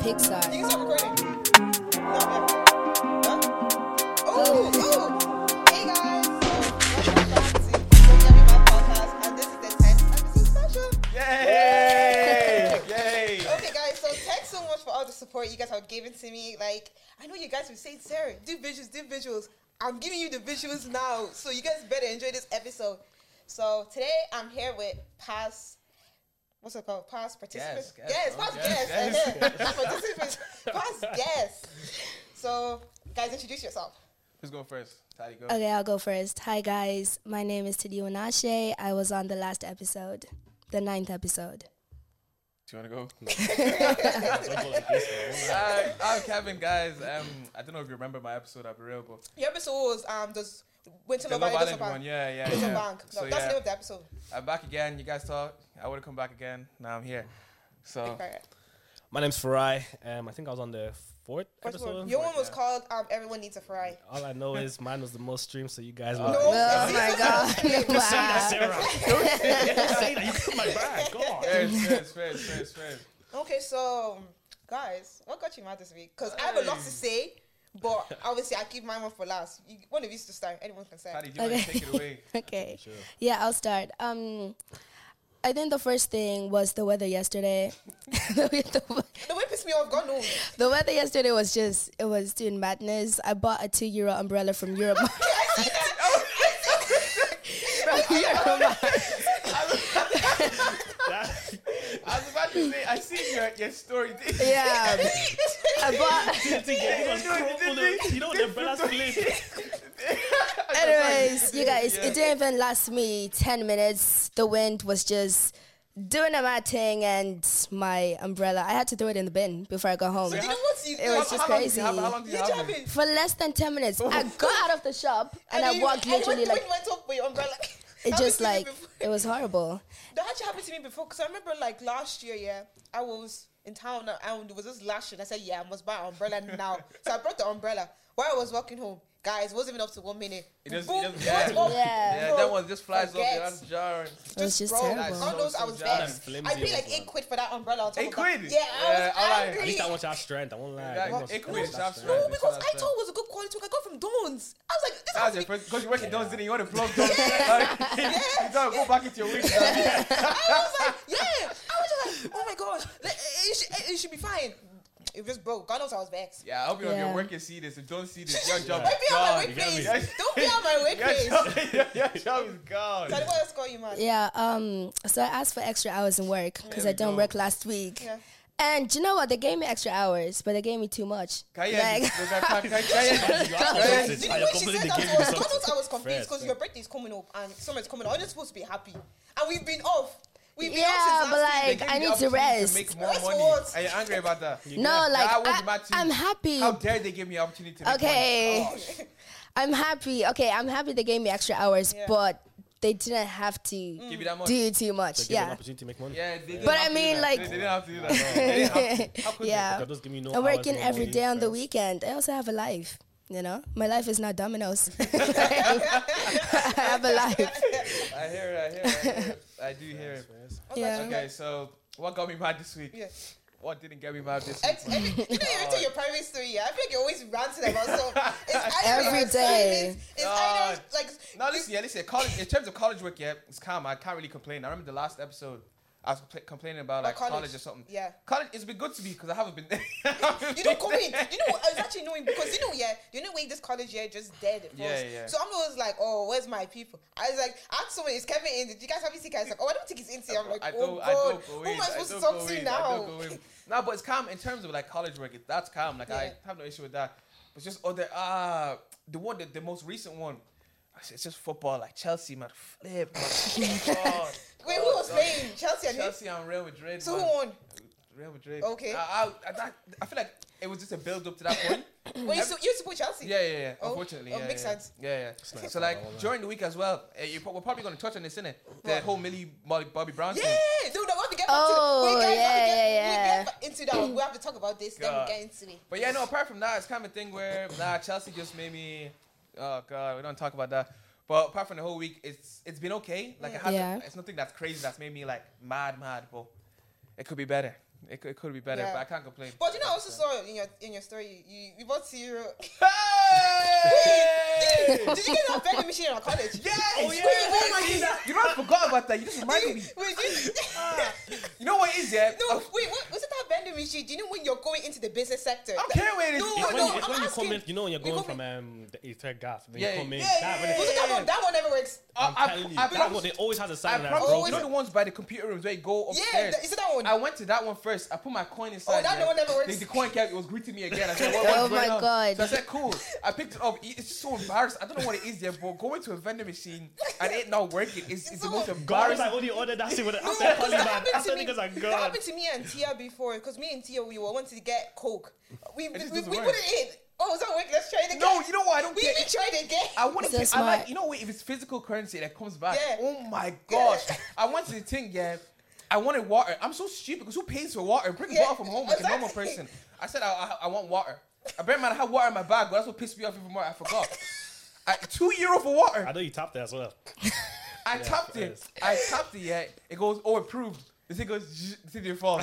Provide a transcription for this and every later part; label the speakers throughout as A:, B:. A: Pixar.
B: Niggas upgraded. No, never. Huh? Ooh, ooh. Hey guys, so welcome back to Boogie Up Your Mouth podcast, and this is the 10th episode special.
C: Yay! Yay!
B: Okay, guys, so thanks so much for all the support you guys have given to me. Like, I know you guys were saying, Sarah, do visuals, do visuals. I'm giving you the visuals now, so you guys better enjoy this episode. So today I'm here with past, what's it called? Past participants.
C: Guest,
B: Yes,
C: guest.
B: past
C: Oh, guest,
B: guests.
C: guest.
B: Past participants. Past guests. So, guys, introduce yourself.
C: Who's going first? Tati, go.
A: Okay, I'll go first. Hi guys, my name is Tidi Wanashe. I was on the last episode, the ninth episode.
C: Do you want to go? uh, I'm Kevin, guys. Um, I don't know if you remember my episode. I'll be real, but
B: Your episode was um, does Winter
C: the
B: Love
C: Love
B: Valley
C: Island
B: Doesn't
C: one,
B: Bank.
C: yeah, yeah,
B: Doesn't
C: yeah.
B: Bank. No,
C: So
B: that's the name
C: yeah,
B: of the episode.
C: I'm back again. You guys thought I would have come back again. Now I'm here. So
B: Right.
D: My name's Farai. Um, I think I was on the fourth
B: First of all,
D: episode.
B: your one was
C: yeah.
B: called um, Everyone Needs a Fry.
D: All I know is mine was the most streamed, so you guys.
C: Oh.
D: were-
C: No.
B: Oh my
A: god!
C: first, first, first, first, first.
B: Okay, so guys, what got you mad this week? Because I have a lot to
C: Mm.
B: say, but obviously I keep mine one for last. You, one of you to start. Anyone can start.
C: Tati, do you want to
A: Okay.
C: take it away?
A: okay. Yeah, I'll start. Um, I think the first thing was the weather yesterday. the, way- the we-
B: The way pissed me off. God knows.
A: the weather yesterday was just it was doing madness. I bought a two euro umbrella from Europe. from Europe.
C: I was about to say, I seen your, your story.
A: Yeah, I bought.
D: You know the umbrella split.
A: Anyways, you guys,
C: Yeah.
A: it didn't even last me 10 minutes. The wind was just doing a mad thing, and my umbrella, I had to throw it in the bin before I got home.
B: You know what? You
A: It was
C: How-
A: just
C: how long do
A: crazy.
C: you have- how long do you
B: You're
C: have it?
B: jobbing.
A: For less than 10 minutes, I got out of the shop and I
B: you-
A: walked
B: and you
A: literally
B: went,
A: like,
B: you went up with your umbrella.
A: it
B: That
A: just like,
B: happened to me before.
A: it was horrible.
B: that actually happened to me before. Because I remember like last year, yeah, I was in town and- and there was this lash, and I said, yeah, I must buy an umbrella now. so I brought the umbrella while I was walking home. Guys, it wasn't even up to one minute.
C: It doesn't-
B: Boom,
C: it doesn't-
B: went
C: yeah.
B: up.
A: Yeah.
C: Yeah, that one just flies off.
B: Forget.
C: You're on jar.
A: It was just
B: bro,
A: terrible.
B: God knows I was
C: So
B: vexed.
D: jealous.
B: I paid like
D: Flimsy
B: eight quid for that umbrella. on top
C: Eight
B: of that.
C: quid?
B: Yeah, I
C: Yeah,
B: was
C: I like-
B: angry.
D: At least I want y'all strength. I won't lie.
C: Yeah,
D: That was-
C: it
D: that
C: quit,
D: was
C: y'all
D: y'all
C: strength.
D: strength.
B: No, because I
C: That's
B: thought it was a good quality one I got from Dawn's. I was like, this
C: That was
B: has to
C: your
B: be.
C: first because you work at Don's Dinner, you want to plug Don's Dinner. You don't go back into your week. man.
B: I was like, yeah. I was just like, oh my god, Like, it, should, it should be fine. It just broke. God knows I was vexed.
C: Yeah, I hope you don't
A: Yeah.
C: your work and see this. If you don't see this, your job
B: Don't
C: is
B: be on my
C: gone.
B: wig
D: get
B: face.
C: me?
B: Don't be on my wig face.
C: Your job- Your your job is gone.
B: Daddy, what else got you mad?
A: Yeah, um, so I asked for extra hours in work because
C: There
A: I
C: we
A: didn't
C: go.
A: work last week.
B: Yeah.
A: And you know what? They gave me extra hours, but they gave me too much.
C: Kaya,
A: Like-
C: those are crack- Kaya- Kaya-
B: Do
C: Kaya-
B: you know
D: I
B: when she said
D: completely
B: that
D: gave
B: to us?
D: you
B: God knows I was confused
D: Fair,
B: because
D: fair.
B: your birthday's coming up and summer's coming up. I'm just supposed to be happy. And we've been off. We've been
A: Yeah,
B: off since
A: but
B: last
C: They
B: week.
A: like-
C: give
A: I
C: you the
A: need to
C: opportunity
A: rest.
C: Make more
B: Rest
C: money.
B: what?
C: And you're angry about that.
A: No, like
C: I wouldn't
A: I,
C: matter.
A: I'm happy.
C: How dare they give me opportunity to make
A: Okay.
C: money? Oh,
A: I'm happy. Okay, I'm happy they gave me extra hours,
B: Yeah.
A: but they didn't have to
C: Give you that much.
A: do too much.
D: Give you an
A: yeah.
D: opportunity to make money.
C: Yeah, they didn't
A: But
C: have
A: I
C: to do
A: mean,
C: that.
A: like-
C: They didn't have to do that. no. They didn't have to. How could they?
A: yeah.
D: That does give me no.
A: I'm
D: hours,
A: working
D: no
A: every
D: money,
A: day on the
D: friends.
A: weekend. I also have a life. You know, my life is not dominoes. I have a life.
C: I hear it, I hear it, I hear it. I do hear it.
A: Yeah.
C: Okay, so what got me mad this week?
B: Yeah.
C: What didn't get me mad this week?
B: Ex- every, you know, you into your private story. Yeah, I feel like you're always ranting about something. It's either
A: Every
B: your
A: day.
B: assignments, It's either
C: God.
B: like
C: No, listen, yeah, listen. College, in terms of college work, yeah, it's calm. I can't really complain. I remember the last episode, I was compla- complaining about like
B: college.
C: college. or something.
B: Yeah.
C: college. It's been good to me because I haven't been there.
B: you don't come in. You know, I was actually knowing because you know, yeah, you know, wait, this college year just dead. At
C: Yeah,
B: first.
C: yeah.
B: So I'm always like, oh, where's my people? I was like, ask someone, is Kevin in? Did you guys have his He's like, oh, I don't think he's in. I'm like,
C: I
B: oh
C: don't. I
B: god,
C: don't go
B: who
C: in.
B: am I
C: I
B: supposed to
C: don't
B: talk
C: go
B: to
C: in. I
B: now?
C: don't go in. No, but it's calm in terms of like college work. It, that's calm. Like I
B: Yeah.
C: have no issue with that. It's just other ah the one the, the most recent one. It's just football, like Chelsea, man. Flip, man. Oh God.
B: Wait, who was playing? Chelsea and Chelsea.
C: Chelsea and Real Madrid.
B: So who
C: man.
B: won?
C: Real Madrid.
B: Okay.
C: I, I, I, that- I feel like it was just a build up to that point.
B: Wait, so you support Chelsea?
C: Yeah, yeah, yeah.
B: Oh,
C: Unfortunately,
B: oh,
C: yeah,
B: makes
C: yeah.
B: sense.
C: Yeah, yeah.
D: not
C: So
D: a
C: like
D: problem.
C: during the week as well, eh, you pro- we're probably going to touch on this, innit? That whole Millie Molly, Bobby Brown
B: Yeah,
C: thing.
B: no, no, we have to get back
A: Oh,
B: to the, we
A: yeah,
B: guys, we have to get,
A: yeah, yeah.
B: We get into that. We have to talk about this, then
C: God.
B: we get into it.
C: But yeah, no. Apart from that, it's kind of a thing where nah, Chelsea just made me. Oh god, we don't talk about that. But apart from the whole week, it's it's been okay. Like
B: Mm.
C: I have
A: Yeah.
C: it's nothing that's crazy that's made me like mad, mad. But it could be better. It could, it could be better.
B: Yeah.
C: But I can't complain.
B: But you know, I also saw in your in your story, you, you bought cereal.
C: Hey!
B: Did you guys have vending machine in our college?
C: Yes!
B: Oh, yeah. Oh, my
C: You know, you know, I forgot about that. You just reminded me. Oh.
B: Wait, you,
C: You know what it is, yeah?
B: no,
C: I,
B: wait, what, was it that vending machine? Do you know when you're going into the business sector?
C: I don't care where it is.
B: No,
C: It's
D: It's
C: when-
D: when,
B: no,
D: it's when
B: I'm
D: you come in,
B: asking-
D: you know, when you're
B: you
D: going
B: from
D: from um, the Easter gaff, when
C: Yeah,
D: you come in,
C: yeah,
D: that,
C: yeah,
D: when
B: Was it that one? That one never works.
C: I, I,
D: telling you,
C: I,
D: that
C: promise-
D: one, it always has a
C: I
D: sign that
C: promise-
B: broke
C: you know
B: it.
C: the ones by the computer rooms where you go
B: Yeah,
C: upstairs.
B: that- is it that one?
C: I went to that one first. I put my coin inside.
B: that
C: yeah.
B: one never works.
C: The, the coin kept, it was greeting me again. I said, what, what's
A: Oh my
C: going on?
A: God.
C: So I said, cool. I picked it up. It- It's just so embarrassed. I don't know what it is there, but going to a vending machine and it not working is it's the
B: so
C: most
D: God, was
C: embarrassing.
D: like, only order that shit with an
B: No,
D: after
B: 'cause
D: calling
B: that
D: man.
B: happened to
D: After
B: me-
D: niggas are
B: That
D: gone.
B: happened to me and Tia before, because me and Tia we were wanting to get coke. We we,
C: just
B: we
C: doesn't
B: put
C: work.
B: it in. Oh, it's not working. Let's try it again.
C: No, you know what? I don't
B: we
C: care.
B: even tried it again.
C: I want to.
A: So
C: pay- I like
A: smart.
C: you know what? If it's physical currency that comes back,
B: Yeah.
C: oh my gosh! I went to the thing, yeah. I wanted water. I'm so stupid because who pays for water? Bring
B: Yeah,
C: water from home like a normal
B: exactly.
C: person. I said I, I, I want water. I bear in mind I had water in my bag, but that's what pissed me off even more. I forgot. I, two euro for
D: I
C: water.
D: know you tapped it as well.
C: I tapped
D: it
C: it.
D: is.
C: I tapped it. Yeah, it goes oh approved. The thing goes zzz, the thing didn't fall.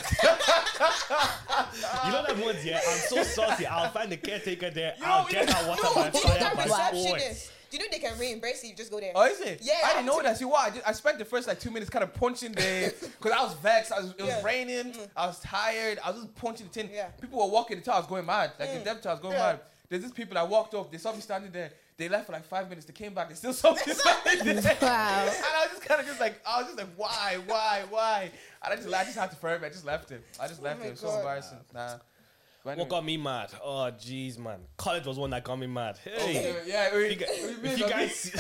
D: You know that ones, yeah? I'm so salty. I'll find the caretaker there. I'll
C: know,
D: get
C: you-
D: that water
B: No,
D: by
B: do you know that
D: fire by force.
B: receptionist? Do you know they can reimburse you? if You just go there.
C: Oh, is it?
B: Yeah,
C: I didn't know
B: that.
C: that. See, why? I, just, I spent the first like two minutes kind of punching the because I was vexed. I was, it was
B: Yeah. Mm.
C: raining. I was tired. I was just punching the tin.
B: Yeah. Mm.
C: People were walking the tower. I was going mad. Like the depth tower I was going
B: Yeah.
C: mad. There's these people that walked up. They saw me standing there. They left for like five minutes. They came back. They still saw me standing there.
A: Wow.
C: And I was just kind of just like, I was just like, why, why, why? And I just, I just had to forever. I just left it. I just left
B: Oh my
C: it. It was
B: God.
C: so embarrassing. Nah. But anyway.
D: What got me mad? Oh, jeez, man. College was one that got me mad. Hey.
C: Yeah, we,
D: you guys-
C: we
D: if
C: made
D: you
C: a-
D: guys,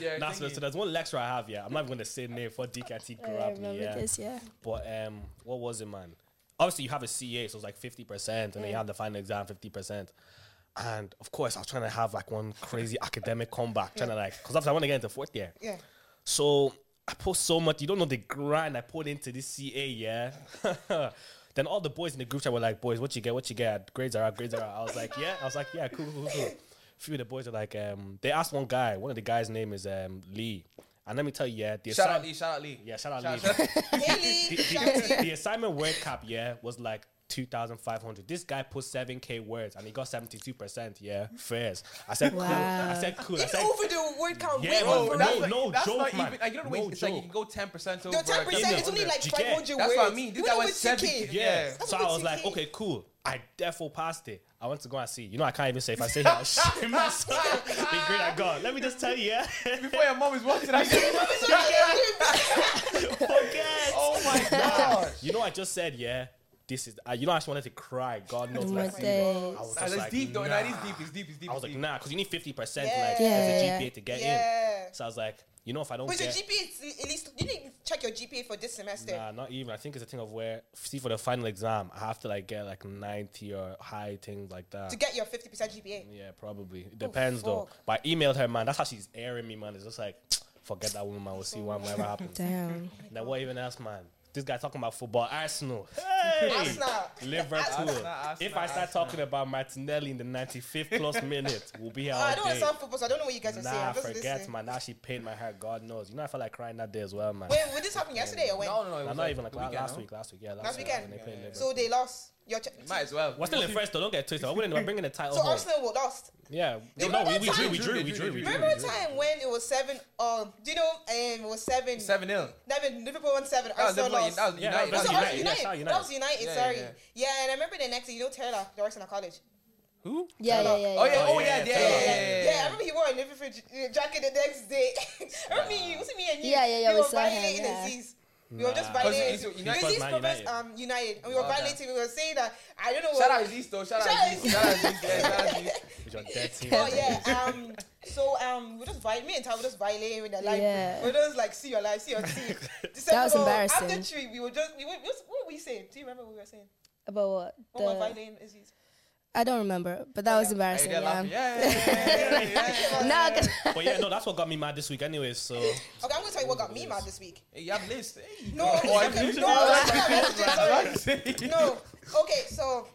C: Yeah,
D: Nah, so
C: thingy.
D: so there's one lecturer I have. Yeah, I'm not even gonna say name for DKT
A: I
D: grabbed me.
A: remember
D: Yeah,
A: this, yeah.
D: but um, what was it, man? Obviously, you have a CA, so it's like fifty percent, and then you have the final exam fifty percent. And of course, I was trying to have like one crazy academic comeback, trying to like, because after I want to get into fourth year.
B: Yeah.
D: So I put so much. You don't know the grind I put into this CA, yeah. then all the boys in the group chat were like, "Boys, what you get? What you get? Grades are out. Grades are out." I was like, "Yeah." I was like, "Yeah, cool, cool, cool." cool." Few of the boys are like, um, they asked one guy. One of the guys' name is um, Lee, and let me tell you, yeah, the
C: Shout
D: assi-
C: out Lee. Shout out Lee.
D: Yeah, shout out
B: Really?
D: Lee. The,
B: Shouty.
D: the, the assignment word cap, yeah, was like 2,500. This guy put 7K words and he got 72%, yeah, fairs. I said, cool. I said, cool. I
B: Even
D: said,
B: over the word count.
D: Yeah,
B: way
D: man,
B: over.
D: no,
C: that's like,
D: no
C: that's
D: joke,
C: not
D: man.
C: Even, like, you know the way
D: No
C: it's like you
D: joke.
C: can go ten percent over.
B: No, ten
D: Yeah,
B: percent. It's only
D: under.
B: like
D: You
B: five
D: get-
B: hundred words.
C: That's what I mean. This
B: We
C: guy
B: went
C: was
B: with 2K.
C: seven.
D: Yeah.
C: Yeah.
D: So I
B: That's
D: was like,
B: 50K.
D: okay, cool. I defo passed it. I went to go and see. You know, I can't even say if I say here, I'll shit myself. Be great at God. Let me just tell you, yeah.
C: Before your mom is watching, I
B: It's only like 100.
D: Forget.
C: oh my god.
D: You know, I just said, yeah. This is. I you know, I just wanted to cry. God knows, like,
A: What
D: I
A: days.
D: was
C: That's
D: just like,
C: deep though.
D: nah.
C: Nah, it is deep. It's deep. It's deep.
D: I was
C: it's
D: like,
C: deep.
D: nah, because you need fifty percent,
B: Yeah.
D: like,
A: Yeah.
D: as a GPA to get
B: Yeah.
D: in. So I was like, you know, if I don't
B: But your
D: get,
B: GPA, is- at least you didn't check your GPA for this semester.
D: Nah, not even. I think it's a thing of where see for the final exam, I have to like get like ninety or high things like that.
B: to get your 50% GPA.
D: Yeah, probably. It depends though.
B: fuck.
D: But I emailed her, man. That's how she's airing me, man. It's just like, forget that woman, man. We'll see what whatever happens.
A: Damn.
D: now what even else, man? This guy talking about football, Arsenal.
B: Arsenal.
D: Liverpool.
C: Arsenal, Arsenal,
D: if I start talking about Martinelli in the 95th plus minute, we'll be here all
B: I don't
D: day.
B: understand football, so I don't know what you guys are saying.
D: Nah,
B: I'm just
D: forget,
B: listening.
D: man. Now she pained my heart. God knows. You know, I felt like crying that day as well, man.
B: Wait, would this happen yesterday or when?
C: No, no, no. it
D: Nah,
C: was
D: not even like
C: the
D: la-
C: weekend,
D: last
C: no?
D: week. Last week, yeah. Last,
B: Last
D: week,
B: weekend?
D: when they played Liverpool.
B: So they lost. Your ch-
C: Might as well.
D: We're still in first, though. Don't get it twisted. I wouldn't. We're bringing the title
B: so
D: home.
B: Arsenal were lost.
D: Yeah. No,
B: Remember
D: we,
B: that
D: we drew.
B: time?
D: We drew. We drew. We drew.
B: Remember a time when it was 7 um, Do you know um, it was 7
C: Seven 0
B: Never, Liverpool won 7.
C: That was
B: Arsenal
C: Liverpool.
B: lost.
C: That was
D: Yeah,
C: United.
D: that
B: So
D: was
B: Arsenal
D: United, that's how
B: United.
D: United.
B: That was United,
C: Yeah, yeah,
B: sorry.
C: yeah.
B: Yeah, and I remember the next, you know, Taylor, the Arsenal college.
D: Who?
A: Yeah, yeah, yeah.
C: Oh yeah.
D: Oh,
C: Oh yeah.
D: yeah,
C: Yeah.
D: yeah,
C: yeah,
B: Yeah, I
C: Yeah.
B: remember he wore a Liverpool j- uh, jacket the next day. I remember me, was it me and you?
A: Yeah, yeah, yeah,
B: We
A: we
B: were
A: saw
B: violating
A: him,
B: the
A: yeah.
B: Z's. We were just
D: Nah.
C: 'Cause
B: violating.
C: he's-
B: Because
C: he's not
B: he's
D: Man
B: proposed
D: United.
B: um, United, and we were
C: Okay.
B: violating. We were saying that I don't know
C: Shout
B: what.
C: out Aziz though. Shout out
B: Shout out
C: Aziz. Shout out Aziz. Yeah. Shout out Aziz.
D: With your dead team.
B: Oh yeah. Um. So um, we were just violating. Me and Ty were just violating with the life.
A: Yeah.
B: We were just like, see your life, see your teeth.
A: That was
B: After
A: embarrassing.
B: three, we were just we were just, what were we saying? Do you remember what we were saying?
A: About what?
B: What we were
A: The-
B: violating Aziz.
A: I don't remember, but that was
C: Are you
A: embarrassing.
C: there
A: Yeah.
C: laughing? Yeah. yeah, yeah, yeah, yeah, yeah.
A: No, 'cause-
D: But yeah, no, that's what got me mad this week, anyway. So
B: Okay, I'm gonna tell you what got me mad this week.
C: Hey, You have list. Hey.
B: No,
C: Oh, I'm
B: okay,
C: losing
B: no,
C: all
B: no,
C: that.
B: no, no, no, no, no.
C: No.
B: No. Okay, so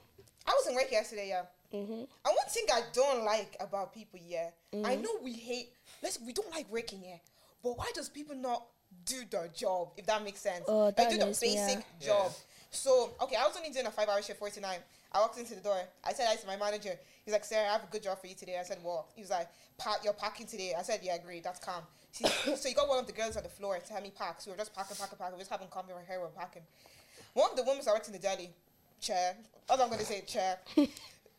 B: I was in
A: Mm-hmm.
B: work
A: Mm-hmm.
B: yesterday, yeah. And one thing I don't like about people, yeah, I know we hate let's we don't like working here, but why does people not do their job if that makes sense?
A: Oh,
B: like
A: that
B: do the
A: annoys me,
B: basic
C: yeah.
B: job.
C: Yeah.
B: So okay, I was only doing a five hour shift, forty nine. I walked into the door. I said hi to my manager. He's like, Sarah, I have a good job for you today. I said, Well, he was like, Pack, you're packing today. I said, Yeah, great, that's calm. She, so you got one of the girls on the floor to help me pack. So we were just packing, packing, packing. We just having coffee with her, we we're packing. One of the women that worked in the deli, chair. All I'm gonna say, chair.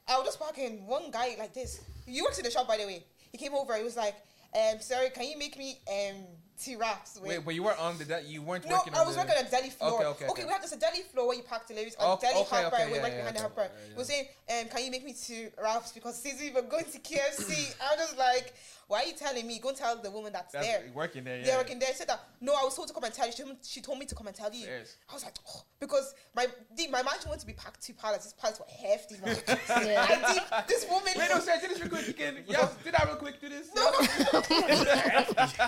B: I was just walking. One guy like this. He works in the shop, by the way. He came over. He was like, um, "Sorry, can you make me um tea wraps?" with-"
C: Wait, but you weren't on the that you weren't
B: no,
C: working.
B: I
C: on
B: was
C: the,
B: working on deli floor.
C: Okay, okay, okay.
B: we have this deli floor where you pack deliveries on
C: Okay,
B: deli
C: okay,
B: helper.
C: okay,
B: we
C: yeah,
B: work
C: yeah,
B: behind the
C: okay,
B: helper.
C: yeah,
B: He was saying, um, "Can you make me tea wraps?" Because since we were going to KFC, I was just like, "Why are you telling me? Go and tell the woman that's,
C: That's
B: there."
C: working there. Yeah,
B: Yeah, working there. I said that. No, I was told to come and tell you. She, she told me to come and tell you.
C: Yes.
B: I was like, oh, because my the, my mansion wanted to be packed two pallets. These pallets were hefty, man.
A: Yeah.
B: I did, this woman.
C: Wait, no, sir, do this real quick. You can, yeah, do that real quick. Do this.
B: no, no,
C: Happy.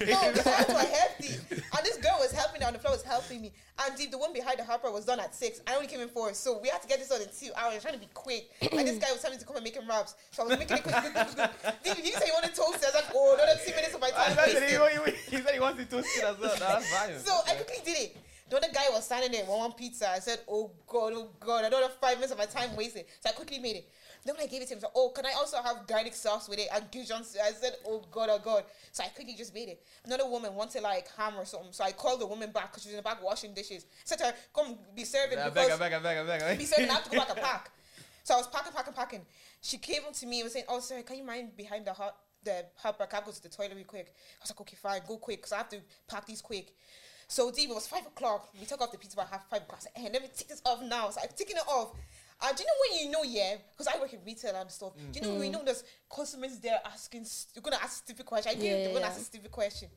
B: no, the pallets were hefty. And this girl was helping me on the floor, was helping me. And the, the one behind the helper was done at six. I only came in four, so we had to get this done in two hours. Trying to be quick. And this guy was telling me to come and make him wraps, so I was making it quick. quick, quick, quick. Did he say you want to toast? I was like, oh, another two minutes of my time. wasted."
C: he said he wants to toast it as well. That's fine.
B: So I quickly did it. The other guy was standing there, one pizza. I said, "Oh God, oh God, another five minutes of my time wasted." So I quickly made it. Then when I gave it to him, he's like, "Oh, can I also have garlic sauce with it and Dijon?" sauce?" I said, "Oh God, oh God." So I quickly just made it. Another woman wanted like ham or something, so I called the woman back because she was in the back washing dishes. I said to her, "Come be serving
C: I beg, I
B: because
C: beg, I beg, I beg, I
B: he
C: beg.
B: said, I have to go back and pack. So I was packing, packing, packing. She came up to me and was saying, Oh, sir, can you mind behind the hot, the helper? Can I go to the toilet real quick? I was like, Okay, fine, go quick, because I have to pack these quick. So, deep, it was five o'clock. We took off the pizza by half five o'clock. I said, hey, let me take this off now. So I'm taking it off. Uh, do you know when you know, yeah? Because I work in retail and stuff. Do you know when you know there's customers there asking, st- you're going to ask stupid questions. I knew
A: Yeah,
B: they were going to
A: yeah.
B: ask a stupid question.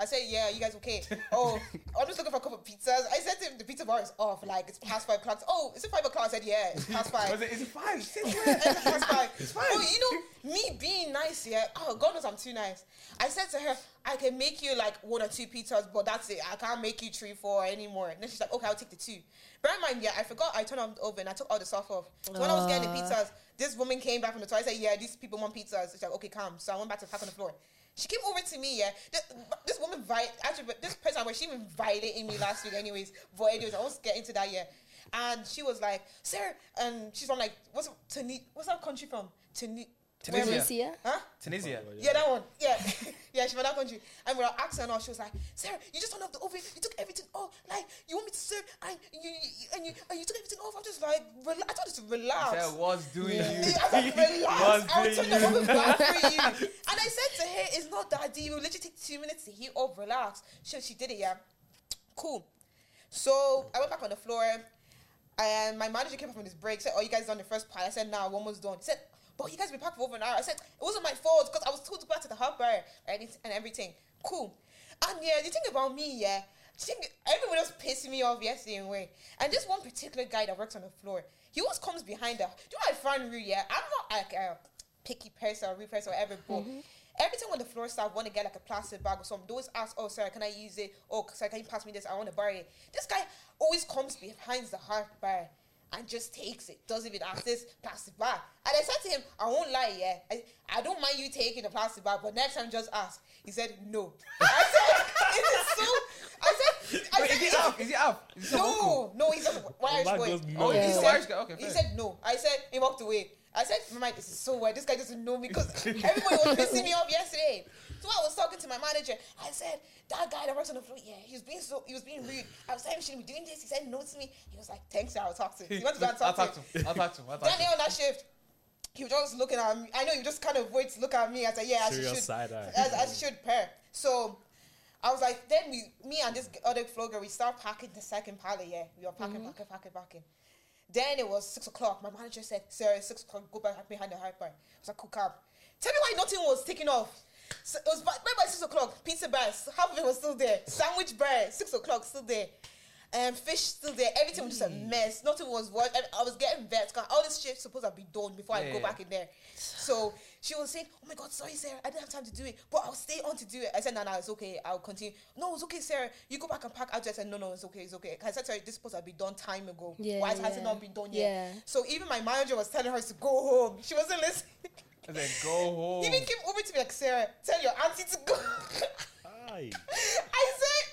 B: I said, yeah, you guys okay? Oh, I'm just looking for a couple of pizzas. I said to him, the pizza bar is off. Like, it's past five o'clock. Oh, is it five o'clock? I said, yeah, it's past five.
C: Was it? Is it fine? Say
B: It's
C: where?
B: past five.
C: fine.
B: Oh, you know, me being nice, yeah. Oh, God knows I'm too nice. I said to her, I can make you like one or two pizzas, but that's it. I can't make you three, four anymore. And then she's like, okay, I'll take the two. Bear in mind, yeah, I forgot I turned on the oven. I took all the stuff off. So when I was getting the pizzas, this woman came back from the toilet. I said, yeah, these people want pizzas. She's like, okay, come. So I went back to pack on the floor. She came over to me, yeah. This, this woman, vi- actually, but this person, was she even violating me last week, anyways. But anyways, I won't get into that, yeah. And she was like, "Sir," and she's from like, what's Tuni- What's that country from? Tuni- where
C: Tunisia.
B: was-
A: Tunisia?
B: Huh?
C: Tunisia.
B: Oh, Yeah, that one. Yeah, yeah, she's from that country. And when I asked her, now she was like, "Sarah, you just turned off the oven. You took everything off. Like, you want me to serve, and you you- and you and you took everything off." I'm just like, rela- I told you to relax.
C: That was doing you.
B: I was like, relax.
C: Was
B: I will turn
C: doing
B: the oven back for you. And I said to her, it's not that deep. It will literally take two minutes to heat up, relax. So she did it, yeah. Cool. So I went back on the floor and my manager came up from his break, said, Oh, you guys done the first part. I said, Nah, one was done. He said, But you guys been packed for over an hour. I said, It wasn't my fault because I was told to go back to the harbor and, it- and everything. Cool. And yeah, the thing about me, yeah, the thing, everyone was pissing me off yesterday and way. And this one particular guy that works on the floor, he always comes behind her. Do you know what I find rude, yeah? I'm not like a picky person or rude person or whatever, but every time when the floor staff want to get like a plastic bag or something, they always ask, oh, sir, can I use it? Oh, sir, can you pass me this? I want to borrow it. This guy always comes behind the hard bar and just takes it, doesn't even ask this plastic bag. And I said to him, I won't lie, yeah, I, I don't mind you taking the plastic bag, but next time just ask. He said, no. I said, it is so, I said, I
C: Wait,
B: said,
C: is it up? Is it up? Is it some uncle?
B: no, no, he's just a Irish
D: Black
B: boy.
D: goes
B: Oh,
D: nuts.
B: he,
A: Yeah.
B: said,
C: Irish guy, okay,
B: he
C: fair.
B: said no. I said he walked away. I said, my mind, this is so weird. This guy doesn't know me because everybody was pissing me off yesterday. So I was talking to my manager. I said, that guy that works on the floor, yeah, he was being so, he was being rude. I was saying we shouldn't be doing this. He said no to me. He was like, thanks, I'll talk to him. He went to go and
C: I'll
B: talk to
C: talk
B: him.
C: to him. I'll talk to him. I'll talk
B: That
C: to
B: day
C: him.
B: on that shift, he was just looking at me. I know you just kind of wait to look at me. I said, yeah, as you
D: Serious
B: should,
D: side eye.
B: as, as you should pair. So I was like, then we, me and this other floor girl, we start packing the second pallet. Yeah, we were packing, packing, packing, packing. Then it was six o'clock. My manager said, "Sir, it's six o'clock. Go back behind the hyper." I was like, "Cook up." Tell me why nothing was taking off. So it was by, by, by six o'clock. Pizza bar, s- half of it was still there. Sandwich bar, six o'clock, still there. Um, fish still there. Everything was just a mess. Nothing was washed. And I was getting vexed. 'cause All this shit supposed to be done before I
C: Yeah,
B: go
C: yeah.
B: back in there. So she was saying, "Oh my God, sorry, Sarah, I didn't have time to do it, but I'll stay on to do it." I said, "No, no, it's okay. I'll continue." No, it's okay, Sarah. You go back and pack. I just said, "No, no, it's okay, it's okay." 'Cause I said, "Sorry, this supposed to be done time ago.
A: Yeah,
B: Why has it
A: yeah.
B: not been done yet?"
A: Yeah.
B: So even my manager was telling her to go home. She wasn't listening.
C: I said, go home.
B: Even came over to me like, Sarah, tell your auntie to go. I
D: Aye.
B: said,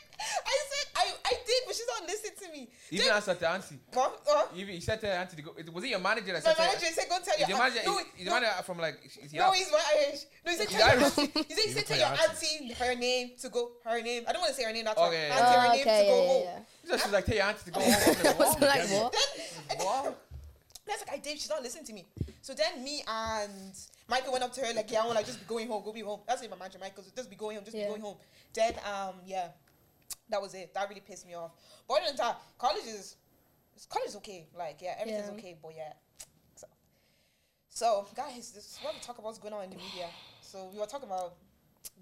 B: I said, I, I did, but she's not listening to me.
C: Even
B: Then-
C: asked her to auntie.
B: Mom, uh,
C: Even he said to her auntie to go. it- Was it your manager that
B: my
C: said? to her-
B: manager said, go tell
C: Is
B: your
C: your
B: auntie.
C: manager?
B: No,
C: is- is
B: no,
C: your manager from like? is- is he
B: no,
C: out?
B: he's my Irish. No, he said,
C: He's
B: tell your
C: Irish.
B: auntie. He said, he said, tell your auntie her name to go, her name. I don't want to say her name, that's all.
C: Okay,
B: Auntie,
C: yeah,
B: her
A: Oh,
B: name to go
A: okay,
B: home.
A: yeah, yeah,
C: So she's like, tell your auntie to go home. I'm like,
A: yeah.
C: what?
A: like, what?
B: Then,
C: What?
B: That's like I did. She's not listening to me. So then me and Michael went up to her like, yeah, I want to just be going home, go be home. That's it, my manager, Michael. so Just be going home, just
A: Yeah.
B: be going home. Then um yeah, that was it. That really pissed me off. But other than that, college is college is okay. Like yeah, everything's
A: Yeah.
B: okay. But yeah, so so guys, this is what we talk about is going on in the media. So we were talking about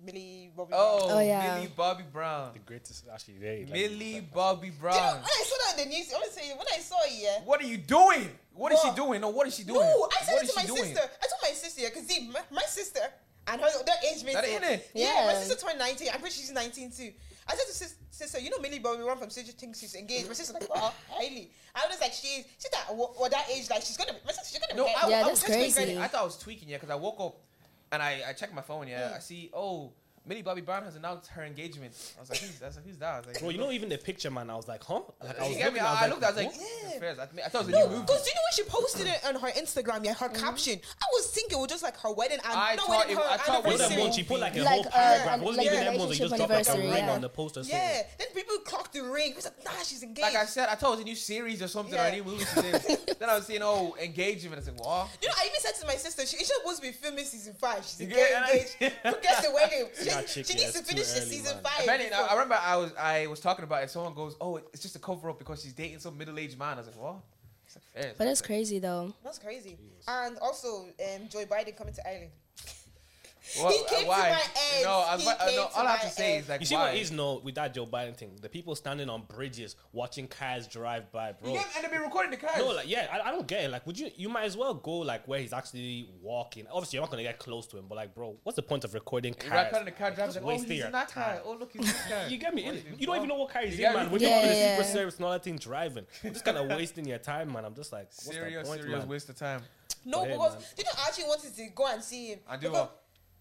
B: Millie Bobby.
C: Oh,
B: Brown.
A: Oh, yeah.
C: Millie Bobby Brown.
D: The greatest, actually, yeah, like-
C: Millie Bobby
B: Do you know,
C: Brown.
B: when I saw that in the news, I want to say when I saw it, yeah.
C: What are you doing? What is she
B: What?
C: doing? No, what is she doing?
B: No, I said
C: What
B: it
C: is
B: to my
C: she doing?
B: sister. I told my sister because see, my, my sister and her their age mates.
C: That ain't it.
B: Yeah, my
A: Yeah.
B: sister turned nineteen. I'm pretty sure she's nineteen too. I said to sis, sister, you know Millie Bobby Brown from Stranger Things she's engaged. My sister like, oh, highly. I was like, she's she's that or that age, like she's gonna. be- My sister, she's gonna.
C: No,
B: be
C: I,
A: Yeah,
C: I
A: that's
C: was just crazy.
A: crazy.
C: I thought I was tweaking, yeah, because I woke up and I, I checked my phone, yeah.
B: Hmm.
C: I see, oh, Millie Bobby Brown has announced her engagement. I was like, who's, that's, who's that? I was like,
D: Bro, you know, even the picture, man. I was like, huh? Like,
C: I,
D: was
C: me,
D: looking,
C: I, I looked, I was like,
D: what?
B: Yeah.
C: "That's fair." I th- I thought it was a
B: No,
C: new movie.
B: because you know when she posted it on her Instagram, yeah, her caption. I was thinking it was just like her wedding and
C: I
B: not
C: thought
B: wedding,
C: it-
B: her
C: I thought it was
D: Not that
C: Really?
D: much.
B: anniversary.
D: He put like a
A: Like,
D: whole
A: uh,
D: paragraph.
A: um,
D: Wasn't
A: like
D: even
A: a
D: that much. He just
A: relationship
D: dropped like a
A: anniversary,
D: ring
A: yeah.
D: on the poster. so-
B: Yeah. Then people clocked the ring. It was like, nah, she's engaged.
C: Like I said, I thought it was a new series or something or a
B: Yeah.
C: new movie. she did. then I was seeing, oh, engagement. I said, what?
B: You know, I even said to my sister, she, she's supposed to be filming season five. She's
C: You
B: getting
C: get-
B: engaged. Who gets the wedding? She,
D: Nah,
B: she
D: chick, yeah,
B: needs to
D: it's too
B: finish the
D: early,
B: season
D: man.
B: five.
C: Apparently, I, I
B: before-
C: remember I was I was talking about it. Someone goes, "Oh, it's just a cover up because she's dating some middle aged man." I was like, "What?" It's like, fair.
A: But it's crazy though.
B: That's crazy. And also, um, Joe Biden coming to Ireland.
C: What-
B: He came to
C: why?
B: my ends.
C: No, I was
B: He
C: about- uh,
B: came
C: no,
B: to
C: all I have
B: my
C: to say
B: ends.
C: is like,
D: You see
C: why?
D: what is no with that Joe Biden thing? The people standing on bridges watching cars drive by, bro.
C: You get- and they be recording the cars.
D: No, like yeah, I, I don't get it. Like, would you? You might as well go like where he's actually walking. Obviously, you're not gonna get close to him, but like, bro, what's the point of recording
C: You're
D: cars?
C: recording the car drives. Like,
D: Just
C: oh,
D: wasting
C: he's
D: your
C: in that car.
D: time.
C: Oh, look, he's in that car.
D: You get me?
C: What
D: It-
C: is it?
D: you don't even know what car
C: You
D: he's
C: get
D: in, man.
C: me?
D: With
A: Yeah,
D: the
A: yeah,
D: secret
A: yeah.
D: service and all that thing driving, You're just kind of wasting your time, man. I'm just like, what's
C: serious,
D: the point,
C: serious
D: man?
C: waste of time.
B: No,
D: Hey,
B: because
D: man.
B: you know, I actually wanted to go and see him.
C: I do
B: Because-
C: uh,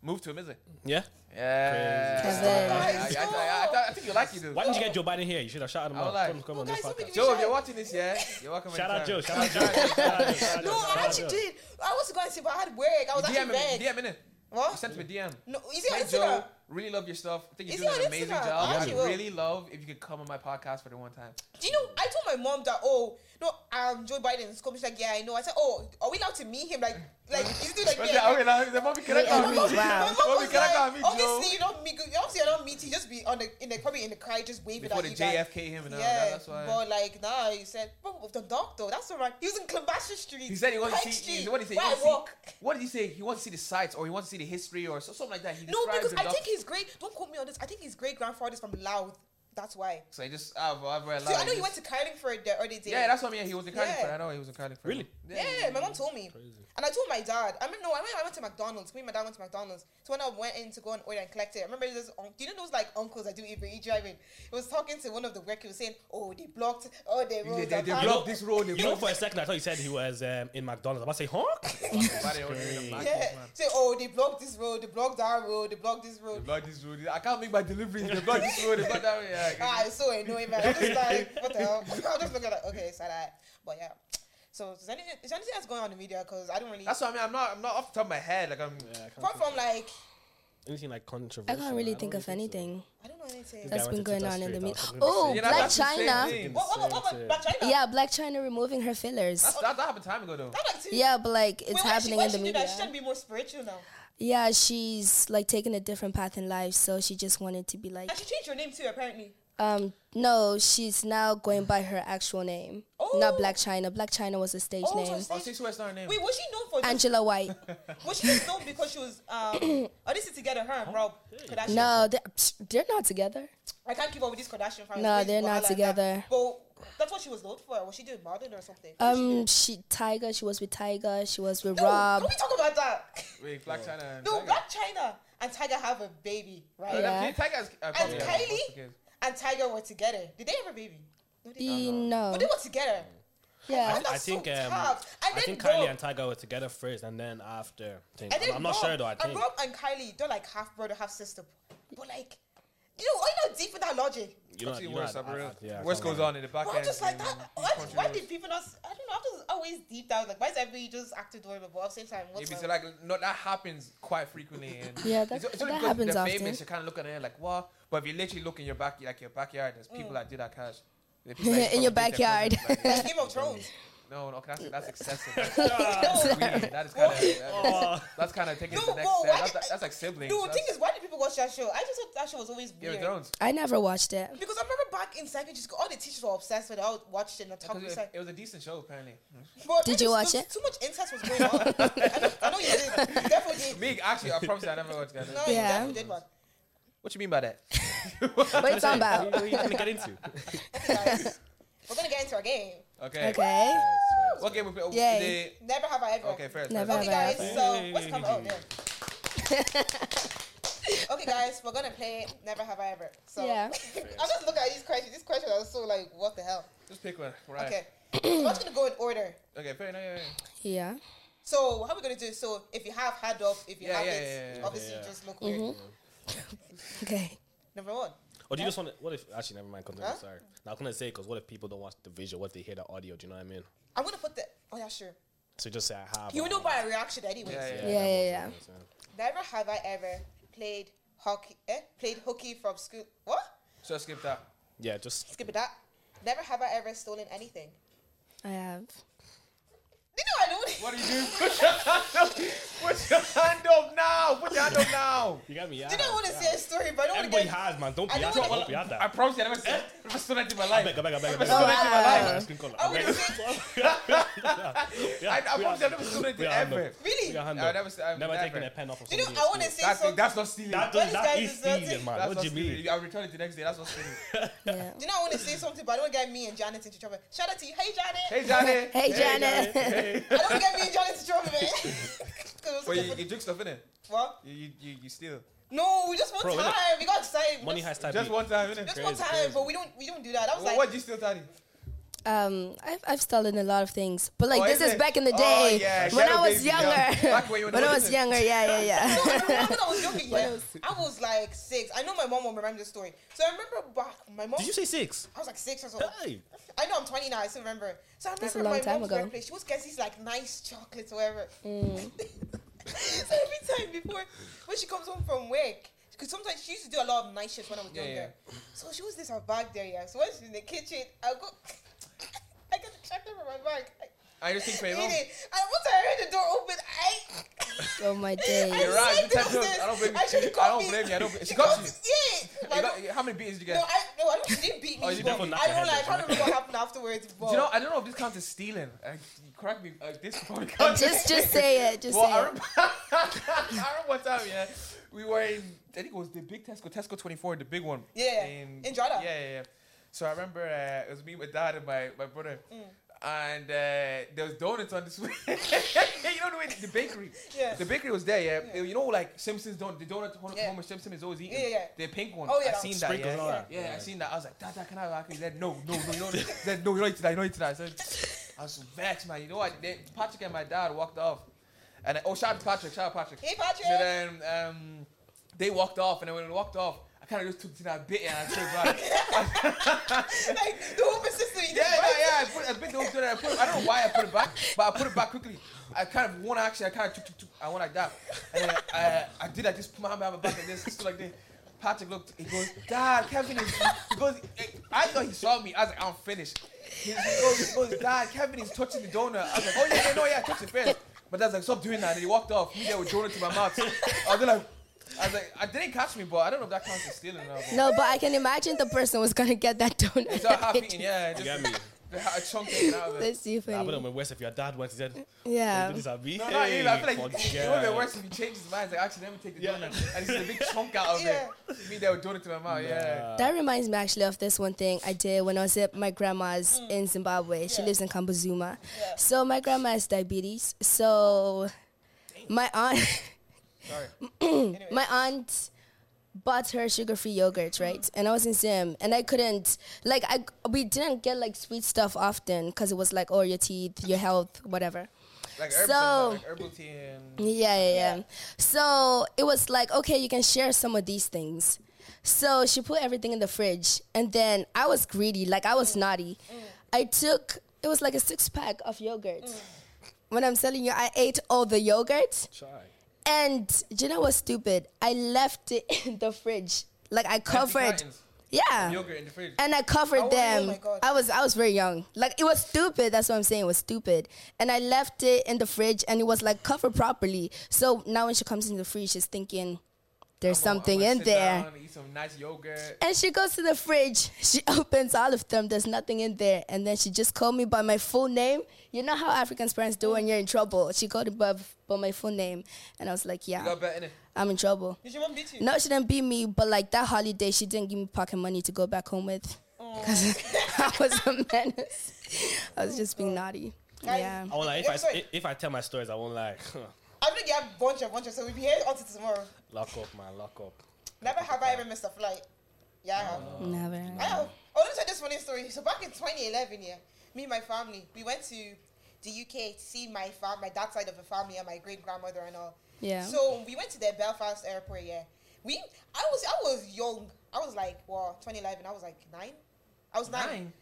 C: move to him, is it?
D: Yeah.
C: Yeah.
A: Crazy.
C: I, I, I, I, thought- I think you like it, dude.
D: Why didn't you get Joe Biden here? You should have shouted him
C: I
D: out.
C: like-
D: Come, come
B: No,
D: on this
B: guys, don't
D: podcast.
B: make
C: Joe, if you're watching this, yeah, you're welcome.
D: Shout out Joe.
C: anytime.
D: Shout out Joe. Shout out Joe.
B: No, I actually did. I wanted to go and see, but I had work. I was
C: DM
B: actually
C: him,
B: bad.
C: DM innit? You
B: What?
C: sent him a DM.
B: No, is he on
C: Hey
B: Instagram?
C: Joe, really love your stuff. I think you're
B: Is
C: doing
B: he
C: an
B: on
C: amazing
B: Instagram?
C: job.
B: Yeah.
C: I'd
B: Actually, well-
C: really love if you could come on my podcast for the one time.
B: Do you know? I told my mom that oh no, um Joe Biden's coming. She's like, yeah, I know. I said, oh, are we allowed to meet him? Like, like he's doing like,
C: But
B: yeah,
C: yeah, okay, now, the mommy can I
A: Wait,
C: come?
A: I'm really
B: My
A: wow.
B: mom
C: Mommy,
B: was
C: can I
B: like,
C: go and meet
B: obviously
C: Joe?
B: you don't meet. Obviously you don't meet. You just be on the in the probably in the car, you just waving
C: Before
B: at
C: the
B: you. guys.
C: JFK him and all that,
B: yeah,
C: that's why.
B: but like nah, he said, but with the doctor, that's all right. He was in Clambashi Street.
C: He said he wants to
B: Pike
C: see.
B: Street,
C: He, what did he say?
B: where I
C: He wants to see-
B: walk.
C: what did he say? He wants to see the sites, or he wants to see the history, or so- something like that. He
B: No,
C: describes
B: because
C: the
B: I think
C: doc-
B: his great. Don't quote me on this. I think his great grandfather's from Louth. That's why.
C: So I just ah, well, I've read. a
B: So
C: lot,
B: I know
C: he
B: he went
C: just-
B: to Carlingford the other day.
C: Yeah, that's what I mean. He was in Cardiff.
B: Yeah.
C: I know he was in Cardiff.
D: Really?
B: Yeah, my mom told me. And I told my dad. I mean, no, I went, I went to McDonald's. Me and my dad went to McDonald's. So when I went in to go and order and collect it, I remember this. un- Do you know those like uncles that do Uber E driving? He was talking to one of the workers saying, "Oh, they blocked. Oh, they
C: They,
B: roads.
C: they, they
B: are
C: blocked
B: bad."
C: this road. They
D: You know,
C: blocked
D: for a second, I thought you said he was um, in McDonald's. I'm about to say, huh?
C: this road. Why they don't even
D: Yeah.
C: block
B: Yeah,
C: this man?
B: say, "Oh, they blocked this road. They blocked that road. They blocked this
C: They
B: road."
C: blocked this road. I can't make my deliveries. They blocked this road. They blocked that road. Yeah, I
B: Ah, it's so annoying, man. I'm just like, what the hell? I'm just looking like, okay, it's alright. But yeah. So is anything, is anything that's going on in the media? Because I don't really.
C: That's what I mean. I'm not. I'm not off the top of my head. Like I'm.
B: apart from like,
D: Anything like controversial?
A: I can't really
D: man. I don't
A: think of
D: so.
A: anything
B: I don't know anything.
D: That-
A: that's
D: I
A: been
D: wanted to
A: going
D: touch
A: on in the
D: straight
A: media.
D: out something
A: Oh,
D: like
C: Yeah,
A: Black
C: that's the same
A: China.
C: thing.
B: What, what, what,
D: Same,
B: what,
D: same.
B: Black China?
A: Yeah, Black China removing her fillers.
C: That's, that, that happened time ago though.
B: That like two
A: Yeah, but like it's
B: why
A: happening
B: she, why
A: in the
B: she do
A: media.
B: That? She should be more spiritual now.
A: Yeah, she's like taking a different path in life, so she just wanted to be like,
B: And she changed her name too, apparently.
A: um, no, she's now going by her actual name,
B: Oh.
A: not Black China. Black China was a stage
B: Oh, so
A: name.
B: it's-
C: Oh, since where's our name?
B: Wait, was she known for just,
A: Angela White.
B: was she just known because she was um oh this is together her and Rob Kardashian.
A: no, they're, psh, they're not together.
B: I can't keep up with these Kardashian family.
A: No,
B: Please,
A: they're
B: but I
A: not
B: like that.
A: together.
B: But that's what she was known for. Was she doing modeling or something? What she
A: Um, she Tiger. She was with Tiger. She was with
B: did? no,
A: Rob.
B: Can we talk about that?
C: Wait, Black China. and
B: No,
C: Tiger.
B: Black China and Tiger have a baby, right?
C: Oh,
A: Yeah.
C: that- Tiger's, uh,
B: And
C: probably, yeah,
B: Kylie
C: okay.
B: and Tiger were together. Did they have a baby? No, they didn't.
A: E-
B: But
A: no,
B: they were together.
A: Yeah.
D: I,
B: That's
D: I think
B: so
D: um,
B: tough.
D: I,
B: And then
D: think Kylie
B: Rob.
D: and Tiger were together first, and then after. I think.
B: And then
D: I'm, I'm not
B: Rob-
D: sure though. I
B: And
D: think.
B: Rob and Kylie, they're like half brother, half sister. But like, you know, why not deep in that logic?
D: You know-
C: Actually,
D: you know,
C: worse,
D: I-
C: I,
D: I-
C: real.
D: I- yeah,
C: worse
D: something
C: goes
D: like
C: on in the back
B: Bro,
C: end.
B: I'm just like
C: and
B: that.
C: he
B: Why, why
C: contributes.
B: did people not? I don't know. I'm just always deep down. Like, why is everybody just acting adorable? But at the same time, what's
C: If it's
B: up?
C: like no, that happens quite frequently. And
A: Yeah, that-
C: it's, it's only
A: that
C: because
A: happens
C: they're
A: often.
C: famous. You kind of look at it like, wow. But if you literally look in your back, like your backyard, there's
B: Mm.
C: people that do that cash. They people that
A: In your
C: probably date their
A: backyard.
C: cousins, like,
B: Game of Thrones.
C: no, no, that's that's excessive. That's, weird. That is kind of that's kind of taking it to the
B: No,
C: next
B: bro,
C: step.
B: why
C: That's,
B: did-
C: that's like siblings.
B: Dude, the
C: that's
B: thing is, why do people watch that show? I just thought that show was always
C: Game
B: weird.
C: of Thrones.
A: I never watched it.
B: Because I remember back in secondary school, all the teachers were obsessed with it. I would watch it and talk
C: Because
B: to
C: it,
B: like,
C: it was a decent show apparently.
B: bro,
A: Did
B: there
A: you
B: was-
A: watch
B: there
A: it?
B: was Too much incest was going on. I, know, I know you did. You definitely did.
C: Me, actually, I promise you I never watched that.
B: No, you
A: Yeah.
B: definitely did one.
C: What you mean by that?
A: What it's on
D: What
A: about?
D: are you trying to get into?
B: Okay, guys, we're gonna get into our game.
C: Okay.
A: Okay.
C: What game we play?
A: Yay.
C: Today?
B: Never have I ever.
C: Okay, fair.
A: Never
C: fair.
B: Okay, guys.
A: Never
B: So what's coming? Oh, yeah. okay, guys, we're gonna play Never Have I Ever. So
A: Yeah.
B: I'm just looking at these questions. These questions are so like, what the hell?
C: Just pick one. Right.
B: Okay, so I'm just gonna go in order.
C: Okay, fair enough. Yeah, yeah.
A: Yeah.
B: So how are we gonna do? it? So if you have had off, if you
C: Yeah,
B: have
C: yeah,
B: it,
C: yeah, yeah,
B: obviously
D: yeah.
B: you just look weird.
A: Mm-hmm. Okay.
B: Number one.
D: Or Oh, do you just want to? What if? Actually, never mind. Continue.
B: Huh?
D: Sorry. Now I'm gonna say because what if people don't watch the visual? What if they hear the audio? Do you know what I mean?
B: I'm gonna put the. Oh yeah, sure.
D: So just say I have.
B: You
D: or-
B: would know by a reaction, anyways.
C: Yeah, yeah.
A: Yeah,
D: that
A: yeah,
D: works,
A: yeah.
D: that works,
B: Never have I ever played hockey. Eh? Played hooky from school. What?
C: So skip that.
D: Yeah, just
B: Skip it that. Never have I ever stolen anything.
A: I have.
B: You know I know.
C: What do you do? Put your hand up. Put your hand up now. Put your hand up now.
D: you got me. Yeah.
B: I didn't want to say a story, but I don't want to
D: Everybody
B: get.
D: has man. Don't
B: I
D: be
B: don't
D: asked.
B: wanna-
D: Don't be asked.
C: I promise you, I never said, never said that in my life.
D: I beg, I beg, I beg, I beg.
C: Never said that in my
A: Wow.
C: life.
D: Screen color.
B: I would have
D: Never
B: said
C: I, I promise you, I never said anything
D: Yeah, I know.
C: ever.
B: really.
C: I would never say- I would never.
D: taken a pen off of
B: You know
D: somebody.
B: I want to say
C: That's,
B: something.
C: that's not stealing.
B: What
D: That, does,
B: is
D: that
B: that
D: is
B: is not
D: stealing,
B: it?
D: man.
C: That's
D: What
C: not
D: do you
C: stealing.
D: mean?
C: I'll return it the next day. That's not stealing.
A: Yeah.
B: Do you know I want to say something, but I don't get me and Janet into trouble. Shout out to you, hey Janet.
C: hey, Janet.
A: Hey, Janet.
B: I don't get me and Janet into trouble, man. 'Cause it was
C: But
B: like,
C: you, you juke stuff in it.
B: what?
C: You, you, you, you steal.
B: No, we just one
D: Bro, we
B: time.
D: don't-
B: We got excited. We
D: Money
B: just,
D: has type.
C: Just
D: beat.
C: one time, innit?
B: Just one
D: Crazy,
B: time,
D: crazy.
B: but we don't we don't do that. I was
C: What,
B: like,
C: what did you steal, Taddy?
A: Um, I've, I've stolen a lot of things, but like
C: Oh,
A: this
C: is
A: is
C: it?
A: back in the
C: Oh,
A: day
C: yeah,
A: when
C: shadow
A: I was
C: baby, yeah.
A: younger.
C: Back when you were
A: when I was
C: innocent.
A: younger, yeah, yeah,
B: No, I
A: yeah.
B: remember when I was joking, yeah. I was like six. I know my mom will remember the story. So I remember back, my mom.
D: Did you say six?
B: I was like six or so.
D: Hey.
B: I know I'm 20 now. I still remember. So I
A: That's a long
B: remember my
A: time
B: mom's
A: ago.
B: birthday. She was getting these like nice chocolates, or whatever.
A: Mm.
B: so every time before when she comes home from work, because sometimes she used to do a lot of night shifts when I was
C: Yeah,
B: younger.
C: yeah.
B: So she was this her bag there, yeah. So when she's in the kitchen, I'll go. I get the chocolate from my bag. I
C: I just think
B: eat
C: payroll.
B: it. And once I heard the door open, I.
A: Oh my days.
B: I-
C: You're right.
B: said
C: You type
B: those
C: drugs. I don't
B: things.
C: blame
B: I should
C: you.
B: call
C: I don't
B: me.
C: blame you. I don't. She,
B: She
C: got
B: got
C: you.
B: Yeah.
C: You
B: Like,
C: got- how many beatings did you
B: no,
C: get?
B: I no, I don't. She didn't beat me.
C: Oh,
B: she
C: you
B: got
D: definitely
B: me.
D: knocked
B: I
D: her
B: don't like. I
D: head off,
B: can't remember what happened afterwards. But
C: Do you know? I don't know if this counts as stealing. Uh, correct me. Uh, this podcast.
A: Just just say it. Just
C: Well, I
A: say it.
C: remember, I remember one time, yeah, we were in, I think it was the big Tesco, Tesco 24, the big one.
B: Yeah,
C: In,
B: in Jordan.
C: Yeah, yeah, yeah. So I remember uh, it was me, my dad, and my, my brother.
B: Mm.
C: And uh, there was donuts on this way. you know the way the bakery.
B: Yeah.
C: The bakery was there, yeah.
B: Yeah.
C: You know, like Simpsons don't the donut Homer,
B: Yeah.
C: Homer Simpson is always eating.
B: Yeah, yeah,
C: The pink one.
B: Oh, yeah,
C: I
B: that
C: seen
B: one.
C: that.
D: Sprinkles
C: Yeah.
D: and all that.
C: yeah, I
D: Yeah.
C: seen that. I was like, Dad, Dad, can I have that? He said, No, no, no, you don't. He said, No, you don't eat that. You don't eat that. I said, I was vexed, man. You know what? They, Patrick and my dad walked off. And I, oh, shout out to Patrick. Shout out to Patrick.
B: Hey, Patrick.
C: So then um, they walked off, and then when they walked off, I kind of just took it and I bit it and I took it back.
B: like the whole persistent. you
C: yeah,
B: just
C: yeah,
B: bite
C: yeah. I, put, I bit the hook through there. I, put it, I don't know why I put it back, but I put it back quickly. I kind of one action. I kind of took, took, took. I went like that, and then I, I, I did. I just put my hand behind my back like this, just like this. Patrick looked. He goes, Dad, Kevin is. He goes. I thought he saw me. I was like, I'm finished. He goes, he goes, Dad, Kevin is touching the donut. I was like, Oh yeah, yeah, no, yeah, touch it first. But dad's like, Stop doing that. And he walked off. Me there with donut to my mouth. I was like. I was like, I didn't catch me, but I don't know if that counts as stealing or not. but-
A: No, but I can imagine the person was gonna get that donut.
C: So half eaten, yeah.
D: You
C: Just,
D: got me.
C: a chunk taken out of it.
A: That's too
D: I would have
A: funny.
D: been worse if your dad went. He said,
A: Yeah.
D: "Do this at me."
C: No, not even. I feel like
D: Forget.
C: it would have been worse if he changed his mind. Like, actually, let me take the
D: Yeah.
C: donut. And it's a big chunk out of
B: Yeah.
C: it. You mean they were doing it to my mouth? Yeah.
D: Nah.
A: That reminds me actually of this one thing I did when I was at my grandma's
C: Mm.
A: in Zimbabwe. She
B: Yeah.
A: lives in Kambuzuma.
B: Yeah.
A: So my grandma has diabetes. So my aunt
C: Sorry.
A: Mm,
B: Anyway.
A: my aunt butter sugar free yogurt, right? And I was in Sim, and I couldn't like I we didn't get like sweet stuff often because it was like oh your teeth, your health, whatever.
C: Like herbs
A: So-
C: and, like herbal tea and
A: Yeah, yeah, yeah. So it was like, okay, you can share some of these things. So she put everything in the fridge, and then I was greedy, like I was naughty. I took it was like a six pack of yogurt. When I'm telling you, I ate all the yogurt,
D: Try.
A: and do you know what's stupid? I left it in the fridge, like I covered.
C: cartons.
A: Yeah,
C: yogurt in the fridge.
A: and I
B: How
A: covered
B: old were you? Oh
A: them.
B: my God.
A: I was I was very young. Like it was stupid. That's what I'm saying. It was stupid. And I left it in the fridge, and it was like covered properly. So now when she comes into the fridge, she's thinking there's
C: I'm gonna- I'm
A: something
C: gonna
A: in
C: sit
A: there.
C: down and eat some nice yogurt.
A: And she goes to the fridge. She opens all of them. There's nothing in there. And then she just called me by my full name. You know how African parents do when you're in trouble. She called me by, by my full name, and I was like,
C: You
A: yeah,
C: got better in it.
A: I'm in trouble.
B: Did your mom beat you?
A: No, she didn't beat me, but like that holiday, she didn't give me pocket money to go back home with. 'Cause I was a menace. I was just being naughty.
B: Guys,
A: Yeah.
D: I won't lie. If
B: Yeah,
D: I,
B: sorry.
D: if I tell my stories, I won't lie.
B: I think you have a bunch of bunch of so we'll be here until tomorrow.
D: lock up, man. Lock up.
B: Never have I ever missed a flight. Yeah, I have.
A: Never.
B: I have. Oh, let me tell this funny story. So back in 2011, yeah, me and my family, we went to the UK to see my fam, my dad's side of the family, and my great grandmother and all.
A: Yeah.
B: So we went to the Belfast airport. Yeah, we. I was I was young. I was like, well, 2011. I was like nine. I was nine.
C: Nine.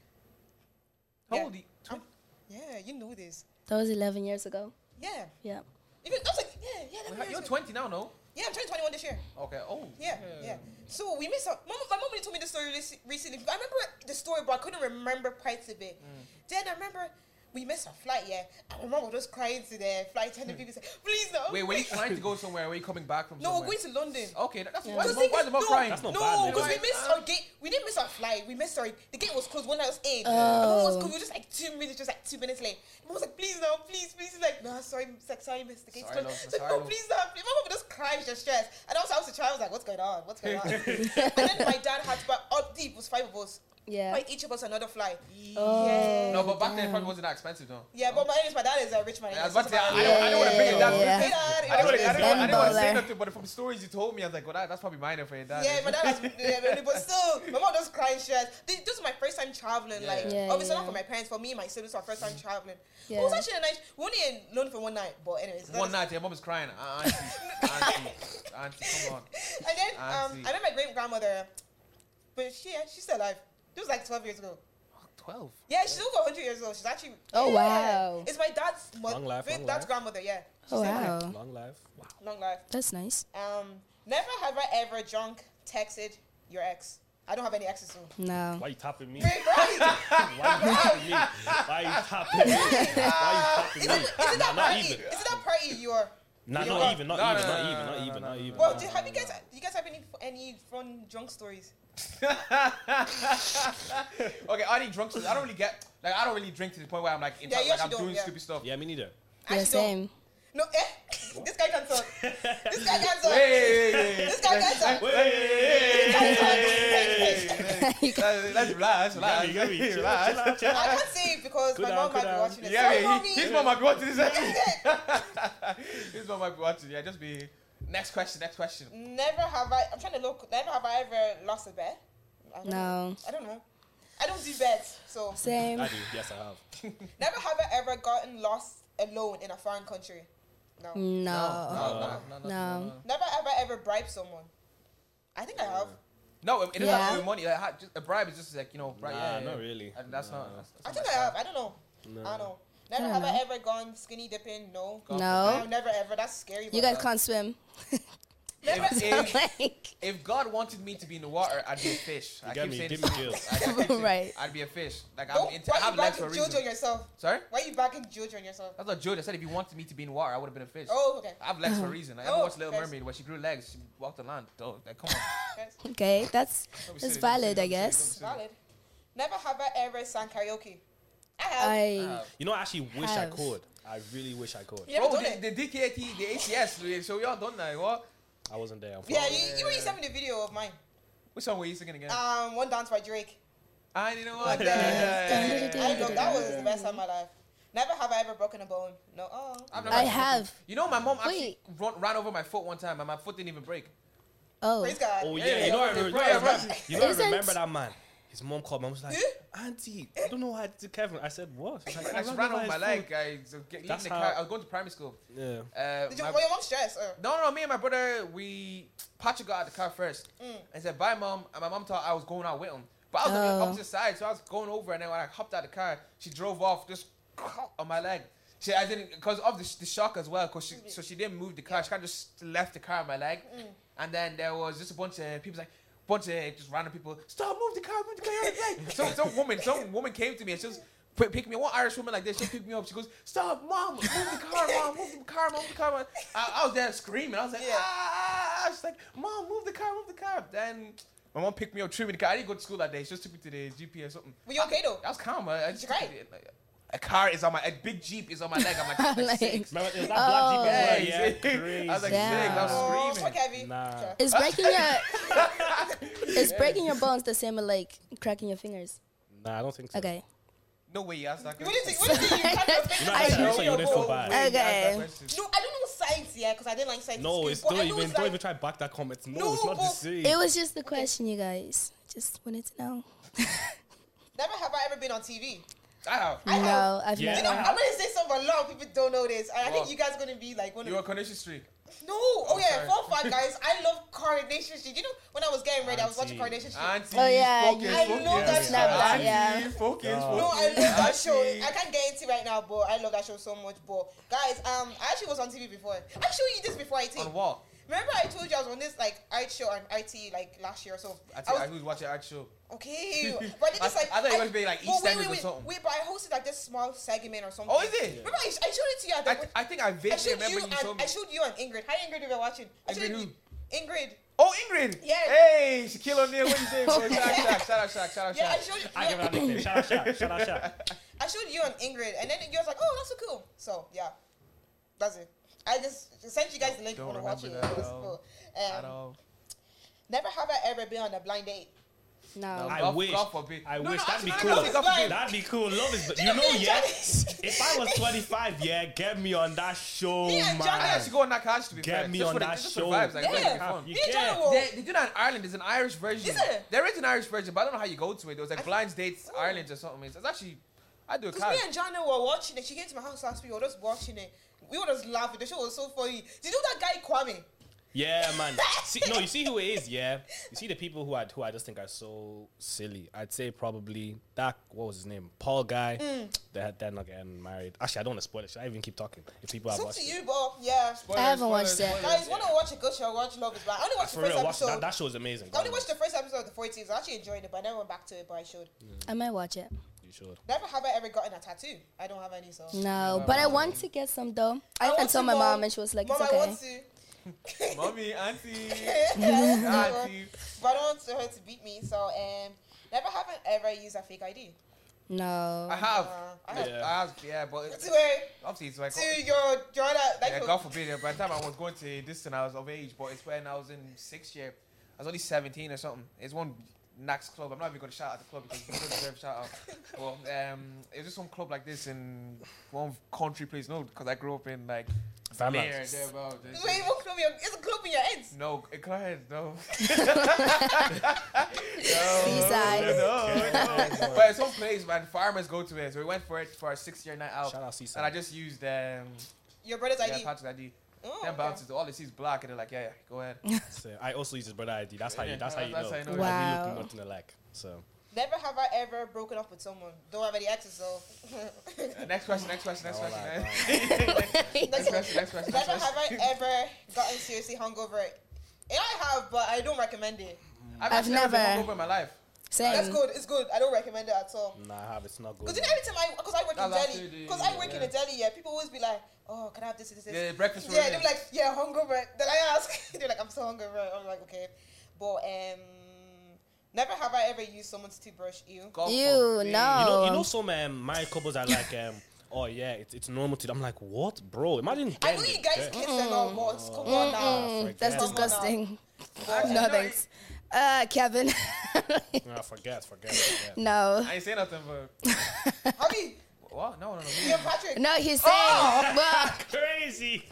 C: How
B: Yeah.
C: old are you?
B: I'm- yeah, you know this.
A: That was 11 years ago.
B: Yeah.
A: Yeah.
B: Even I was like, yeah, yeah. that
C: Wait, You're
B: reminds me.
C: 20 now, no?
B: Yeah, I'm turning 21 this year.
C: Okay. Oh.
B: Yeah, yeah. So we missed out. Mom, my mom really told me the story rec- recently. I remember the story, but I couldn't remember parts of it.
C: Mm.
B: Then I remember we missed our flight, yeah. And my mom was just crying to the flight attendant people said, please no.
C: Hmm. Wait, were you trying to go somewhere? Were you coming back from
B: No,
C: somewhere?
B: we're going to London.
C: Okay, that- that's
A: Yeah.
C: why
B: Because the
C: the mom, why
B: thing
C: the
B: is-
C: mom
B: no,
C: crying?
D: That's not bad,
B: no,
D: man.
B: because we
C: Like,
B: missed
C: uh,
B: our gate. We didn't miss our flight. We missed our the gate was closed when I was in.
A: Oh.
B: was, we were just like two minutes, just like two minutes late. Mom was like, "Please no, please, please." She's like, "No, sorry, it's like, sorry, miss. The gate's
C: Sorry,
B: closed."
C: love,
B: So
C: sorry,
B: no,
C: love."
B: please no. Please. Mom would just cry, just stressed. And also, I was a child. I was like, "What's going on? What's going on?" and then my dad had to buy all deep was five of us.
A: Yeah.
B: Buy each of us another flight.
A: Oh,
B: Yeah.
C: No, but back then it probably wasn't that expensive, though.
B: Yeah, but my anyways, my dad is a rich man.
C: Yeah, I was
B: He's
C: about to say, I,
B: just
C: don't, I don't want to bring it down.
A: Yeah.
B: my dad,
C: I don't
B: he was
C: want to I
B: just-
C: don't, I don't want to say
A: Gambler.
C: nothing, but from the stories you told me, I was like, well, that, that's probably minor for your dad.
B: Yeah, my dad has, yeah, really, but still, my mom just crying stress. This, this is my first time traveling. Like,
A: Yeah,
B: obviously
A: yeah.
B: not for my parents, for me and my siblings, our first time traveling. But It was
A: Yeah.
B: actually a nice. We only in London for one night, but anyways. that
C: One
B: is-
C: night, your mom is crying. Uh, auntie, auntie, auntie, come on.
B: And then
C: I
B: um,
C: see.
B: I met my great grandmother, but she yeah, she's still alive. This was like twelve years ago.
C: 12.
B: Yeah, she's over hundred years old. She's actually.
A: Oh,
B: yeah.
A: wow.
B: It's my dad's mother.
D: Long life, long
B: dad's
D: life.
B: grandmother. Yeah. She's
A: Oh,
B: still alive.
A: wow.
D: Long life. Wow.
B: Long life.
A: That's nice.
B: Um, never have I ever drunk texted your ex. I don't have any exes. So.
A: No.
D: Why you tapping me?
B: Right.
D: Why you tapping me? Why you tapping me? Why you tapping me?
B: Isn't
D: Nah,
B: that
D: not
B: party?
D: even.
B: Isn't that party your?
D: Nah,
B: You know
D: not
B: what?
D: even.
C: No, no,
D: Not even. Not
C: no,
D: even.
C: no,
D: Not
C: no,
D: even.
C: no,
D: Not
C: no,
D: even.
B: Well,
D: Nah,
B: do, have you guys? Do you guys have any any fun drunk stories?
C: okay, I need drunk. stories. I don't really get, like, I don't really drink to the point where I'm like, in
B: Yeah,
C: fact,
B: you
C: like I'm
B: actually don't,
C: doing
B: yeah.
C: stupid stuff.
D: Yeah, me neither.
B: I
A: Yeah,
B: actually don't-
A: same.
B: No, eh? this guy can talk. This guy can talk.
C: Hey, hey,
B: This guy can talk.
D: Wait,
B: This guy can
C: hey,
B: talk.
C: hey, hey. Let's let's relax,
D: Yeah, you
C: relax.
D: got me. Chill
C: relax.
D: out, chill out, chill out.
B: I can't say it because
D: Cool
B: my
D: down,
B: mom might
D: cool
B: be
D: down.
B: watching it.
C: Yeah,
B: Sorry,
C: yeah, he, his
B: mommy.
C: mom might be watching this. his mom might be watching. Yeah, just be. Next question. Next question.
B: Never have I. I'm trying to look. Never have I ever lost a bet. I don't know.
A: No.
B: I don't know. I don't do bets, so
A: Same.
D: I do. Yes, I have.
B: never have I ever gotten lost alone in a foreign country. No.
A: Mm. No.
C: no, no,
A: No.
B: Never ever ever bribe someone. I think I have.
C: No, it it doesn't
A: Yeah.
C: have to be money. Like, ha- just, a bribe is just like you know, bribe.
D: Nah,
C: yeah, yeah.
D: not really.
C: And that's
D: Nah.
C: not. That's, that's
B: I
C: not
B: think
C: my
B: I have.
C: style.
B: I don't know. I don't know. Never
A: don't
B: have I
A: know.
B: ever gone skinny dipping. No.
A: No.
B: No, never ever. That's scary.
A: You
B: but-
A: guys can't swim.
B: Never-
A: So,
C: If-
A: like,
C: If God wanted me to be in the water, I'd be a fish. I keep
D: got me.
C: saying
D: Give
C: this.
D: me gills.
C: I keep saying-
A: Right.
C: I'd be a fish. Like
B: Don't-
C: I'm. Into, I
B: Why you
C: have legs for a
B: backing Jojo on
C: reason.
B: yourself?
C: Sorry.
B: Why you backing Jojo on yourself?
C: That's not Jojo. I said if he wanted me to be in water, I would have been a fish.
B: Oh, okay.
C: I have legs for a reason. I ever
B: Oh,
C: watched Little
B: okay.
C: Mermaid where she grew legs. She walked the land. Though, like, come on.
B: That's
A: okay, that's
C: Don't
A: that's
C: be silly, don't be silly,
A: valid, I
C: don't be silly,
A: guess.
C: don't be
B: valid. Never have I ever sang karaoke. I have.
C: silly.
A: I
C: Uh,
D: You know, I actually wish I
A: Have.
D: could. I really wish I could.
B: you never
C: Bro,
B: done it.
C: the, the DKT, the ACS, so we all done that. What?
D: I wasn't there.
B: yeah,
C: oh.
D: unfortunately.
B: you, you already sent me the video of mine.
C: Which song were you singing again?
B: Um, one dance by Drake.
C: I you know what.
B: Like,
C: Yeah,
B: uh,
C: yeah, yeah, yeah, yeah.
B: I know that was the best time of my life. Never have I ever broken a bone. No. Oh.
C: I've never
A: I
C: actually-
A: have.
C: You know, my mom actually
A: Wait.
C: run, ran over my foot one time, and my foot didn't even break.
A: Oh.
B: Praise God.
D: Oh
C: Yeah,
D: yeah,
C: yeah,
D: you know, I,
C: yeah,
D: re- you know,
C: right,
D: I re-
C: right.
D: you know I
A: Isn't-
D: remember that man. His mom called me. I was like, Auntie, I don't know how to Kevin. I said, what? She's like,
C: I just ran
D: over
C: off my
D: his
C: leg.
D: foot."
C: I, so get, leaving
D: That's
C: the car.
D: how-
C: I was going to primary school.
D: Yeah.
C: Uh,
B: Did you,
C: my-
B: were your mom stressed? uh, Or?
C: No, no, me and my brother, we Patrick got out of the car first and said bye, mom. And my mom thought I was going out with him, but I was on the
A: Oh.
C: opposite side, so I was going over, and then when I hopped out of the car, she drove off just on my leg. She, I didn't because of the, the shock as well, because she so she didn't move the car. She kind of just left the car on my leg, and then there was just a bunch of people like. Bunch of just random people. Stop! Move the car! Move the car! Out of the way." some some woman, some woman came to me and she was p- pick me. One Irish woman like this, she picked me up. She goes, "Stop, mom! Move the car, mom! Move the car, mom! Move the car!" Mom. I, I was there screaming. I was like,
B: Yeah.
C: "Ah!" She's like, "Mom, move the car! Move the car!" Then my mom picked me up, threw me in the car. I didn't go to school that day. She just took me to the GP or something.
B: Were you okay though?
C: I was calm. I, I just
B: Did you cry?
C: like, a car is on my a big jeep is on my leg. I'm like, like,
A: Like-
C: six.
D: Remember, it was that
A: Oh.
D: black Jeep. as
C: Yeah,
D: well,
C: you see? I was like,
D: Crazy.
A: Yeah.
C: six. I
B: Oh,
C: was
B: fuck
C: screaming.
B: heavy.
D: Nah.
B: Sure.
A: Is breaking your is breaking your bones the same as like cracking your fingers?
D: Nah, I don't think so.
A: Okay.
C: No way you asked that
B: You wouldn't
C: question.
B: think, wouldn't think you can't
D: You know, I
B: respect-
D: seriously wouldn't
C: No
D: feel
C: way
D: bad.
C: you asked that
A: Okay.
C: question.
B: No, I don't know science, yeah, because I didn't like science.
D: No,
B: in
D: it's
B: school, but
D: don't
B: I know
D: even
B: it's
D: don't
B: like-
D: even try to back that comment. No,
B: No,
D: it's not the
B: but-
D: same.
A: It was just the question, you guys. Just wanted to know.
B: Never have I ever been on TV.
C: Ah,
B: I have.
A: No, I've
D: Yeah.
B: You know,
A: never.
B: I'm gonna say something, but a lot of people don't know this. And I think
C: What?
B: you guys are gonna be like one of
C: You're on
B: the
C: condition streak.
B: No, oh yeah,
C: sorry.
B: fun fact, guys. I love Coronation Street. You know, when I was getting ready, I was watching
D: Auntie.
B: Coronation Street.
C: Auntie,
A: Oh, yeah,
C: focus,
A: you-
B: I
C: focus.
B: love that
A: Snap that,
C: Auntie,
A: yeah.
C: focus,
D: No.
B: No,
C: focus.
B: I love that show.
C: Auntie.
B: I can't get into it right now, but I love that show so much. But guys, um, I actually was on TV before. I showed you this before IT.
C: On what?
B: Remember, I told you I was on this like art show on IT like last year or so.
C: I
B: I
C: think I
B: was-
C: was watching that show.
B: okay, but I did this
C: I-
B: like
C: I thought it was gonna be,
B: but
C: like,
B: wait,
C: EastEnders
B: wait,
C: or
B: wait,
C: something.
B: Wait, but I hosted like this small segment or something.
C: Oh, is it?
B: Remember, I, I showed it to you at the.
C: I, th- I think I
B: I
C: vaguely
B: showed
C: remember
B: you,
C: you,
B: and
C: showed me.
B: I showed you and Ingrid. Hi, Ingrid, if you're watching. I showed
C: Ingrid
B: you Ingrid.
C: oh, Ingrid.
B: Yeah.
C: Hey, Shaquille O'Neal. What you saying, bro? Shout out, shout out, shout out, shout out, shout out.
B: Yeah, I showed you.
D: I give it a nickname. Shout out, shout out, shout out, shout out.
B: I showed you and Ingrid, and then you was like, "Oh, that's so cool." So yeah, that's it. I just sent you guys the link if you
C: Don't
B: want to watch it.
C: remember
B: It
C: that
B: was
C: at all.
B: cool.
C: At
B: Um,
C: all.
B: never have I ever been on a blind date.
A: No.
D: I
C: God-
D: wish.
C: God forbid.
D: I
C: No,
D: wish.
C: no,
D: That'd be
C: actually,
D: cool.
C: no, God forbid.
D: That'd be cool. Love is, you
B: and
D: know, yeah.
B: Johnny-
D: If I was 25, yeah, get me on that show,
B: Me
D: man.
B: and
C: I
B: Johnny-
C: actually go on that couch to be
D: Get
C: fair.
D: me
C: Just
D: on
C: for the-
D: that
C: just for the
D: show.
C: vibes, like,
B: Yeah.
C: it's fun.
D: You
B: Me and
D: get-
B: Johnny were.
C: They, they do that in Ireland. There's an Irish version.
B: Is there?
C: There is an Irish version, but I don't know how you go to it. There was like blind dates Ireland or something. It's, it's actually, I do a
B: Because
C: couch.
B: Oh. me and Jana were watching it. She came to my house last week. We were just watching it. We were just laughing. The show was so funny. Did you know that guy Kwame?
D: Yeah, man. See, no, you see who it is. Yeah, you see the people who I who I just think are so silly. I'd say probably that. What was his name? Paul guy.
B: Hmm.
D: That they're not getting married. Actually, I don't want to spoil it. Should I even keep talking? If people have
B: It's up
D: watched
B: to
D: it,
B: you, but yeah.
C: Spoilers,
A: I haven't watched
C: spoilers,
A: it.
C: spoilers.
B: Guys, want to watch a good show? Watch Love Is Blind. I only watched the
D: for
B: first
D: real, watch
B: episode.
D: that. That show is amazing.
B: I only
D: God,
B: watched the first episode of the 40s. I actually enjoyed it, but I never went back to it. But I should.
A: I might watch it.
D: You should.
B: Never have I ever gotten a tattoo. I don't have any, so.
A: No, but I want to get some though. I,
B: I
A: even told
B: want to,
A: my
B: Mom.
A: mom and she was like,
B: Mom,
A: it's
B: I
A: okay.
B: want to.
C: Mommy, auntie,
B: auntie.
C: auntie.
B: But I don't want her to beat me, so um, never haven't ever used a fake ID.
A: No.
C: I have.
B: Uh,
C: I
B: I
C: have.
B: have-
C: Yeah, I have, yeah but it's,
B: To where?
C: obviously it's like.
B: To your Jordan, like
C: Yeah,
B: your-
C: God forbid. yeah, By the time I was going to this, and I was of age, but it's when I was in sixth year. I was only 17 or something. It's one Nax club. I'm not even going to shout out the club because you don't deserve a shout out. But um, it was just some club like this in one country place. No, because I grew up in like.
D: Fairmount.
C: there, thereabout. There's-
B: wait, what club? Your, it's a club in your ends.
C: No, it can't. No.
A: Seaside.
C: but it's some place, man. Farmers go to it. So we went for it for our six year night out.
D: Shout out
C: And I
D: Seaside.
C: just used um,
B: Your brother's
C: yeah,
B: ID.
C: Patrick's ID.
B: Oh,
C: Them
B: okay.
C: bouncers, all they see is black, and they're like, yeah, yeah go ahead.
D: So I also use his brother ID. That's how
C: Yeah,
D: you. That's how you
C: that's
D: know.
C: how you know.
D: We look
A: Wow.
D: nothing alike. So
B: Never have I ever broken up with someone. Don't have any exes, so.
C: Next question, next question, next
D: All
C: question.
D: right,
C: next
B: next
C: question, next question, next
B: Never have
C: question.
B: I ever gotten seriously hungover. Yeah, I have, but I don't recommend it.
C: I've,
A: I've
C: actually never
A: never-
C: been hungover in my life.
A: Same.
B: That's good. It's good. I don't recommend it at all.
D: nah, I have it's not good.
B: Because then every time I, because I work
C: That's
B: in
C: after the-
B: Delhi, because I work in
C: yeah.
B: a Delhi, yeah, people always be like, oh, can I have this, this, this?
C: Yeah, breakfast
B: Yeah,
C: roll,
B: they're like, yeah, hungover. Then I ask, they're like, I'm so hungover. I'm like, okay, but um, never have I ever used someone's toothbrush. You.
C: God
A: You
C: forbid.
D: You know, you
B: Oh.
A: no.
D: know, some um, married couples are like, um, oh yeah, it's, it's normal to. I'm like, what, bro? Imagine.
B: I know
D: getting
B: you
D: the
B: guys
D: dirt.
B: kiss and all, but it's- come on now.
A: Mm, That's
D: Come on
B: now.
A: disgusting.
C: Actually,
A: No
C: you know,
A: thanks. Uh, Kevin.
D: Nah, forget, forget, forget.
A: no.
C: I ain't say nothing, but
B: Have you?
C: What? No, no, no.
B: Yo, Patrick.
A: No, he's saying, well,
D: Crazy.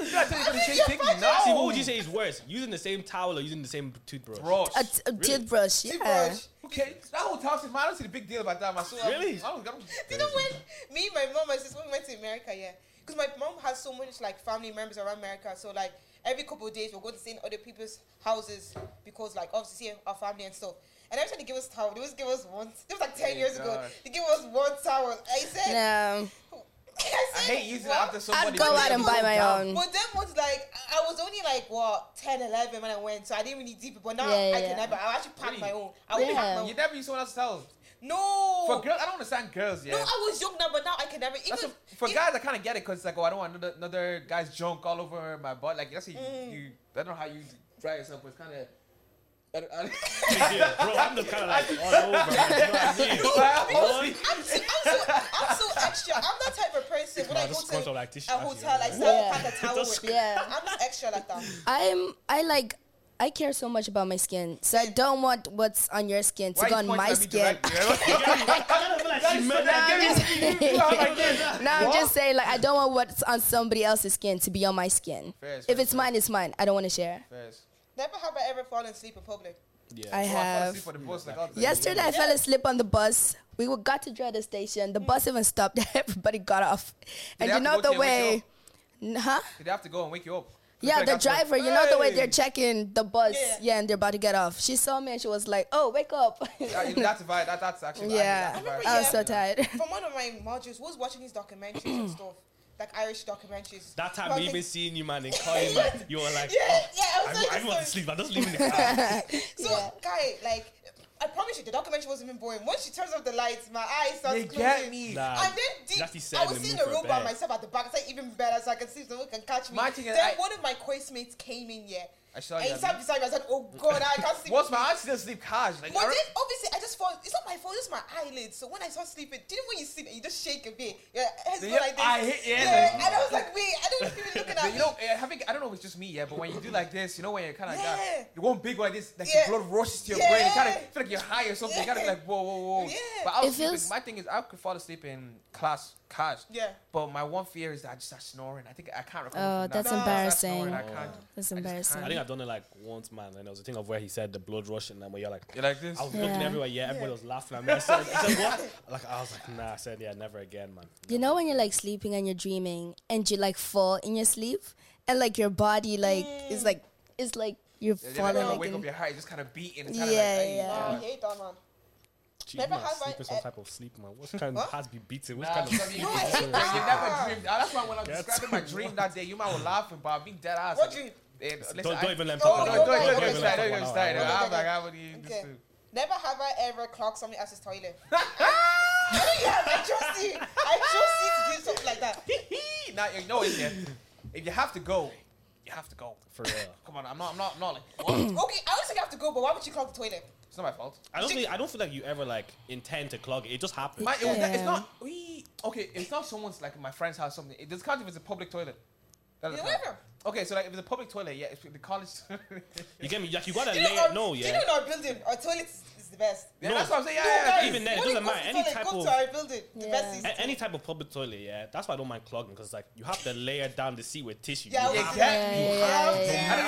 C: You gotta tell me change things.
D: See,
C: No.
D: what would
B: Oh.
D: you say is worse? Using the same towel or using the same toothbrush?
C: Ross.
A: a, t- a toothbrush. Yeah.
B: Toothbrush.
C: Okay, that whole toxic man. I don't see the big deal about that. Man. So
D: Really?
C: I, I don't, I don't,
B: You know when me, my mom, my sister, when we went to America, yeah, because my mom has so much like family members around America, so like every couple of days we'll go to stay in other people's houses because like obviously our family and stuff. And every time they give us towel, they always give us one. It was like ten
C: Hey,
B: years ago.
C: God.
B: They give us one towel. I said,
A: No,
B: I,
C: I
B: said,
C: hate using it
B: "What?"
C: after somebody.
A: go
C: really
A: out and
C: goes
A: buy my
C: down.
A: own.
B: But that was like I- I was only like what 10, 11 when I went, so I didn't really deep it. But now
A: Yeah,
B: I
A: yeah.
B: can never. I actually pack
C: Really?
B: my own. I would
A: Yeah.
B: pack my own.
C: You never use someone else's towel.
B: No.
C: For girls, I don't understand girls. Yeah.
B: No, I was young now, but now I can never. Even
C: That's a- for
B: if-
C: guys, I kind of get it because it's like, oh, I don't want another, another guy's junk all over my butt. Like, that's how you,
B: Mm.
C: you I don't know how you dry yourself, but it's kind of. I don't, I don't,
D: Yeah, bro, I'm just kind of like all over. You know what I mean?
C: Well,
B: I'm so, I'm, so, I'm so extra. I'm that type of person. When
D: Nah,
B: I
D: this
B: go
D: squats
B: to
D: are like tissue,
B: a
D: actually,
B: hotel, I
D: right?
B: start
A: Yeah.
B: to pack a towel
D: Those-
B: with me.
A: Yeah.
B: I'm not extra like that.
A: I'm. I like. I care so much about my skin, so I don't want what's on your skin to
C: why
A: go
C: are
A: on
C: you
A: my
C: pointing
A: skin.
C: at me directly?
D: She meant that.
C: Right?
A: No, I'm just saying, like, I don't want what's on somebody else's skin to be on my skin.
C: Fair is
A: if
C: fair.
A: it's mine, it's mine. I don't want to share.
C: First.
B: Never have I ever fallen asleep in public.
A: I
C: Oh, I fell
A: have.
C: asleep for the bus, like, all the-
A: Yesterday, I fell asleep on the bus. We were- got to Dreader Station. The bus even stopped. Everybody got off. And
C: they
A: you
C: have to
A: know
C: go
A: the
C: to your
A: way, N- huh?
C: Did they have to go and wake you up?
A: Yeah,
C: Like,
A: the
C: that's what-
A: driver. You know the way
C: Hey!
A: they're checking the bus.
B: Yeah.
A: Yeah. and they're about to get off. She saw me and she was like, "Oh, wake up!"
C: That- That's vi- that- That's actually.
A: yeah,
C: that's vi-
A: I was
B: yeah.
A: so tired.
B: From one of my modules, was watching these documentaries and stuff, like Irish documentaries.
D: That time
B: But I
D: we
B: was
D: even
B: like-
D: seen you, man, and calling man. You were like, "Oh,
B: Yeah, yeah. I
D: I,
B: was
D: go-
B: like,
D: I want to
B: sorry.
D: sleep. I'm just leaving the car.
B: so guy, like, I promise you, the documentary wasn't even boring. Once she turns off the lights, my eyes start
C: They
B: closing.
C: get me.
D: Nah,
B: And then deep,
D: that's the
B: I
D: seven
B: was
D: move
B: in the
D: for
B: room by
D: bed.
B: myself at the back. It's like even better, so I can see if someone can catch me.
C: My thing is,
B: then
C: I-
B: one of my course mates came in here.
C: I saw
B: and
C: you,
B: he sat
C: Abby.
B: beside me. I said, "Oh God, I can't sleep."
C: Uh, What's my accident sleep cash? Like,
B: But
C: I
B: then
C: re-
B: obviously I just fall. It's not my fault. It's my eyelids. So when I start sleeping, do you know when you sleep and you just shake a bit? Yeah, it's
C: Yeah,
B: not like this.
C: I hit- yeah, like-
B: and I was like, wait, I don't know if people are looking at
C: But
B: me.
C: you know, uh, having I don't know if it's just me, yeah, but when you do like this, you know, when you're kind of
B: Yeah.
C: you want big like this, like
B: Yeah.
C: the blood rushes to your
B: Yeah.
C: brain, you kind of feel like you're high or something. You kind of
B: Yeah.
C: like whoa, whoa, whoa.
B: Yeah.
C: But I was
A: It
C: sleeping.
A: feels-
C: My thing is, I could fall asleep in class, cash.
B: Yeah.
C: But my one fear is that I just start snoring. I think I can't recover.
A: Oh,
C: from
A: that's
C: that. I start
A: embarrassing.
C: snoring, I can't.
A: That's
C: I just
A: embarrassing.
C: can't.
D: I think I've done it like once, man. And there was a thing of where he said the blood rush, and then where you're like,
C: You're like this.
D: I was
A: Yeah.
D: looking everywhere. Yeah, everybody was laughing at me. I said, I said, what? Like, I was like, nah. I said, yeah, never again, man.
A: You know when you're like sleeping and you're dreaming and you like fall in your sleep and like your body like is like it's like you're
C: Yeah, then,
A: falling
C: like, when I
A: like
C: wake up,
A: in,
C: your heart is just kind of beating. It's kind of
A: Yeah,
C: like, ay,
A: yeah.
B: Oh, I
C: God.
B: hate that man.
D: Gee,
B: Never
D: man,
B: have I-
D: sleeping some
B: eh,
D: type of sleep, man. What kind
B: Huh?
D: of heart be beating? What
C: Nah,
D: kind of
C: some of you-
B: No, I hate that.
C: you never dreamed. Ah, That's why when I was
D: Get
C: describing my dream that day, you might were laughing, but I'm being dead ass.
B: What dream?
C: Eh, listen,
D: Don't,
C: I-
D: don't even let him
B: Oh,
D: talk.
C: No,
D: about
B: no,
D: it.
B: no,
C: don't- don't
B: no,
C: even
B: no,
C: start,
D: let
C: don't
D: him
C: even
D: talk
C: start.
D: about it.
C: I'm like, I would eat this
B: Okay.
C: too.
B: Never have I ever clocked somebody else's toilet. yeah, I trust you. I trust you to do something like that.
C: now you know it, yeah. If you have to go, you have to go.
D: For real.
C: Come on, I'm not, I'm not, I'm not like, what?
B: Okay, I also have to go, but why would you clog the toilet?
C: it's not my fault.
D: I don't think I don't feel like you ever like intend to clog it. It just happens.
C: My, it was,
A: Yeah.
C: It's not, we, okay, it's not someone's like my friend's house, something. It doesn't count if it's a public toilet. That doesn't count.
B: Whatever.
C: Okay, so like if it's a public toilet, yeah, it's the college. yeah,
D: you get me? Like you gotta
B: Do you know
D: lay
B: our,
D: no,
B: do
D: yeah.
B: you know in our building, our toilet is, is the best.
D: No.
C: that's what I'm saying.
B: No,
C: Yeah,
B: guys,
C: yeah,
D: Even then, it
B: when
D: doesn't
B: goes
D: matter.
B: to
D: Any
B: toilet,
D: type
B: go
D: of-
B: to our building, the
A: Yeah.
B: best is.
D: A- any type of public toilet, yeah. That's why I don't mind clogging because like you have to layer down the seat with tissue.
B: Yeah, I
D: You
B: was-
D: have-
A: Yeah,
C: Exactly.
A: yeah,
C: I
A: yeah,
C: don't know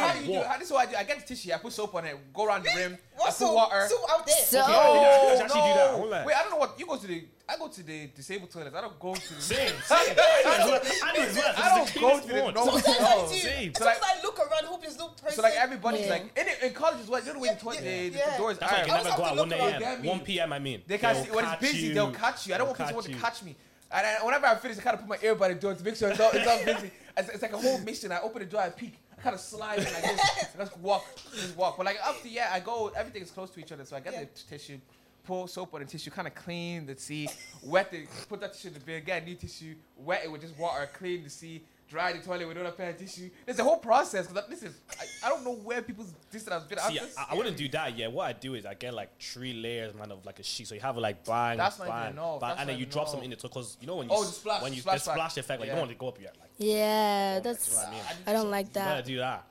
C: how
D: yeah.
C: you do. How, this is what I do. I get the tissue. I put soap on it. Go around the rim. I
B: What's
C: put
B: so,
C: water.
B: so out there?
A: So-
D: Okay,
A: Oh,
D: I
C: Oh,
D: can actually do that. I won't
C: no.
D: lie.
C: Wait, I don't know what you go to the. I go to the disabled toilets. I don't go to the.
D: Same, same. I do as well. I do as well.
C: I don't
D: It's the
C: go to
D: cleanest
C: the
D: one.
C: normal.
B: Sometimes I do.
D: same.
B: Sometimes
C: So like-
B: I look around, hope there's no person.
C: So like everybody's
A: Yeah.
C: like in, in college as well. You know the way
B: Yeah,
C: the, toilet,
B: yeah,
C: the,
B: yeah.
C: the doors
D: That's why you
C: are.
D: can never
B: also
D: go
B: have
D: out
B: to
D: 1
B: look around.
D: a.m.
C: Get me.
D: 1 p.m. I mean.
C: They can't
D: They'll
C: see when it's
D: catch
C: busy.
D: you.
C: They'll catch you. I don't want
D: They'll
C: people to
D: catch
C: catch me. And I, whenever I finish, I kind of put my earbud in the door to make sure it's not, it's not busy. It's, it's like a whole mission. I open the door, I peek, I kind of slide in like this, and just walk, just walk. But like after, yeah, I go. Everything is close to each other, so I get
B: Yeah.
C: the t- tissue, pour soap on the tissue, kind of clean the seat, wet the, put that tissue in the bin, get a new tissue, wet it with just water, clean the seat. Dry the toilet with another pair of tissue. There's a whole process. Cause this is, I, I don't know where people's distance has been. I'm
D: See,
C: just-
D: I, I wouldn't do that. Yeah, what I do is I get like three layers, man, of like a sheet. So you have like bang,
C: That's not
D: bang,
C: even enough.
D: bang,
C: That's
D: and
C: not
D: then you drop
C: enough.
D: some in it because you know when you
C: Oh,
D: s-
C: the splash,
D: when you
C: splash
D: the splash
C: back.
D: effect, like
C: Yeah.
D: you don't want to go up yet. Like,
A: yeah,
D: that's
A: that's
D: what I mean.
A: I don't like
D: You better
A: that.
D: do that.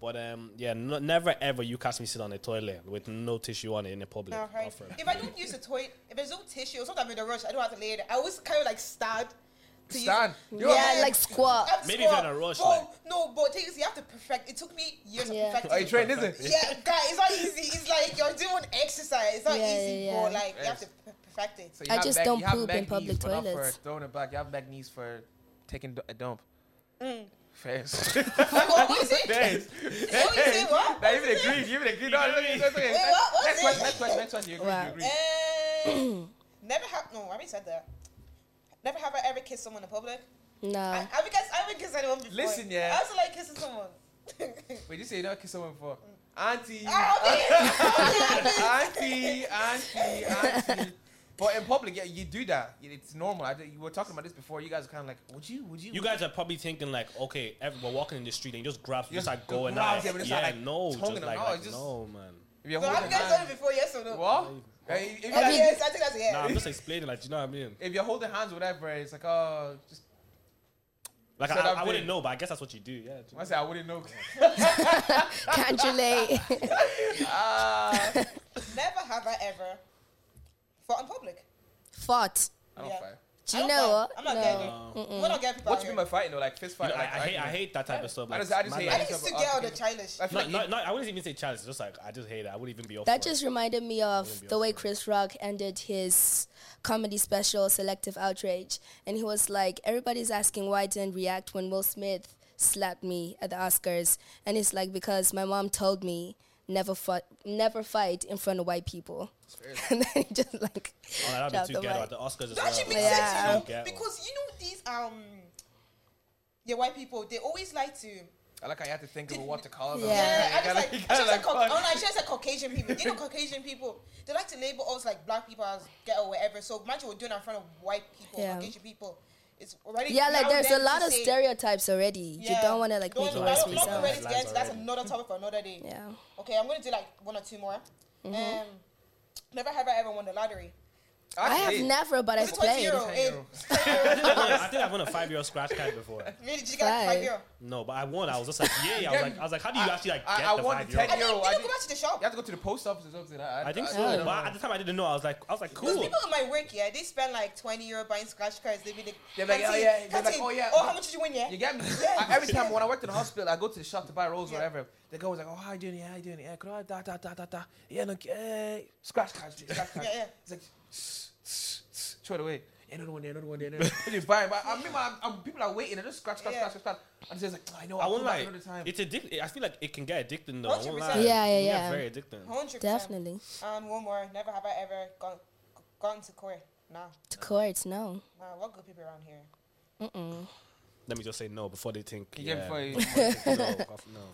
D: But um, yeah, no, never ever you catch me sit on a toilet with no tissue on it in a public
B: All right.
D: bathroom.
B: If I don't use the toilet, if there's no tissue, or sometimes I'm in a rush, I don't have to lay it. I always kind of like stand. To use-
C: Stand. You're
A: Yeah,
B: Yeah.
A: like squat.
B: I'm
D: Maybe if you're in
B: small.
D: a rush,
B: But-
D: like-
B: no, but things you have to perfect. It took me years
A: Yeah.
B: to perfect.
C: Are you
B: it.
C: trained? Listen.
B: yeah, guy, it's not easy. It's like you're doing exercise. It's not
A: Yeah,
B: easy,
A: yeah,
B: but
A: yeah.
B: like you have to per- perfect it.
C: So
A: I just don't
C: you have
A: poop in
C: back
A: public
C: knees, but not
A: toilets.
C: For throwing it back, you have back knees for taking d- a dump. Fairs.
B: Mm. what was it?
C: Fairs.
B: What was it? What?
C: Now you even agreed. You even agreed. No, no, no, no, no, no.
B: Wait, what was
C: Next
B: it?
C: question. Next question. Next question. You agree.
A: Wow.
C: You agree.
B: Uh, never have. No, I already said that. Never have I ever kissed someone in public. I,
A: No.
B: have you guys? I haven't kissed anyone before.
C: Listen, yeah.
B: I also like kissing someone.
C: Wait, you say you never kiss someone before? Auntie.
B: Ah, Mm. okay.
C: auntie, auntie, auntie. But in public, yeah, you do that. It- It's normal. I, you were talking about this before. You guys are kind of like, would you? Would you?
D: You guys are probably thinking like, okay, every, we're walking in the street and you just grab, you
C: Just
D: just start going
C: grab
D: out.
C: them and just
D: yeah,
C: start, like,
D: no,
C: tonguing
D: just
C: them.
D: like,
C: No,
D: like,
C: it's just-
D: no, man.
C: If you're
B: so have you
C: holding
B: guys done it
C: hands,
B: before? Yes or no?
C: what? Uh, If, you
B: I
C: guys-
B: mean, yes, I think that's a yes.
D: Nah, I'm just explaining, like, do you know what I mean?
C: if you're holding hands, or whatever, it's like, oh, just.
D: Like,
C: So
D: I,
C: that
D: I wouldn't
C: big.
D: know, but I guess that's what you do. Yeah.
C: I say I wouldn't know.
A: Can't relate.
C: Ah,
B: Never have I ever fought in public.
A: Fought.
C: I don't
B: Yeah.
C: fight.
A: Do
B: I
A: you
B: don't
A: know
B: fight.
A: what?
B: I'm not
A: no.
B: gay. We're not Um, gay people.
C: What
B: out
C: you mean
B: here.
C: by fighting though? Like fist
D: You
C: fight?
D: know, I,
C: like,
D: I hate, I hate that type of stuff.
C: I
D: Like,
C: just- I just
D: man,
C: hate
D: like-
B: I think it's too gay or the childish.
C: I feel
D: No,
C: like
D: no,
C: it-
D: no, I wouldn't even say challenge. It's just like I just hate it. I wouldn't even be off.
A: That
D: for it.
A: just reminded me of
D: be
A: the
D: up
A: way Chris Rock ended his comedy special, Selective Outrage. And he was like, everybody's asking why I didn't react when Will Smith slapped me at the Oscars. And it's like, because my mom told me never fight, never fight in front of white people. and then he just like,
D: Oh, that'd
A: dropped
D: be
A: the
D: too ghetto
A: mic.
D: at the Oscars as
B: That should
D: well.
B: make
A: Yeah.
B: sense, you know,
D: Yeah.
B: because you know these um, yeah, white people. They always like to.
C: I like how you have to think about what to call them.
A: Yeah.
B: Yeah, I just
C: You
B: like,
C: gotta- you
B: I
C: gotta,
B: just like, Cauc-
C: fuck.
B: oh, no, I just like Caucasian people. You know, Caucasian people, they like to label us like black people as ghetto or whatever. So imagine we're doing it in front of white people,
A: Yeah.
B: Caucasian people. It's already
A: yeah, like
B: now
A: there's
B: them
A: a
B: to
A: lot of
B: say-
A: stereotypes already. You
B: Yeah.
A: don't want to like
B: Don't-
A: make it
B: I
A: worse
B: don't-
A: for
B: not
A: yourself.
B: ready to
D: Lines
B: get into- That's
D: already.
B: another topic for another day.
A: Yeah.
B: Okay, I'm gonna do like one or two more.
A: Mm-hmm.
B: Um, never have I ever won the lottery.
A: I
C: did.
A: have never, but I've
B: Is it 20
A: played.
B: euro?
C: Ten
B: Eh,
C: euro.
D: I think I've won a five-year scratch card before.
B: Really, did you get like five
A: Five.
B: euro?
D: No, but I won. I was just like, yeah. I was like, I was like, how do you actually like
C: I-
D: get
C: I
D: the
C: won the
D: five-year?
B: I
C: €10.
B: didn't,
C: Euro,
B: didn't
C: I
B: go
C: did-
B: back to the shop.
C: You have to go to the post office or something. I,
D: I think
C: I-
D: so.
C: I don't
D: but
C: know.
D: at the time, I didn't know. I was like, I was like,
B: Because
D: cool.
B: people in my work, yeah, they spend like 20 euro buying scratch cards. They be like,
C: They're like, oh,
B: canteen,
C: yeah, they're like,
B: canteen.
C: oh, yeah.
B: Oh, how much did you win, yeah?
C: You get me? I, every time when I worked in the hospital, I go to the shop to buy rolls or
B: Yeah.
C: whatever. The girl was like, "Oh, how you doing? Yeah, how you doing? Yeah, could I da da da da da? Yeah, no, eh, scratch cards, scratch cards."
B: Yeah, yeah.
C: It's like, throw it away. Yeah, another one, yeah, another one, yeah, another one. And you buy it, but I mean, I'm, I'm, people are waiting. They just scratch, scratch,
B: Yeah.
C: scratch, scratch, scratch. And it's like, "Oh, I know.
D: I
C: I'll
D: won't
C: come back
D: lie.
C: another time.
D: It's addictive. I feel like it can get addicting though. I won't
B: 100%.
D: lie.
A: Yeah, yeah,
D: It can get
A: yeah.
D: Very addicting.
B: 100%.
A: Definitely.
B: And Um, one more. Never have I ever gone, gone to court. Nah,
A: To courts, no.
B: nah, what good people around here?
A: Mm-mm.
D: Let me just say no before they think.
C: Yeah,
D: Yeah,
C: before you-
D: before they think, no, no.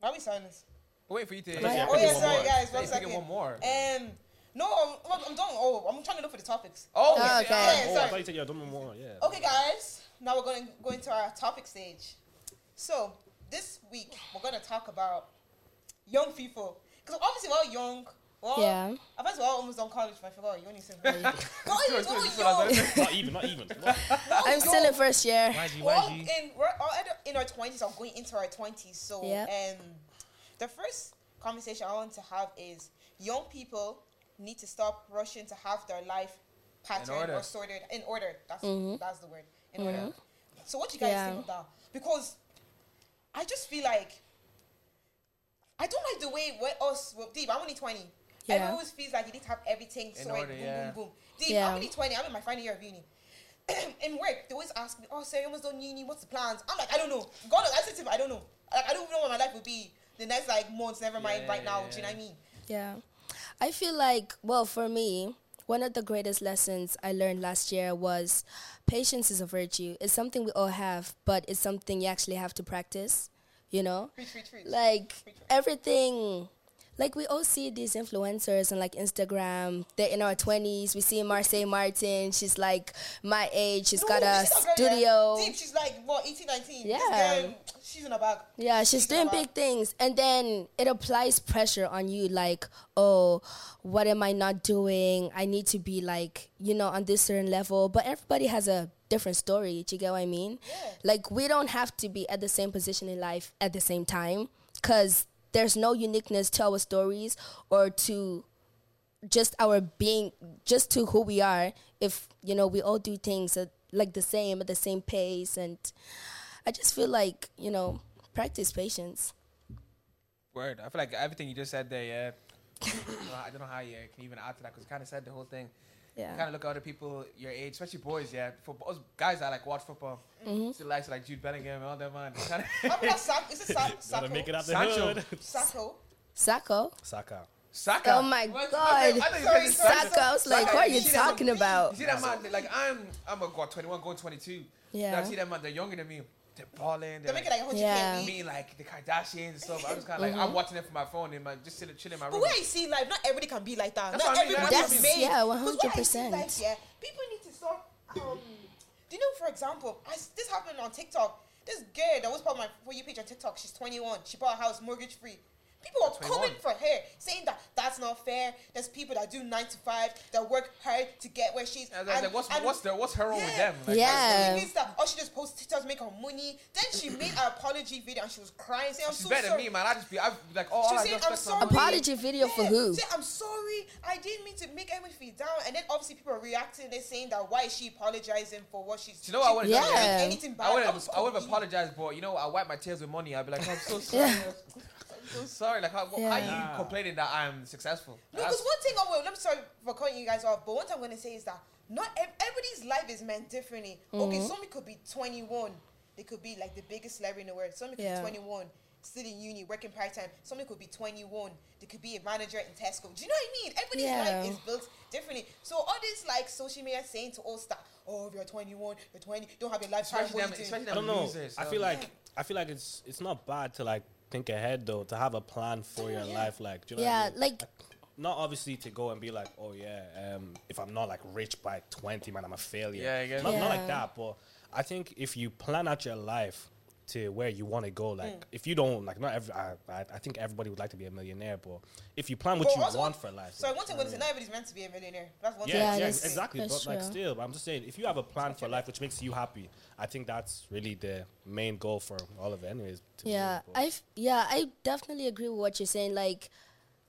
B: Why we silence?
C: We're waiting for you to.
A: Right.
D: Yeah,
B: Oh,
D: I
B: yeah,
D: think one
B: sorry,
D: more.
B: guys.
C: Yeah,
B: One
C: you think of
B: second.
C: one more.
B: Um, no, I'm, well, I'm done. Oh, I'm trying to look for the topics.
C: Oh,
A: Oh,
C: yeah,
A: okay.
C: yeah.
B: Yeah,
D: Oh, I
B: sorry.
D: thought you said you had done more. Yeah.
B: Okay, guys. Now we're going to go into our topic stage. So this week we're going to talk about young people because obviously we're all young. Well,
A: Yeah.
B: I guess we're all almost done college, but I forgot you only said. We're all young.
C: Sorry, sorry,
B: We're all
C: sorry,
B: young.
C: sorry.
D: Not even. Not even. What?
B: We're all
A: I'm still
B: young.
A: in first year.
D: YG,
B: We're all
D: YG.
B: in, we're all either in our twenties or going into our twenties. So,
A: Yep.
B: um, the first conversation I want to have is young people need to stop rushing to have their life patterned
C: order.
B: or sorted in order. That's that's the word. In order. So, what do you guys
A: Mm-hmm. Yeah.
B: think of that? Because I just feel like I don't like the way what us. Well, Deep, I'm only twenty.
A: Yeah.
B: Everyone always feels like you need to have everything
C: In
B: sorted.
C: order,
B: boom,
C: yeah.
B: boom, boom. Deep,
A: Yeah.
B: I'm only twenty. I'm in my final year of uni in work, they always ask me, "Oh, Sarah, you almost done uni. What's the plans?" I'm like, "I don't know." God, I said to him, "I don't know. Like, I don't know what my life will be the next like months. Never mind right now. Do you know what I mean?"
A: Yeah. I feel like, well, for me, one of the greatest lessons I learned last year was patience is a virtue. It's something we all have, but it's something you actually have to practice, you know?
B: Preach, preach, preach.
A: Like, everything. Like we all see these influencers on like Instagram. They're in our twenties. We see Marseille Martin. She's like my age. She's
B: No,
A: got a
B: this is not girl,
A: studio.
B: Yeah. Deep, she's like what 18, 19.
A: Yeah.
B: This girl, she's in a bag.
A: Yeah, she's
B: Speaking
A: doing big
B: about-
A: things. And then it applies pressure on you like, oh, what am I not doing? I need to be like, you know, on this certain level. But everybody has a different story. Do you get what I mean? Like we don't have to be at the same position in life at the same time because there's no uniqueness to our stories or to just our being just to who we are if you know we all do things at, like the same at the same pace and i just feel like you know practice patience
C: Word. I feel like everything you just said there, yeah. I don't know- I don't know how you can even add to that because kind of said the whole thing.
A: Yeah.
C: Kind of look at other people your age, especially boys, yeah. Football, us guys that like watch football,
B: Mm-hmm.
C: still likes like Jude Bellingham and all that man. Kinda
B: How about Sam? Is it Sam?
D: Gotta
B: Sacco?
D: make it out the
C: Sancho.
D: hood.
B: Sacco?
A: sacco
D: Saka.
C: Saka.
A: oh my
C: What?
A: god
C: Okay, I thought you
B: Sorry, sorry,
C: said Saka.
A: sacco i was like
C: Saka,
A: what are
C: you
A: you
C: see that
A: talking
C: man-
A: about
C: You see that man? Like I'm, I'm a god, 21, going 22.
A: Yeah.
C: I see that man. They're younger than me. They're balling. They're
B: They're making like
C: like,
B: a whole
A: Yeah.
B: yeah. Mm-hmm.
C: me like the Kardashians and stuff. I'm just kind of like I'm watching it from my phone and my just sitting chilling in my
B: But
C: room.
B: what I see in life, not everybody can be like that.
C: That's
B: not
C: what I mean,
B: everyone
C: that's
B: is
C: what I
B: made.
C: mean.
A: Yeah,
B: 'Cause what I see
A: 100%.
B: in life, yeah, people need to stop. Um, do you know, for example, I s this happened on TikTok. This girl that was part of my for you page on TikTok. She's 21. She bought a house mortgage free. People are
C: 21.
B: coming for her, saying that that's not fair. There's people that do nine to five that work hard to get where she's.
C: I was like, what's what's the what's her wrong with them? Like,
A: Yeah.
B: She that, oh, she just posts TikToks, make her money. Then she made an apology video and she was crying, saying, "I'm
C: She's
B: so
C: better than
B: sorry."
C: me, man. I just be, I be like, oh,
B: She
C: all I
B: said,
C: just
B: "I'm
C: respect
B: sorry."
C: my mom.
A: apology video for
B: Yeah,
A: who
B: Say, I'm sorry. I didn't mean to make everyone feel down. And then obviously people are reacting. They're saying that why is she apologizing for what she's
C: Do you know what I would've
B: she
A: done?
B: didn't
A: Yeah.
B: do anything bad.
C: I would
B: was
C: have, I would have
B: confused.
C: apologized, but you know, I wipe my tears with money. I'd be like, I'm so sorry.
A: Yeah.
C: I'm so sorry. Like, how, how are you
D: Yeah.
C: complaining that I'm successful?
B: No,
C: That's-
B: because one thing, oh, well, I'm sorry for cutting you guys off, but one thing I'm going to say is that not ev- everybody's life is meant differently. Okay,
D: Mm-hmm.
B: somebody could be 21. They could be like the biggest celebrity in the world. Somebody could
A: Yeah.
B: be 21, still in uni, working part time. Somebody could be 21. They could be a manager in Tesco. Do you know what I mean? Everybody's life
A: Yeah.
B: is built differently. So all this like social media saying to us that, oh, if you're 21, you're 20, you don't have your life.
C: especially
B: what
C: them,
B: you doing?
C: especially them
D: I don't know.
C: losers.
D: I
C: so-
D: feel like I feel like it's it's not bad to like think ahead though to have a plan for your life. Like, do you know what I
A: Yeah,
D: mean?
A: like-
D: Not obviously to go and be like, oh yeah, um, if I'm not like rich by 20, man, I'm a failure.
C: Yeah, I guess.
D: Not, not
A: Yeah.
D: like that, but I think if you plan out your life to where you want to go, like if you don't like, not every, I, I, I think everybody would like to be a millionaire, but if you plan what
B: But
D: you
B: also-
D: want for life,
B: So I
D: like,
B: want to go to say, not everybody's meant to be a millionaire. That's one
D: yeah,
B: thing.
A: Yeah,
D: yeah,
A: that's-
D: exactly.
A: that's
D: but like,
A: true.
D: still, but I'm just saying, if you have a plan for life which makes you happy, I think that's really the main goal for all of it, anyways. to be
A: yeah
D: honest, but-
A: i yeah i definitely agree with what you're saying like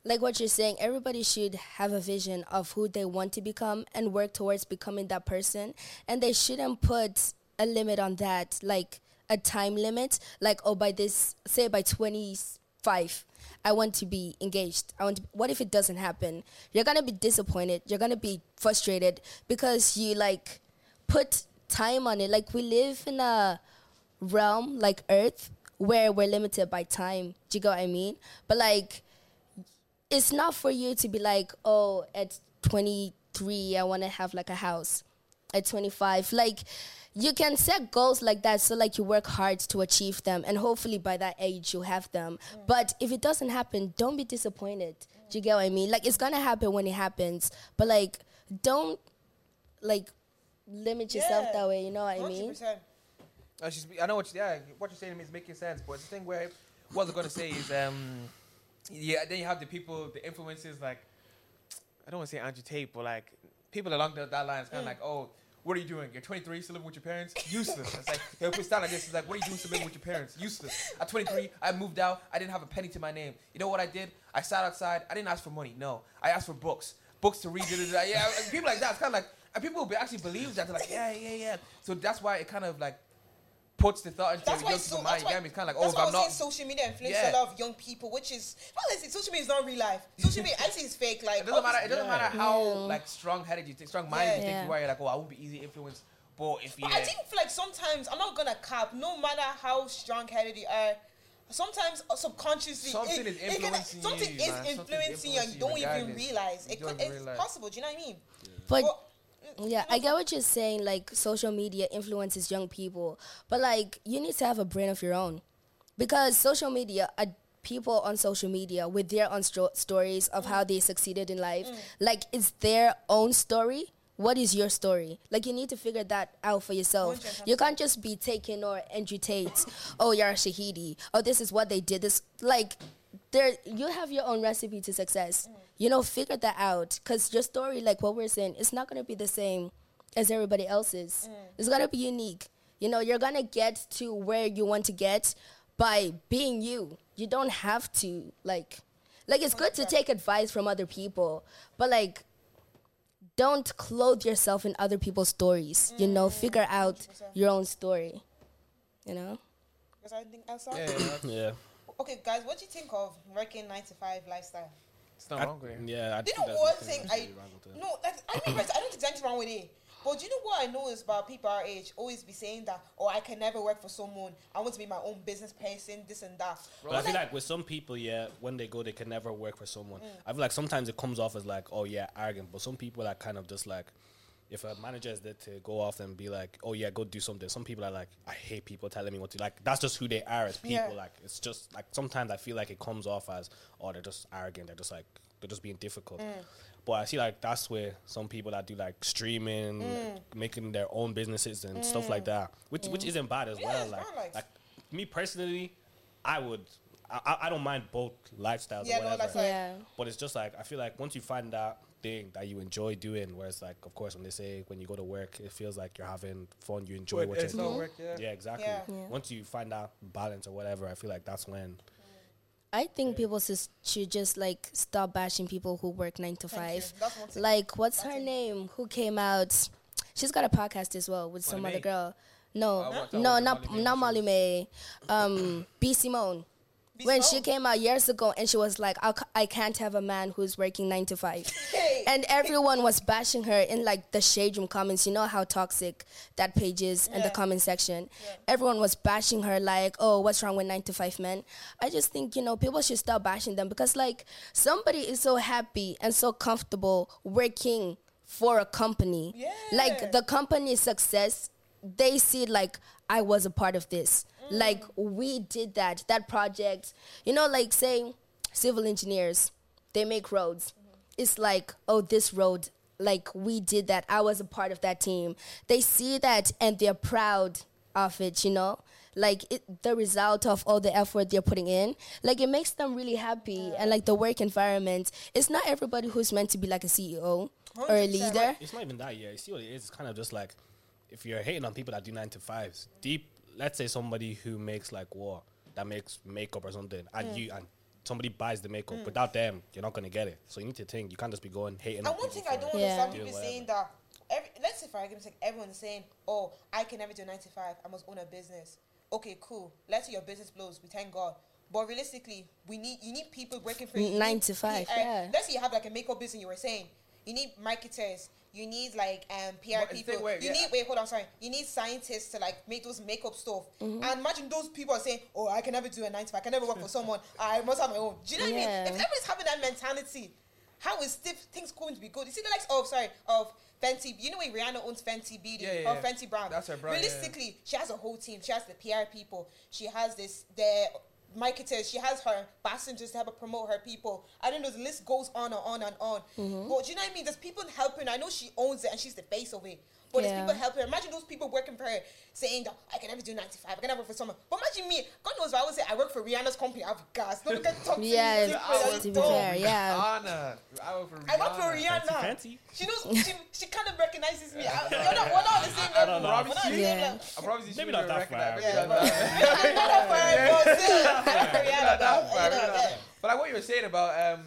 A: like what you're saying everybody should have a vision of who they want to become and work towards becoming that person and they shouldn't put a limit on that like a time limit like oh by this say by 25 i want to be engaged i want to, what if it doesn't happen you're gonna be disappointed you're gonna be frustrated because you like put time on it like we live in a realm like Earth where we're limited by time. Do you get what I mean? But like, it's not for you to be like, oh, at 23, I want to have like a house. At 25, like, you can set goals like that so like you work hard to achieve them and hopefully by that age you'll have them but if it doesn't happen don't be disappointed do you get what i mean like it's gonna happen when it happens but like don't like limit yourself
B: Yeah.
A: that way you know what i mean
B: 100%.
C: Uh, she's, I know what you, yeah, what you're saying to me is making sense, but it's the thing where what I was gonna say is um yeah, then you have the people, the influences like I don't want to say Andrew Tate, but like people along the, that line is kind of like, oh, what are you doing? You're 23, still living with your parents? Useless. It's like, they'll put stand like this. It's like, what are you doing still living with your parents? Useless. At 23, I moved out. I didn't have a penny to my name. You know what I did? I sat outside. I didn't ask for money. No. I asked for books. Books to read. da, da, da. Yeah, and people like that. It's kind of like, and people will be actually believe that. They're like, yeah, yeah, yeah. So that's why it kind of like puts the thought into
B: That's
C: your
B: why
C: young
B: it's so.
C: so,
B: That's
C: mind.
B: why,
C: Yeah, it's kind of like, oh,
B: that's
C: if
B: why I
C: I'm
B: was
C: not.
B: saying social media influences
C: Yeah.
B: a lot of young people, which is well, let's say social media is not real life. Social media, I say, is fake. Like
C: It doesn't matter. It doesn't
D: Yeah.
C: matter how like strong-headed you think, strong-minded you
A: Yeah.
C: think
A: Yeah.
C: you are. You're like, oh, I won't be easy influenced. But if you,
B: But I think like sometimes I'm not gonna cap. No matter how strong-headed you are, sometimes uh, subconsciously it-
C: Something is
B: it can-
C: influencing
B: something
C: you,
B: is
C: man. Something's
B: influencing you, and you
C: influencing you
B: don't even
C: regardless.
B: realize
C: You
B: it could.
C: don't
B: It's
C: realize.
B: possible. Do you know what I mean?
A: but
B: Well,
A: Yeah, I get what you're saying. Like social media influences young people, but like you need to have a brain of your own, because social media are people on social media with their own stro- stories of how they succeeded in life. Like it's their own story. What is your story? Like you need to figure that out for yourself. You can't just be taken or Andrew Tate. Oh, you're a Shahidi. Oh, this is what they did. This like there you have your own recipe to success you know figure that out because your story like what we're saying it's not going to be the same as everybody else's. It's gotta be unique. You know, you're gonna get to where you want to get by being you. You don't have to like, like it's good to take advice from other people, but like, don't clothe yourself in other people's stories. You
B: Mm.
A: know, figure out your own story. You know.
B: Is there anything else?
C: Yeah,
B: Yeah.
C: yeah, yeah.
D: Yeah.
B: Okay, guys, what do you think of working nine to five lifestyle?
C: it's not wrong here.
D: Yeah. I
B: Do you
D: think
B: know
D: that's
B: one
D: nothing
B: thing
D: that's
B: I
D: really wrong with it.
B: no, that's, I don't, know if it's- I don't think there's anything wrong with it. But do you know what I know is about people our age always be saying that, oh, I can never work for someone. I want to be my own business person, this and that.
D: But I feel like with some people, yeah, when they go, they can never work for someone.
B: Mm.
D: I feel like sometimes it comes off as like, oh yeah, arrogant. But some people are kind of just like, if a manager is there to go off and be like, oh yeah, go do something. Some people are like, I hate people telling me what to like. That's just who they are as people.
B: Yeah.
D: Like it's just like sometimes I feel like it comes off as, oh they're just arrogant. They're just like they're just being difficult.
B: Mm.
D: But I see like that's where some people that do like streaming,
B: Mm.
D: like, making their own businesses and stuff like that, which which isn't bad as
B: Yeah,
D: well.
B: it's
D: Like,
B: not like-
D: like me personally, I would. I, I- I don't mind both lifestyles
B: Yeah,
D: or
B: no,
D: whatever.
B: that's right.
A: Yeah.
D: But it's just like I feel like once you find that thing that you enjoy doing, where it's like, of course, when they say when you go to work, it feels like you're having fun, you enjoy
C: But
D: what
C: it's
D: you're
C: not
D: doing.
C: work, yeah.
D: Yeah, exactly.
B: Mm-hmm. Yeah.
A: Yeah.
D: Once you find that balance or whatever, I feel like that's when.
A: I think people sus- should just like stop bashing people who work nine to
B: Thank you.
A: five.
B: That's one thing.
A: Like, what's her name? Who came out? She's got a podcast as well with some
C: Molly
A: other
C: Mae? Uh,
A: girl. No,
C: I watched- I
A: no,
C: watched
A: not
C: Molly Mae
A: not Molly May. Um, B Simone.
B: Be
A: When
B: slow.
A: she came out years ago, and she was like, "I ca- "I can't have a man who's working nine to five.
B: Hey.
A: and everyone was bashing her in like the shade room comments. You know how toxic that page is in the
B: Yeah.
A: comment section. Everyone was bashing her like, oh, what's wrong with nine to five men? I just think, you know, people should stop bashing them because like somebody is so happy and so comfortable working for a company.
B: Yeah.
A: Like the company's success, they see like I was a part of this. Like we did that, that project. You know, like say civil engineers, they make roads. It's like, oh, this road, like we did that. I was a part of that team. They see that and they're proud of it, you know? Like it, the result of all the effort they're putting in, like it makes them really happy. And like the work environment, it's not everybody who's meant to be like a CEO or a
B: 100%.
A: leader.
D: It's not even that. Yeah, you see what it is. It's kind of just like if you're hating on people that do nine to fives, deep. Let's say somebody who makes like war that makes makeup or something, and you and somebody buys the
B: Mm.
D: makeup. Without them, you're not gonna get it. So you need to think. You can't just be going hating. on
B: And one
D: people
B: thing
D: for
B: I
D: it.
B: don't
A: Yeah.
B: understand
D: Do
B: people
D: whatever.
B: saying that every, let's say for argument's sake, everyone's saying, Oh, I can never do a nine to five, I must own a business. Okay, cool. Let's say your business blows, we thank God. But realistically, we need you need people working for you. You
A: Nine
B: need-
A: to five,
B: uh,
A: yeah.
B: Let's say you have like a makeup business you were saying. You need marketers, you need like um PR
C: But it's
B: people.
C: the way-
B: you
C: yeah.
B: need wait, hold on, sorry. You need scientists to like make those makeup stuff.
C: Mm-hmm.
B: And imagine those people are saying, Oh, I can never do a nine to five, I can never work for someone, I must have my own. Do you know what I
A: Yeah.
B: mean? If everybody's having that mentality, how is stiff things going to be good? You see the likes of sorry of Fenty. You know when Rihanna owns Fenty Beauty
C: Yeah, yeah,
B: or
C: yeah.
B: Fenty Brown.
C: That's her brand, yeah, yeah.
B: Realistically, she has a whole team. She has the PR people. She has this the marketers. She has her passengers to help her promote her people. I don't know. The list goes on and on and on.
A: Mm-hmm.
B: But do you know what I mean? There's people helping. her. I know she owns it and she's the face of it. But there's
A: Yeah.
B: people helping her. Imagine those people working for her saying that I can never do 95, I can never work for someone. But imagine me, God knows why I would say I work for Rihanna's company, I've gas. No one can talk to
A: Yeah,
B: me.
A: I was to be
B: dumb.
A: fair, yeah.
C: Rihanna. I work for Rihanna.
B: I work for Rihanna.
D: fancy.
B: She knows. She, she kind of recognizes me. I, we're, not, we're not on the same level.
D: don't know.
B: We're not on the
A: Yeah.
B: same level.
C: I promise you, she
D: Maybe
C: will
D: not that
C: recognize- maybe
D: far.
B: Yeah,
C: not
B: but-
C: that far.
B: I'm not a fire, but still, I'm for
C: Yeah,
B: Rihanna,
C: not that
B: though.
C: far,
B: You know,
C: not that
B: yeah.
C: far. But like what you were saying about um,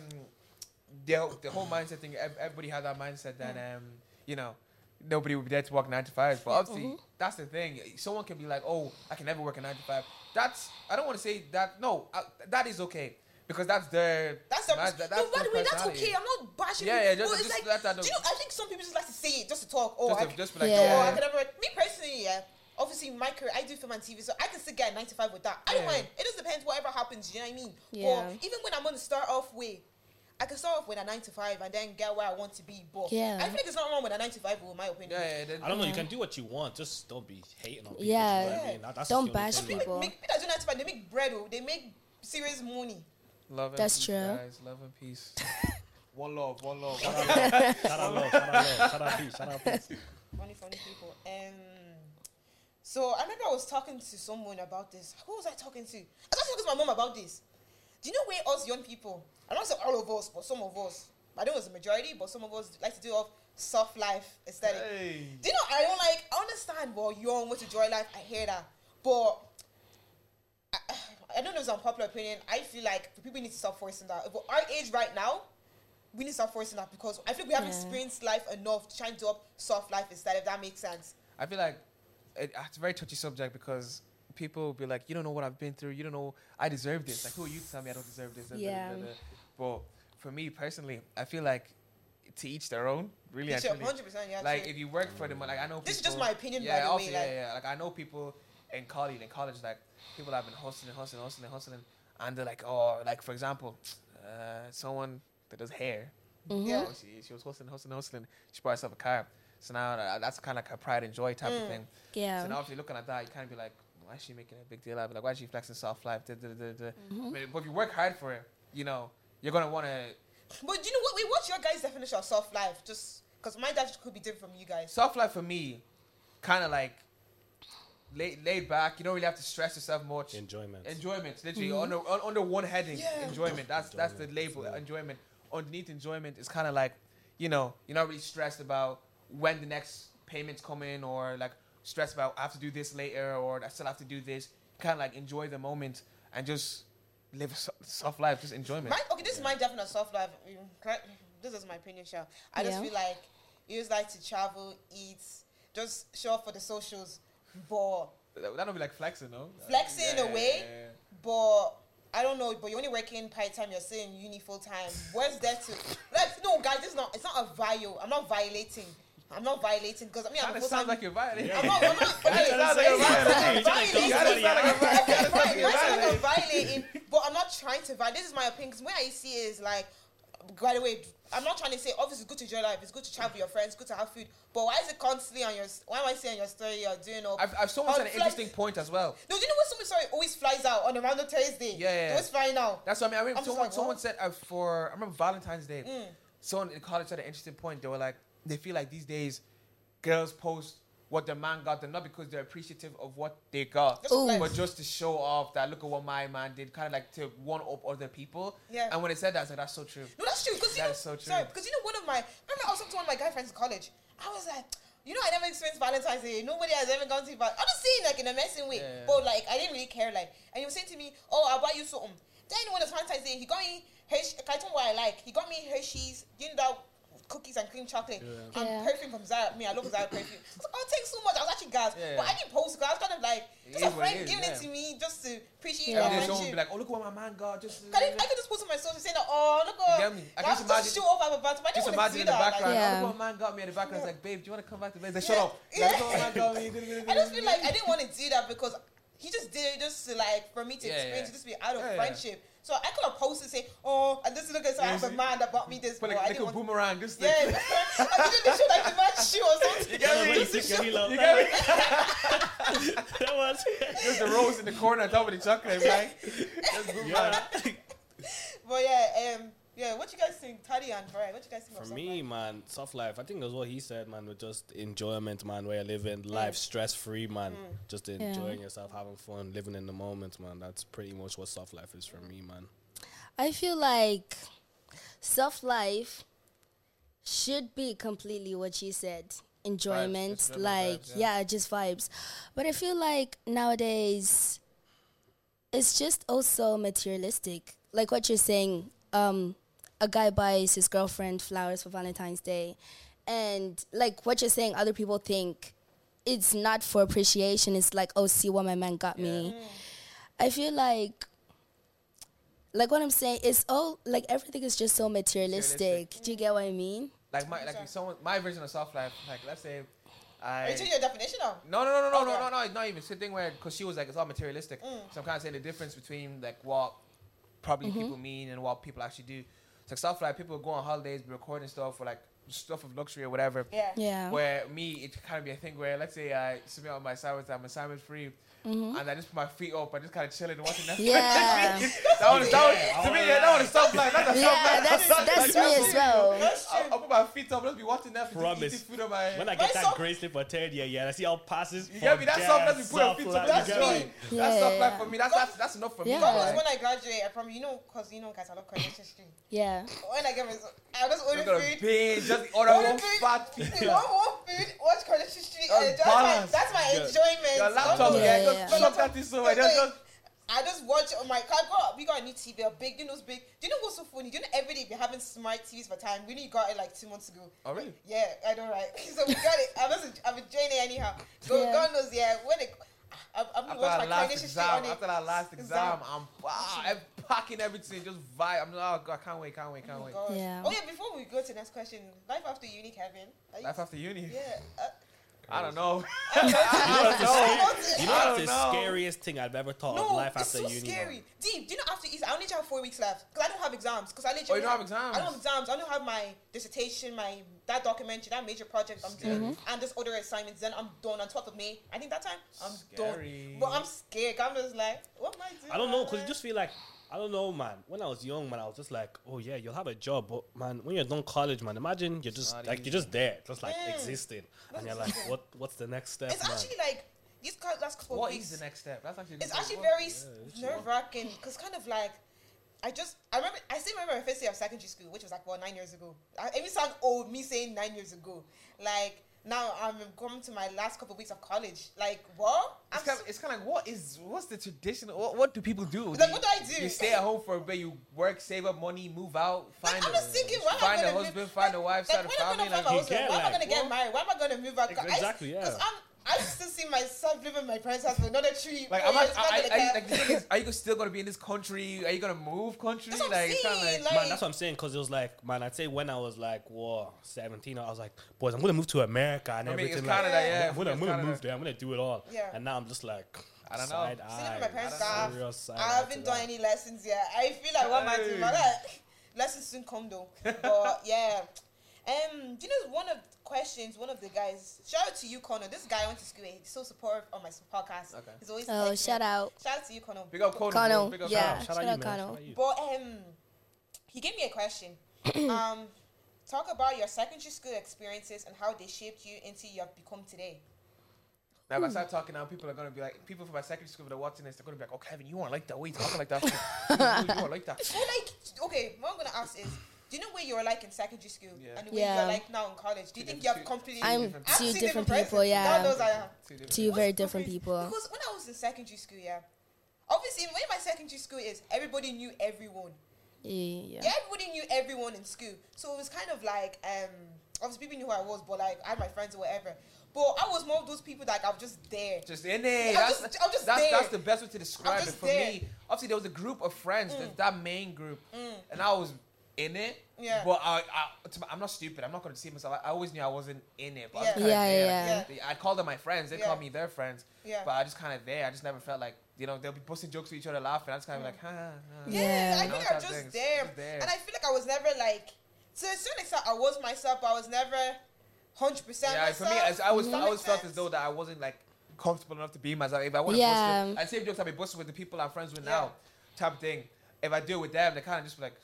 C: the whole- the whole mindset thing. ev- Everybody had that mindset that
B: Mm.
C: um, you know, nobody would be there to work nine to five. But obviously,
B: Mm-hmm.
C: that's the thing. Someone can be like, oh, I can never work a nine to five. That's I don't want to say that. No, I, that is okay because that's their
B: That's the
C: mind-
B: no, by the way, that's
C: personality.
B: okay. I'm not bashing.
C: Yeah,
B: you.
C: yeah, just-
B: But it's
C: just
B: like,
C: let that
B: do you
C: know.
B: know? I think some people just like to say it just to talk. Oh, I
C: Just,
B: can,
C: to, just be like,
A: Yeah.
B: oh, I
C: yeah.
B: can never. Me personally, yeah. Obviously, my career, I do film and TV, so I can still get a nine to five with that. I don't
C: Yeah.
B: mind. It just depends whatever happens. You know what I mean?
A: Yeah.
B: But even when I'm gonna start off with. I can start off with a nine to five and then get where I want to be, but
A: Yeah.
B: I feel like it's not wrong with a nine to five, in my opinion.
C: yeah, yeah, then-
D: I don't know. You can do what you want. Just don't be hating on people.
A: Yeah.
D: You know what I mean? That- that's
A: Don't
D: the only
A: bash
D: thing,
A: people.
B: People
D: like-
B: make people that do nine to five, they make bread, oh, they make serious money.
C: Love and
A: That's
C: peace,
A: true.
C: Guys. Love and peace. one love, one love.
D: Shout out love. Shout out love. Shout out peace. Shout out peace.
B: Funny, funny people. Um, so I remember I was talking to someone about this. Who was I talking to? I was talking to my mom about this. Do you know where us young people? I don't say all of us, but some of us I don't know it's the majority, but some of us like to do of soft life aesthetic.
C: Hey.
B: Do you know, I don't like, I understand, well, you don't want to enjoy life. I hear that. But I, I don't know if it's an unpopular opinion. I feel like people need to stop forcing that. But our age right now, we need to stop forcing that because I think we haven't
A: Yeah.
B: experienced life enough to try and do up soft life instead, if that makes sense.
C: I feel like it, it's a very touchy subject because people will be like, you don't know what I've been through. You don't know I deserve this. Like, who are you to tell me I don't deserve this?
A: Yeah.
C: But for me personally, I feel like to each their own. Really,
B: Teacher,
C: actually.
B: 100%, yeah.
C: Like
B: true.
C: if you work for the money, like I know.
B: This is
C: people-
B: just my opinion, by the
C: Yeah,
B: way,
C: also, yeah,
B: like-
C: yeah, yeah. Like I know people in college, in college, like people have been hustling, hustling, hustling, hustling, and they're like, oh, like for example, uh, someone that does hair.
B: Yeah.
C: Oh, she, she was hustling, hustling, hustling. She bought herself a car. So now uh, that's kind of like her pride and joy
B: Mm.
C: type of thing.
A: Yeah.
C: So now if you're looking at that, you can't be like, why is she making a big deal out of it? Like, why is she flexing soft life? Da, da, da, da. But- But if you work hard for it, you know, you're gonna want to
B: But you know what? Wait, what's your guys' definition of soft life? Just because my definition could be different from you guys.
C: soft life for me, kind of like laid, laid back. You don't really have to stress yourself much.
D: Enjoyment.
C: Enjoyment, literally under un, under one heading,
B: Mm-hmm. Yeah.
C: enjoyment. That's that's the label. Enjoyment. Underneath enjoyment is kind of like, you know, you're not really stressed about when the next payments come in, or like stressed about I have to do this later, or I still have to do this. Kind of like enjoy the moment and just live a so- soft life, just enjoyment.
B: My, okay, this is my definition of soft life. Mm, correct- This is my opinion, Shell. I just
A: Yeah.
B: feel like you just like to travel, eat, just show up for the socials, but
C: That that'll be like flexing, no?
B: Flexing in a way. but I don't know. But you're only working part time. You're still in uni full time. Where's that to? Like, no, guys, it's not. It's not a viol. I'm not violating. I'm not violating because I mean, I'm
C: Kind
B: a
C: of
B: full
C: sounds
B: time.
C: like you're violating.
B: I'm not. I'm not okay,
C: sounds like a
B: Violating.
D: You're trying to kill somebody,
B: Violating.
D: yeah?
B: Okay, fine.
C: You're
B: That's like I'm
C: violating.
B: violating, but I'm not trying to violate. This is my opinion. 'cause where I see it is like, by the way, I'm not trying to say obviously it's good to enjoy life, it's good to travel with your friends, it's good to have food. But why is it constantly on your? Why am I seeing your story? You're doing up.
C: I've, I've someone
B: On
C: said an
B: flex-
C: interesting point as well.
B: no, do you know what? Someone sorry always flies out on a random Thursday.
C: Yeah, yeah, yeah.
B: They always flying out.
C: That's what I mean. I remember
B: I'm
C: someone,
B: sorry,
C: someone
B: what? Mm.
C: said uh, for I remember Valentine's Day. Someone in college said an interesting point. They were like, they feel like these days, girls post what their man got them not because they're appreciative of what they got,
B: Just Ooh. flex.
C: but just to show off that look at what my man did, kind of like to one up other people.
B: Yeah.
C: And when they said that, I said that's so true.
B: No, that's true. Because you
C: That
B: know,
C: is so true.
B: sorry, because you know, one of my remember I was talking to one of my guy friends in college. I was like, you know, I never experienced Valentine's Day. Nobody has ever gone to Valentine's. I'm just saying like in a messing way,
C: Yeah, yeah.
B: but like I didn't really care. Like, and he was saying to me, "Oh, I'll buy you something." Then when it's Valentine's Day, he got me Hershey. Can I tell you what I like? He got me Hershey's. You know that cookies and cream chocolate and
A: Yeah.
B: perfume from Zara. Me, I love Zara perfume. I was like, oh, thanks so much. I was actually gassed,
C: Yeah,
B: but
C: yeah.
B: I didn't post because I was kind of like
C: It
B: just a
C: is what it
B: friend
C: is,
B: giving it
C: yeah.
B: to me just to appreciate
A: Yeah.
B: our
C: Every day someone
B: friendship.
C: would be like, oh look what my man got. Just
B: Can I, I could just post on my social saying that, oh, look at
C: You get me?
B: now
C: I just
B: just
C: imagine-
B: show off about but I didn't want
C: just
B: to do
C: imagine in the
B: that.
C: background.
B: Like,
A: Yeah.
C: Oh, look what my man got me in the background. It's like, babe, do you want to come back to bed? They shut
B: Yeah.
C: up. Like,
B: Yeah.
C: look what my man got me.
B: I just feel like I didn't want to do that because he just did it just to like for me to
C: Yeah,
B: experience
C: yeah.
B: it, just be out of
C: Yeah, yeah.
B: friendship. So I could have posted say, oh, and this look at so I have a
C: Easy.
B: man that bought me this,
C: Put
B: but
C: like,
B: I
C: like
B: didn't
C: a
B: want.
C: boomerang. Just
B: Yeah,
C: like,
B: I didn't show like the man shoe or something.
D: Yeah, when you
B: Just to
D: took your
B: show-
D: heel out.
C: you get me?
D: That was.
C: There's the rose in the corner on top of the chocolate, right? That's good, man.
D: Yeah.
B: But yeah, um, yeah. What you guys think, Taddy and Brian? What you guys think
D: For
B: of
D: me, man, soft life. I think that's what he said, man. With just enjoyment, man. Where you're living life stress free, man. Just enjoying yourself, having fun, living in the moment, man. That's pretty much what soft life is for me, man.
A: I feel like self life should be completely what she said enjoyment,
C: just general
A: like,
C: vibes,
A: yeah. just vibes. But I feel like nowadays it's just also materialistic. Like what you're saying, um, a guy buys his girlfriend flowers for Valentine's Day. And like what you're saying, other people think it's not for appreciation. It's like, oh, see what my man got me. I feel like like what I'm saying, it's all like everything is just so materialistic.
C: Materialistic.
A: Do you get what I mean?
C: Like my like someone my version of soft life. Like let's say
B: Are you
C: I
B: changing your definition now?
C: no no no no no
B: Okay.
C: no no no not even. It's the thing where because she was like it's all materialistic. So I'm kind of saying the difference between like what probably
A: Mm-hmm.
C: people mean and what people actually do. It's like soft life. People go on holidays, be recording stuff or like stuff of luxury or whatever.
B: Yeah.
A: Yeah.
C: Where me, it could kind of be a thing where let's say I submit all my assignments, I'm assignment free, and I just put my feet up, I just kind of chilling and watching Netflix.
A: Mm-hmm. Yeah.
C: that one, that one, to me, yeah, that one is soft life. That's a soft
A: yeah,
C: life.
A: that's that's me as well.
B: That's
C: I'll,
B: true.
C: I'll put my feet up. Let's be watching Netflix.
D: Promise.
C: Eating food on my.
D: When I
B: Why
D: get that
B: soft-
D: grey slip for third year, yeah, I see how passes.
C: you
D: for
C: get me? That's soft.
D: gas,
C: That's put your
D: soft
C: feet
D: life,
C: up.
D: you
C: That's
D: get
C: joy.
D: me?
A: Yeah,
C: That's soft
A: yeah.
C: life for me. That's that's that's enough for me.
A: Yeah.
B: That was
C: Like,
B: when I graduated from you know, cause you know, guys, I love Coronation Street.
A: Yeah.
B: When I get my, I I was
C: We're
B: ordering
C: gonna
B: food.
C: binge, just order
B: Order
C: one
B: food.
C: fat
B: One
C: pizza.
B: more food, watch Kardashian Street,
C: That's
B: and enjoy my,
C: balance.
B: that's my
C: Your-
B: enjoyment.
C: Your laptop,
A: Yeah,
C: yeah,
A: yeah,
C: just
A: yeah.
C: plug that in somewhere.
B: Just
C: Just,
B: like-
C: just
B: I just watch on my car. Got, we got a new TV, a big, you know, it's big. Do you know what's so funny? Do you know every day we're having smart TVs for time? We only got it like two months ago.
C: Oh, really?
B: Yeah, I know, right? so we got it. I was, I'm enjoying it anyhow. Go,
A: Yeah.
B: God knows, yeah. When it, I, I'm gonna
C: after our
B: watch my
C: last
B: Kardashian Street on
C: exam,
B: it.
C: after our last
B: Exam.
C: exam, I'm, ah, I'm packing everything, just vibe. I'm like, oh god, I can't wait, can't wait, can't
B: Oh,
C: wait.
B: God.
A: Yeah.
B: Oh yeah. Before we go to the next question, life after uni, Kevin. Are you-
C: Life after uni.
B: Yeah. Uh,
C: I don't know.
D: You
C: I
D: know,
C: don't
D: that's the
C: know.
D: scariest thing I've ever thought of
B: no,
D: life
B: it's
D: after
B: so
D: uni. man.
B: scary. Deep. Do you know after Easter, I only have four weeks left because I don't have exams. Because I literally
C: Oh, you don't have exams?
B: I don't have exams. I don't have my dissertation, my that documentary, that major project I'm doing, and this other assignments. Then I'm done on 12th of May. I think that time I'm
C: Scary.
B: done. But I'm scared. I'm just like, what am I doing?
D: I don't know,
B: with my
D: cause you
B: life?
D: just feel like I don't know, man. When I was young, man, I was just like, oh yeah, you'll have a job, but man, when you're done college, man, imagine you're just
C: not
D: like
C: easy.
D: you're just there, just like
B: Mm.
D: existing,
B: That's
D: and you're like,
B: it.
D: what what's the next step,
B: it's
D: man?
B: actually like these cou- last couple of
C: What
B: weeks.
C: is the next step? That's actually. a good
B: It's
C: question.
B: actually
C: What-
B: very
D: it's-
B: nerve wracking because kind of like I just I remember I still remember my first year of secondary school, which was like well nine years ago. I, it may sound old me saying nine years ago. Like now I'm coming to my last couple of weeks of college. Like what? I'm
C: It's kind,
B: so-
C: of, it's kind of like what is what's the traditional what, what do people do?
B: Like, what do I do?
C: You stay at home for a bit, you work, save up money, move out,
B: like,
C: find
B: I'm
C: a,
B: just thinking, why am I
C: find a
B: gonna
C: husband,
B: move,
C: find
B: like,
C: a wife,
B: like,
C: start a
B: when am I
C: family.
B: gonna find
C: Like,
B: my
D: you
B: husband?
D: get,
B: Why am I gonna
D: like,
B: get married? Why am I gonna move out? 'Cause I-
D: Exactly, yeah.
B: 'cause I'm, I still see myself living in my parents' house for another three.
C: like,
B: four
C: am I,
B: years, not
C: I,
B: gonna
C: I,
B: care.
C: like the thing is, are you still gonna be in this country? Are you gonna move country?
B: That's what I'm
C: like, it's kinda
B: saying,
C: like,
B: like-
D: Man, that's what I'm saying, cause it was like, man, I'd say when I was like, whoa, 17, I was like, boys, I'm gonna move to America and
C: I mean,
D: everything.
C: it's
D: like,
C: Canada, yeah.
D: I'm gonna, I'm
C: it's
D: gonna
C: Canada.
D: move there. I'm gonna do it all.
B: Yeah.
D: And now I'm just like,
C: I don't know.
D: side
B: Still living with my parents'
D: eye,
B: house.
D: serious side
B: I
D: eye to
B: haven't
D: that.
B: done any lessons yet. I feel like what am I doing? I'm like, lessons soon come though. But yeah. Um, do you know one of the questions, one of the guys, shout out to you, Connor. This guy I went to school with, he's so supportive on my podcast.
C: Okay.
B: He's always
A: Oh,
B: like,
A: shout out.
B: Shout out to you, Connor.
C: Big up Kono.
A: Connell,
C: Big up
A: yeah.
C: Kono.
D: Shout
A: Shout out
D: out you, man.
A: Kano.
D: Shout out you.
B: But um, he gave me a question. um, talk about your secondary school experiences and how they shaped you into you have become today.
C: Now, if I start talking now, people are gonna be like, people from my secondary school that are watching this, they're gonna be like, "Oh, Kevin, you aren't like that. Why you talking like that? for? you, you, you aren't like that."
B: Well, like, okay, what I'm gonna ask is, do you know where you were like in secondary school
C: Yeah.
B: and where
A: Yeah.
B: you're like now in college? Do you think you have completely?
A: I'm
C: different
B: I'm
A: two
B: two
A: different
B: persons.
A: people, yeah.
B: God knows I am.
C: Two different-
A: Two very
B: What's the
A: different
B: difference?
A: people.
B: Because when I was in secondary school, yeah, obviously when my secondary school is everybody knew everyone.
A: Yeah.
B: Yeah, everybody knew everyone in school, so it was kind of like um, obviously people knew who I was, but like I had my friends or whatever. But I was one of those people that I was just there.
C: Just in it.
B: I'm
C: That's,
B: just- I'm just
C: that's,
B: there.
C: that's the best way to describe it
B: just
C: for
B: there. Mm.
C: me. Obviously, there was a group of friends, that, that main group, and I was in it.
B: Yeah.
C: But I, I, to my- I'm not stupid. I'm not going to see myself. I always knew I wasn't in it. But I was
B: Yeah.
C: kinda
A: Yeah,
C: there.
A: yeah,
B: yeah.
C: They- I called them my friends. They
B: Yeah.
C: called me their friends.
B: Yeah.
C: But I just kind of there. I just never felt like you know they'll be posting jokes to each other, laughing. I just kind of like, ha, ha, ha.
B: Yeah,
A: Yeah.
B: I
C: Those
B: think
C: type
B: I'm
C: of
B: just
C: things.
B: there.
C: Just there.
B: And I feel like I was never like, to a certain extent, I was myself, but I was never 100%
C: Yeah,
B: myself.
C: for me, I, I always,
B: Does
C: I
B: that
C: always
B: make
C: felt
B: sense?
C: as though that I wasn't like comfortable enough to be myself. If I want to
A: Yeah.
C: post it, I same jokes I've been posting with the people I'm friends with
B: Yeah.
C: now, type of thing. If I do it with them, they kind of just be like,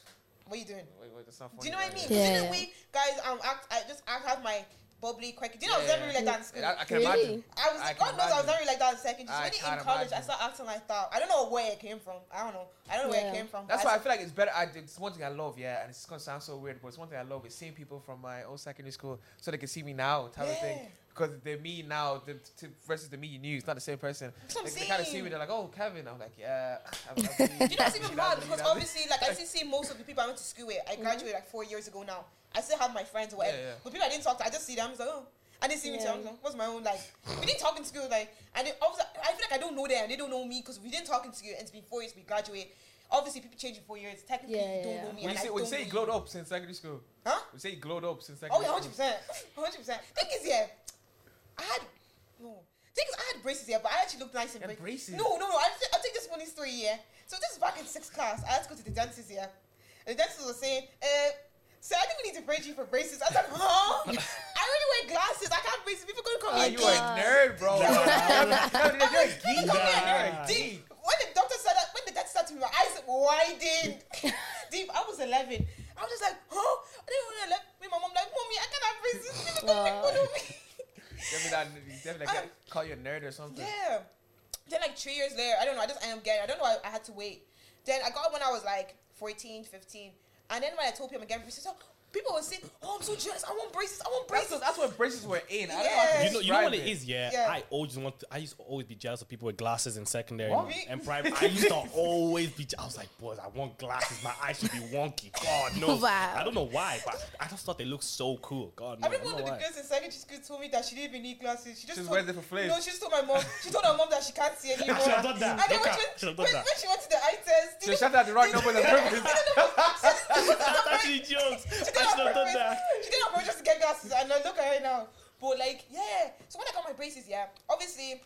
B: What are you doing?
C: wait, wait, that's not funny.
B: Do you know what I
C: right?
B: mean? 'Cause
A: Yeah.
B: You know, we guys, um, act, I just act, have my bubbly, quirky. Do you know, I was
C: Yeah.
B: never really like that in school.
C: Yeah, I, I can
A: Really?
C: imagine.
B: I was,
C: I can
B: God knows, I was
C: imagine.
B: never like that in secondary.
C: I
B: Just when
C: can't
B: in college, I
C: imagine.
B: started acting like that. I don't know where it came from. I don't know. I don't know where
A: Yeah.
B: it came from.
C: That's
B: but
C: why I feel like it's better. I, it's one thing I love, yeah, and it's gonna sound so weird, but it's one thing I love is seeing people from my old secondary school so they can see me now, type of thing.
B: Yeah.
C: Because the me now the, to, versus the me you knew, it's not the same person.
B: That's what I'm
C: They, they kind of see
B: saying.
C: me, they're like, "Oh, Kevin," I'm like, "Yeah." I'm, I'm me.
B: You know, it's
C: I'm
B: even
C: me, I'm
B: mad
C: me,
B: because
C: I'm me.
B: obviously, like, I still see most of the people I went to school with. I graduated like four years ago now. I still have my friends or whatever.
C: Mm-hmm. Yeah, yeah.
B: But people I didn't talk to, I just see them. I'm like, oh. I didn't see me too.
A: Yeah.
B: I'm like, what's my own like? We didn't talk in school, like, and it, obviously, I feel like I don't know them. They don't know me because we didn't talk in school. And it's been four years we graduate. Obviously, people change in four years. Technically,
A: Yeah,
B: you don't
A: yeah,
B: know me.
C: Would
B: and
C: you say,
B: I
C: would you
B: don't
C: say
B: know
C: you glowed up since secondary school?
B: Huh?
C: Would you say you glowed up since
B: Oh
C: secondary
B: yeah, hundred
C: school?
B: percent, hundred percent. Thing is, yeah, I had no. Thing is, I had braces, yeah, but I actually looked nice in
C: You had braces?
B: No, no, no. I will take this funny story, yeah. So this is back in sixth class. I had to go to the dentist, yeah. And the dentist was saying, uh, "So I think we need to braid you for braces." I was like, "Huh? I already wear glasses. I can't braces. People gonna call
C: Ah,
B: me
C: you
B: a
C: a
B: geek.
C: nerd, bro. You're a
B: People gonna
C: geek.
B: call me a nerd.
C: You're a
B: Deep.
C: geek.
B: When the doctor said that, when the dentist said to me, my eyes widened. Deep. I was eleven. I was just like, "Huh?" And then when I left, with my mom like, "Mommy, I can't have braces. People gonna make fun of me."
C: Definitely not- definitely
B: Um,
C: like, call you a nerd or something.
B: Yeah. Then like three years later, I don't know, I just ended up getting I don't know why I had to wait. Then I got it when I was like 14, 15. And then when I told people I'm getting braces, oh, people will say, "Oh, I'm so jealous. I want braces. I want
C: That's
B: braces."
C: what, that's what braces were in. I don't know. how to
B: Yes.
D: You know, you know what it
C: describe
D: is, yeah.
B: Yeah.
D: I always want. To, I used to always be jealous of people with glasses in secondary
C: What?
D: and- and private. I used to always be. je- I was like, boys, I want glasses. My eyes should be wonky. God no.
A: Wow.
D: I don't know why, but I just thought they looked so cool. God no.
B: I
D: I don't
B: remember
D: know
B: one of the
D: why.
B: girls in secondary school told me that she didn't even need glasses. She just
C: She was
B: told,
C: wearing it for flair.
B: No, she just told my mom. She told her mom that she can't see anymore.
D: She had done that.
B: And then when
D: Look
B: she,
D: at- she had done
B: when,
D: that.
B: when she went to the eye test,
C: She shouted out the right number on purpose.
D: That's actually jokes. I
B: she
D: should
B: did
D: have
B: on purpose.
D: done that.
B: She did on purpose just to get glasses, and I look at her now. But like, yeah. So when I got my braces, yeah, obviously,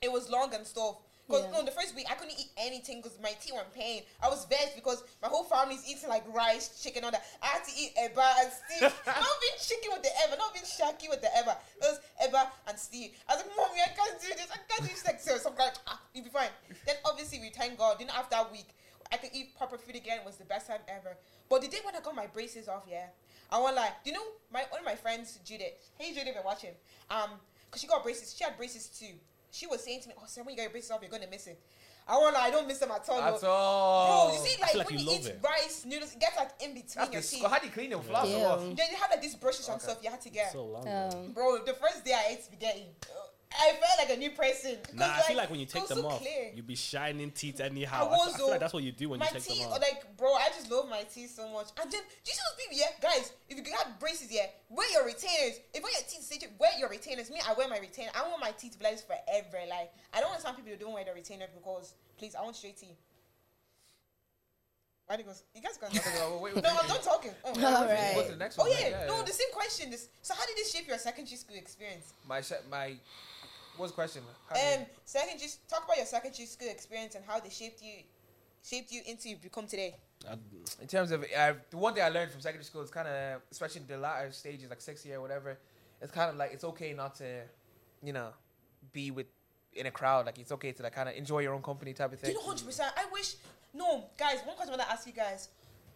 B: it was long and stuff. Cause
A: Yeah.
B: no, the first week I couldn't eat anything because my teeth were in pain. I was vexed because my whole family's eating like rice, chicken, all that. I had to eat eba and stew. not being chicken with the eba, not being shaky with the eba. It was eba and stew. I was like, mommy, I can't do this. I can't do this. Like, so, so I'm like, ah, you'll be fine. Then obviously we thank God. Then after that week, I could eat proper food again. It was the best time ever. But the day when I got my braces off, yeah, I won't lie. Do you know my one of my friends, Judith? Hey, Judith, if you're watching, um, cause she got braces. She had braces too. She was saying to me, "Oh, Sam, when you got your braces off, you're gonna miss it." I won't lie. I don't miss them at all. though.
C: At all.
B: Bro, you see,
D: I
B: like,
D: feel like
B: when
D: you
B: you,
D: love
B: eat
D: it.
B: rice noodles, it gets like in between
C: That's
B: your
C: the
B: teeth.
C: sc- How do you clean them? Floss or what?
A: Yeah.
B: They they have like these brushes and
C: Okay.
B: stuff you had to get.
D: So long.
A: Um,
B: Bro, the first day I ate spaghetti, I felt like a new person. 'Cause,
D: Nah, I feel like when you
B: it
D: take
B: was
D: them
B: so
D: off,
B: clear.
D: you be shining teeth anyhow. I,
B: I was,
D: feel- I feel like
B: though.
D: that's what you do when
B: my
D: you take
B: teeth,
D: them off.
B: like, bro, I just love my teeth so much. And then, do you see those people, yeah? Guys, if you got braces, yeah, wear your retainers. If when your teeth stitch, wear your retainers. Me, I wear my retainer. I want my teeth to be like this forever. Like, I don't want some people to don't wear the retainer because, please, I want straight teeth. Why do you go? You guys going?
C: Okay, wait, wait,
B: no,
C: wait.
B: I'm not talking. Oh,
A: All
C: Go
A: right.
C: to the next
B: Oh
C: one.
B: yeah. no, the same question. This. So how did this shape your secondary school experience?
C: My se- my. What's the question? How do you-
B: Um, secondary. Talk about your secondary school experience and how they shaped you, shaped you into you become today.
D: I-
C: in terms of uh, the one thing I learned from secondary school is kind of, especially in the latter stages, like sixth year or whatever, it's kind of like it's okay not to, you know, be with in a crowd. Like it's okay to like kind of enjoy your own company type of
B: Do
C: thing.
B: you know, hundred percent. I wish. No, guys. One question I want to ask you guys.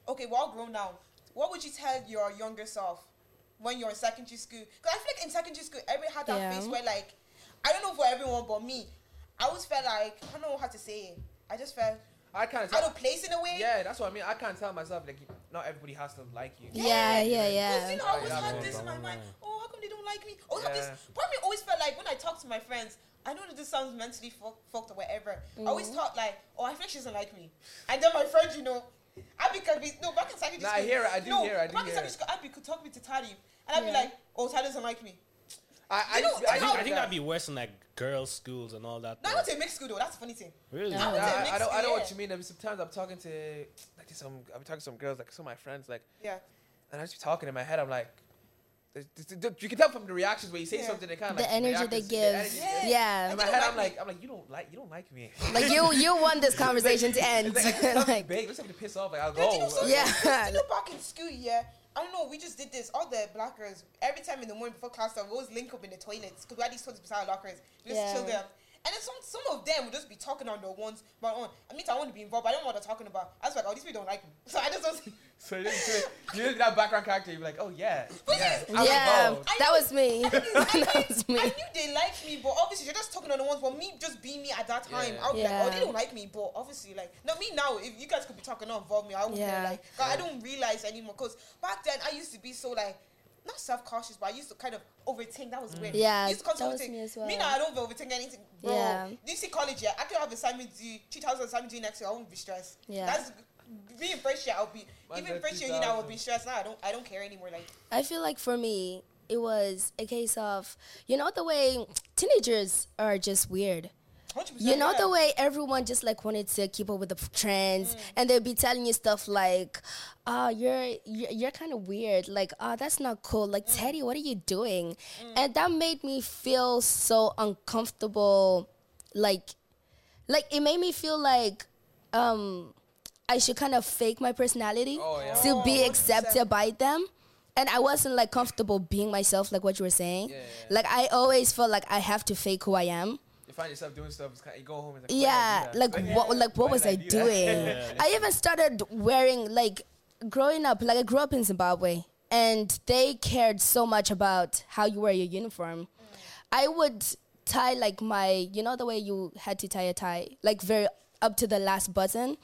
B: Okay, we're all grown now. What would you tell your younger self when you're in secondary school? Because I feel like in secondary school, everybody had that
A: Yeah.
B: phase where like, I don't know for everyone, but me, I always felt like I don't know how to say it. I just felt
C: I kind of
B: out of place in a way.
C: yeah, that's what I mean. I can't tell myself like not everybody has to like you.
A: yeah, yeah,
B: Because you
A: yeah.
B: know, I always
C: Yeah,
B: had
C: yeah,
B: this in my
D: yeah.
B: mind. Oh, how come they don't like me? Oh, have this.
C: Yeah.
B: Part of me always felt like when I talk to my friends, I know that this sounds mentally fuck, fucked or whatever. I always
A: Mm.
B: thought like, oh, I think she doesn't like me. And then my friend, you know, I be could be no back in secondary
C: Nah, I
B: school.
C: hear it, I do
B: no,
C: hear it, I do
B: back
C: hear
B: in secondary
C: it.
B: school, I be could talk to Tali, and I'd be
A: Yeah.
B: like, oh, Tali doesn't like me.
C: I I,
B: You know,
C: used to be-
B: I
C: I,
D: think,
B: know-
C: used
D: I
C: to
D: think that'd be worse than like girls' schools and all that.
B: No, I
D: though.
B: went to a mixed school though. That's the funny thing.
D: really?
A: I would
B: It's
C: Nah,
B: a
C: I, I
B: mixed
C: don't. I know
B: yeah.
C: what you mean. And Sometimes I'm talking to like to some. I'm talking to some girls, like some of my friends, like,
B: Yeah.
C: and I just be talking in my head. I'm like, there's- there's- there- you can tell from the reactions when you say
B: Yeah.
C: something. They kind of
A: The
C: like
A: energy
C: react
A: they
C: and- the
A: give.
C: energy-
B: Yeah.
A: Yeah.
C: In
B: They
C: my
B: don't
C: head,
B: like
C: I'm
B: me.
C: like, I'm like, you don't like, you don't like me.
A: Like you, you want this conversation to end.
C: It's like, it's not
A: Like,
C: big. Let's have to piss off. Like, I'll
B: But you know,
C: go.
B: so-
A: Yeah.
B: you know, back in school, yeah. I don't know. We just did this. All the black girls. Every time in the morning before class, time, we always link up in the toilets because we had these toilets beside our lockers. We just
A: Yeah.
B: chill there. And then some, some of them would just be talking on their ones, but on. I mean, I want to be involved. But I don't know what they're talking about. I was like, oh, these people don't like me. So I just don't.
C: So you're you're that background character. You're like, oh yeah,
B: But
C: yeah.
B: it's-
C: I'm
A: yeah,
C: involved.
A: that was me.
B: I knew, I,
A: that was
B: knew,
A: me.
B: I knew they liked me, but obviously you're just talking on the ones. But me just being me at that time,
C: Yeah.
B: I would be like, oh,
A: Yeah.
B: they don't like me. But obviously, like, not me now. If you guys could be talking, not involve me. I would
A: Yeah.
B: yeah. like, God, I don't realize anymore. Cause back then I used to be so like, not self cautious, but I used to kind of overthink. That was weird.
A: Yeah,
B: I used to
A: that was
B: overthink.
A: me as well.
B: Me now, I don't overthink anything. Bro,
A: Yeah.
B: do you see college? Yeah, I could have assignment due, 2000 assignment due next year. I won't be stressed.
A: Yeah.
B: that's being fresh year. I'll be
C: Mine's
B: even
C: at
B: fresh year. You know, I would be
C: 2000.
B: stressed. Now I don't. I don't care anymore. Like,
A: I feel like for me, it was a case of, you know, the way teenagers are just weird.
B: 100%,
A: You know
B: yeah.
A: the way everyone just like wanted to keep up with the f- trends,
C: Mm.
A: and they'd be telling you stuff like, "Ah, you're you're, you're kind of weird. Like, ah, that's not cool. Like,
C: Mm.
A: Teddy, what are you doing?" And that made me feel so uncomfortable. Like, like it made me feel like, um, I should kind of fake my personality
C: Oh, yeah.
A: to be
B: Oh,
A: accepted by them. And I wasn't like comfortable being myself, like what you were saying.
C: Yeah, yeah, yeah.
A: Like I always felt like I have to fake who I am.
C: You find yourself doing stuff. It's kind of, you go home. It's like,
A: Yeah, like what? Like what
C: Why
A: was
C: did I
A: I
C: do that?
A: doing? I even started wearing like growing up. Like I grew up in Zimbabwe, and they cared so much about how you wear your uniform. I would tie like my, you know, the way you had to tie a tie, like very up to the last button.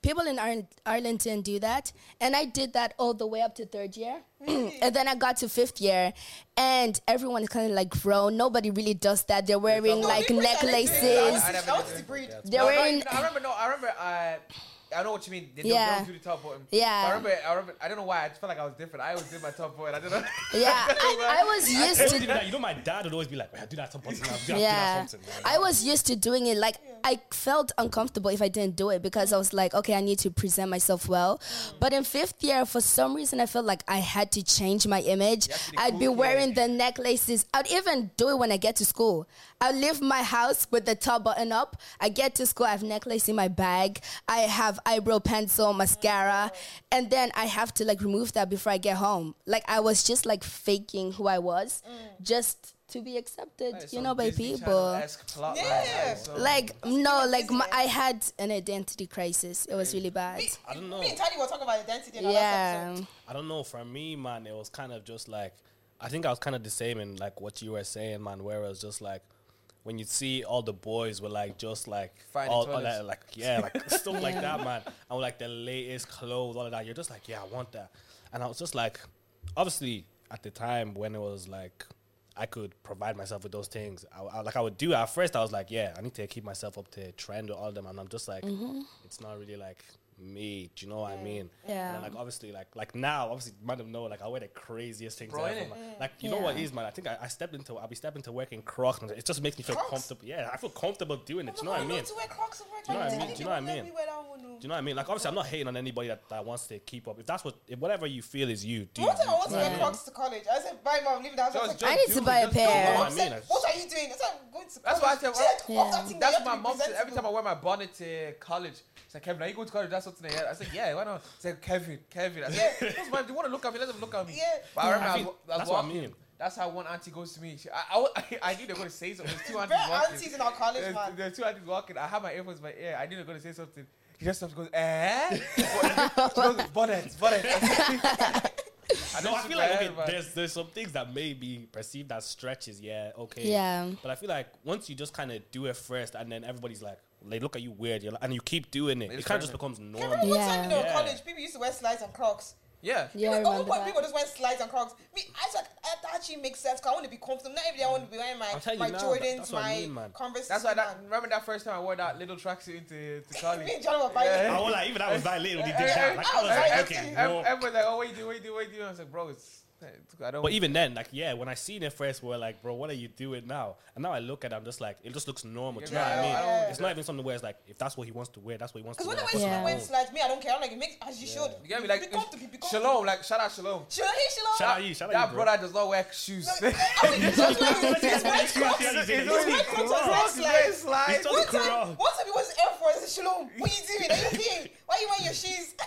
A: People in Ireland, Ireland didn't do that, and I did that all the way up to third year, and then I got to fifth year, and everyone is kind of like grown. Nobody really does that. They're wearing
B: No,
A: like
B: we wish I didn't do that.
A: necklaces.
C: I never
B: I
C: did
B: was
C: it.
B: the breed.
A: They're
C: No, no,
A: wearing.
C: you know, I remember. No, I remember. Uh, I know what you mean. They don't,
A: Yeah.
C: they don't do the top button.
A: Yeah.
C: I remember. I remember. I don't know why. I just felt like I was different. I always did my top button. I don't know.
A: Yeah, I, I was
D: I
A: used
D: always
A: to
D: did that. You know, my dad would always be like, "Man, "Do that something, now, do that,
A: yeah.
D: do that something."
A: I was used to doing it. Like I felt uncomfortable if I didn't do it because I was like, okay, I need to present myself well. But in fifth year, for some reason, I felt like I had to change my image.
C: You have to be
A: I'd be
C: cool,
A: wearing the necklaces. I'd even do it when I get to school. I leave my house with the top button up. I get to school, I have necklace in my bag. I have eyebrow pencil, mascara, and then I have to like remove that before I get home. Like I was just like faking who I was,
C: Mm.
A: just to be accepted
C: That is
A: you
C: some
A: know, by
C: Disney
A: people.
C: Channel-esque plot line.
B: Yeah.
C: That is so-
A: Like no, like my,
B: Disney.
A: I had an identity crisis. It was really bad.
B: Me-
D: I don't know.
B: Me and Tiny were talking about identity in our last
A: Yeah,
B: episode.
D: I don't know. For me, man, it was kind of just like I think I was kind of the same in like what you were saying, man. Where it was just like when you see all the boys were like just like
C: Finding
D: all, all
C: toilets.
D: that, like yeah, like stuff like that, man. And like the latest clothes, all of that. You're just like, yeah, I want that. And I was just like, obviously at the time when it was like. I could provide myself with those things. I, I- like I would do. At first, I was like, "Yeah, I need to keep myself up to trend with all of them," and I'm just like, "It's not really like me." Do you know what I mean?
A: Mm-hmm. Yeah.
D: And then, like, obviously like like now obviously madam know like I wear the craziest things
C: Bro,
D: ever.
C: innit?
D: man. Like you know what
A: Yeah.
D: is man? I think I, I stepped into I'll be stepping to work in Crocs. man. It just makes me feel
B: Crocs?
D: comfortable. Yeah, I feel comfortable doing it. Do you know
B: Oh my
D: what I
B: God,
D: mean?
B: to wear Crocs and wear
D: know what I
B: Crocs.
D: mean?
B: didn't
D: Do you know what I
B: even let
D: mean?
B: me wear that one, no.
D: Do you know what I mean? Like obviously I'm not hating on anybody that, that wants to keep up. If that's what if whatever you feel is you, do.
B: One time I wanted to
D: you,
B: wear Crocs to college. I said, "Bye, mom, leave the house." I was
C: Just-
B: like,
C: just
A: I need
C: do
A: to
C: it.
A: buy a
C: Just do it.
A: pair.
D: know
B: Mom
D: what I mean?
B: said, what are you doing? I said, I'm going to
C: That's why I
B: college.
C: said,
B: She said,
A: Yeah.
B: "What's that thing?
C: That's
B: You have
C: what
B: to
C: my
B: be
C: mom said every time I
B: presentable."
C: wear my bonnet to college. She's like, Kevin, are you going to college? That's what's in the head. I said, yeah, why not? She said, Kevin, Kevin. I said,
B: Yeah.
C: "Those man, they want to look at me, let them look at me.
B: Yeah.
C: But I remember
D: I
C: I
D: feel-
C: wa- I was
D: that's what I
C: walking.
D: mean.
C: That's how one auntie goes to me. She, I, I, wa- I knew they were going to say something. There's two aunties
B: Bare
C: walking.
B: aunties in our college,
C: There's-
B: man.
C: There's two aunties walking. I had my earphones in my ear. I knew they were going to say something. She just stops and goes, eh? she goes, bonnet, bonnet. I
D: No,
C: just
D: I feel
C: shook my
D: like okay,
C: head, man.
D: there's there's some things that may be perceived as stretches, yeah, okay.
A: Yeah.
D: But I feel like once you just kind of do it first, and then everybody's like, they look at you weird, you're like, and you keep doing it,
C: They
D: it
C: just
D: kind of
C: learn
D: just
C: it.
D: becomes
B: I remember
D: normal.
B: one time, you know,
D: Yeah.
B: college, people used to wear slides and Crocs.
C: Yeah.
A: yeah, I
B: At one
A: remember
B: point,
A: that.
B: people just wear slides and Crocs. Me, I said, that actually makes sense because I want to be comfortable. Not every day I want to be wearing my,
D: I'll tell you
B: my
D: now, that-
B: Jordans,
D: that's what I
B: my
D: mean, man.
B: Converse.
C: That's why that, remember that first time I wore that little tracksuit into to college?
B: Me and John were buying
D: I was like, even I was that little, they did
C: Eh,
D: that.
C: eh,
D: Like, I was
B: eh,
D: like,
B: eh,
D: okay,
C: Ev-
D: no.
C: Everyone's like, oh, what you do, what you do, what you do? I was like, bro, it's, I don't.
D: But even then, like, yeah, when I seen it first, we we're like, bro, what are you doing now? And now I look at it, I'm just like, it just looks normal. Do you know what I
B: Yeah,
D: mean?
B: I don't-
D: It's not even something where it's like, if that's what he wants to wear, that's what he wants to
B: Because
D: wear.
B: when I
D: That's
B: wear
D: what
A: Yeah.
D: I
B: yeah. wearing
D: want.
B: slides, me, I don't care. I'm like, it makes as you should.
C: you get me? Like,
B: be comfortable. Be comfortable.
C: shalom, like, shout out, shalom.
B: Shalom. Hey, shalom.
D: Shout out you, shout out
C: That
D: you, bro.
C: brother does not wear shoes.
B: No, I mean, just like- just like Crocs.
D: Yeah, he's
C: He's
D: in
C: only
D: it.
B: Crocs on
C: Crocs, he's
B: slides.
C: wearing slides.
D: He's on
B: One time,
D: Crocs.
B: one time it was Air Force. I said, Shalom, what are you doing? Are you okay? Why are you wearing your shoes?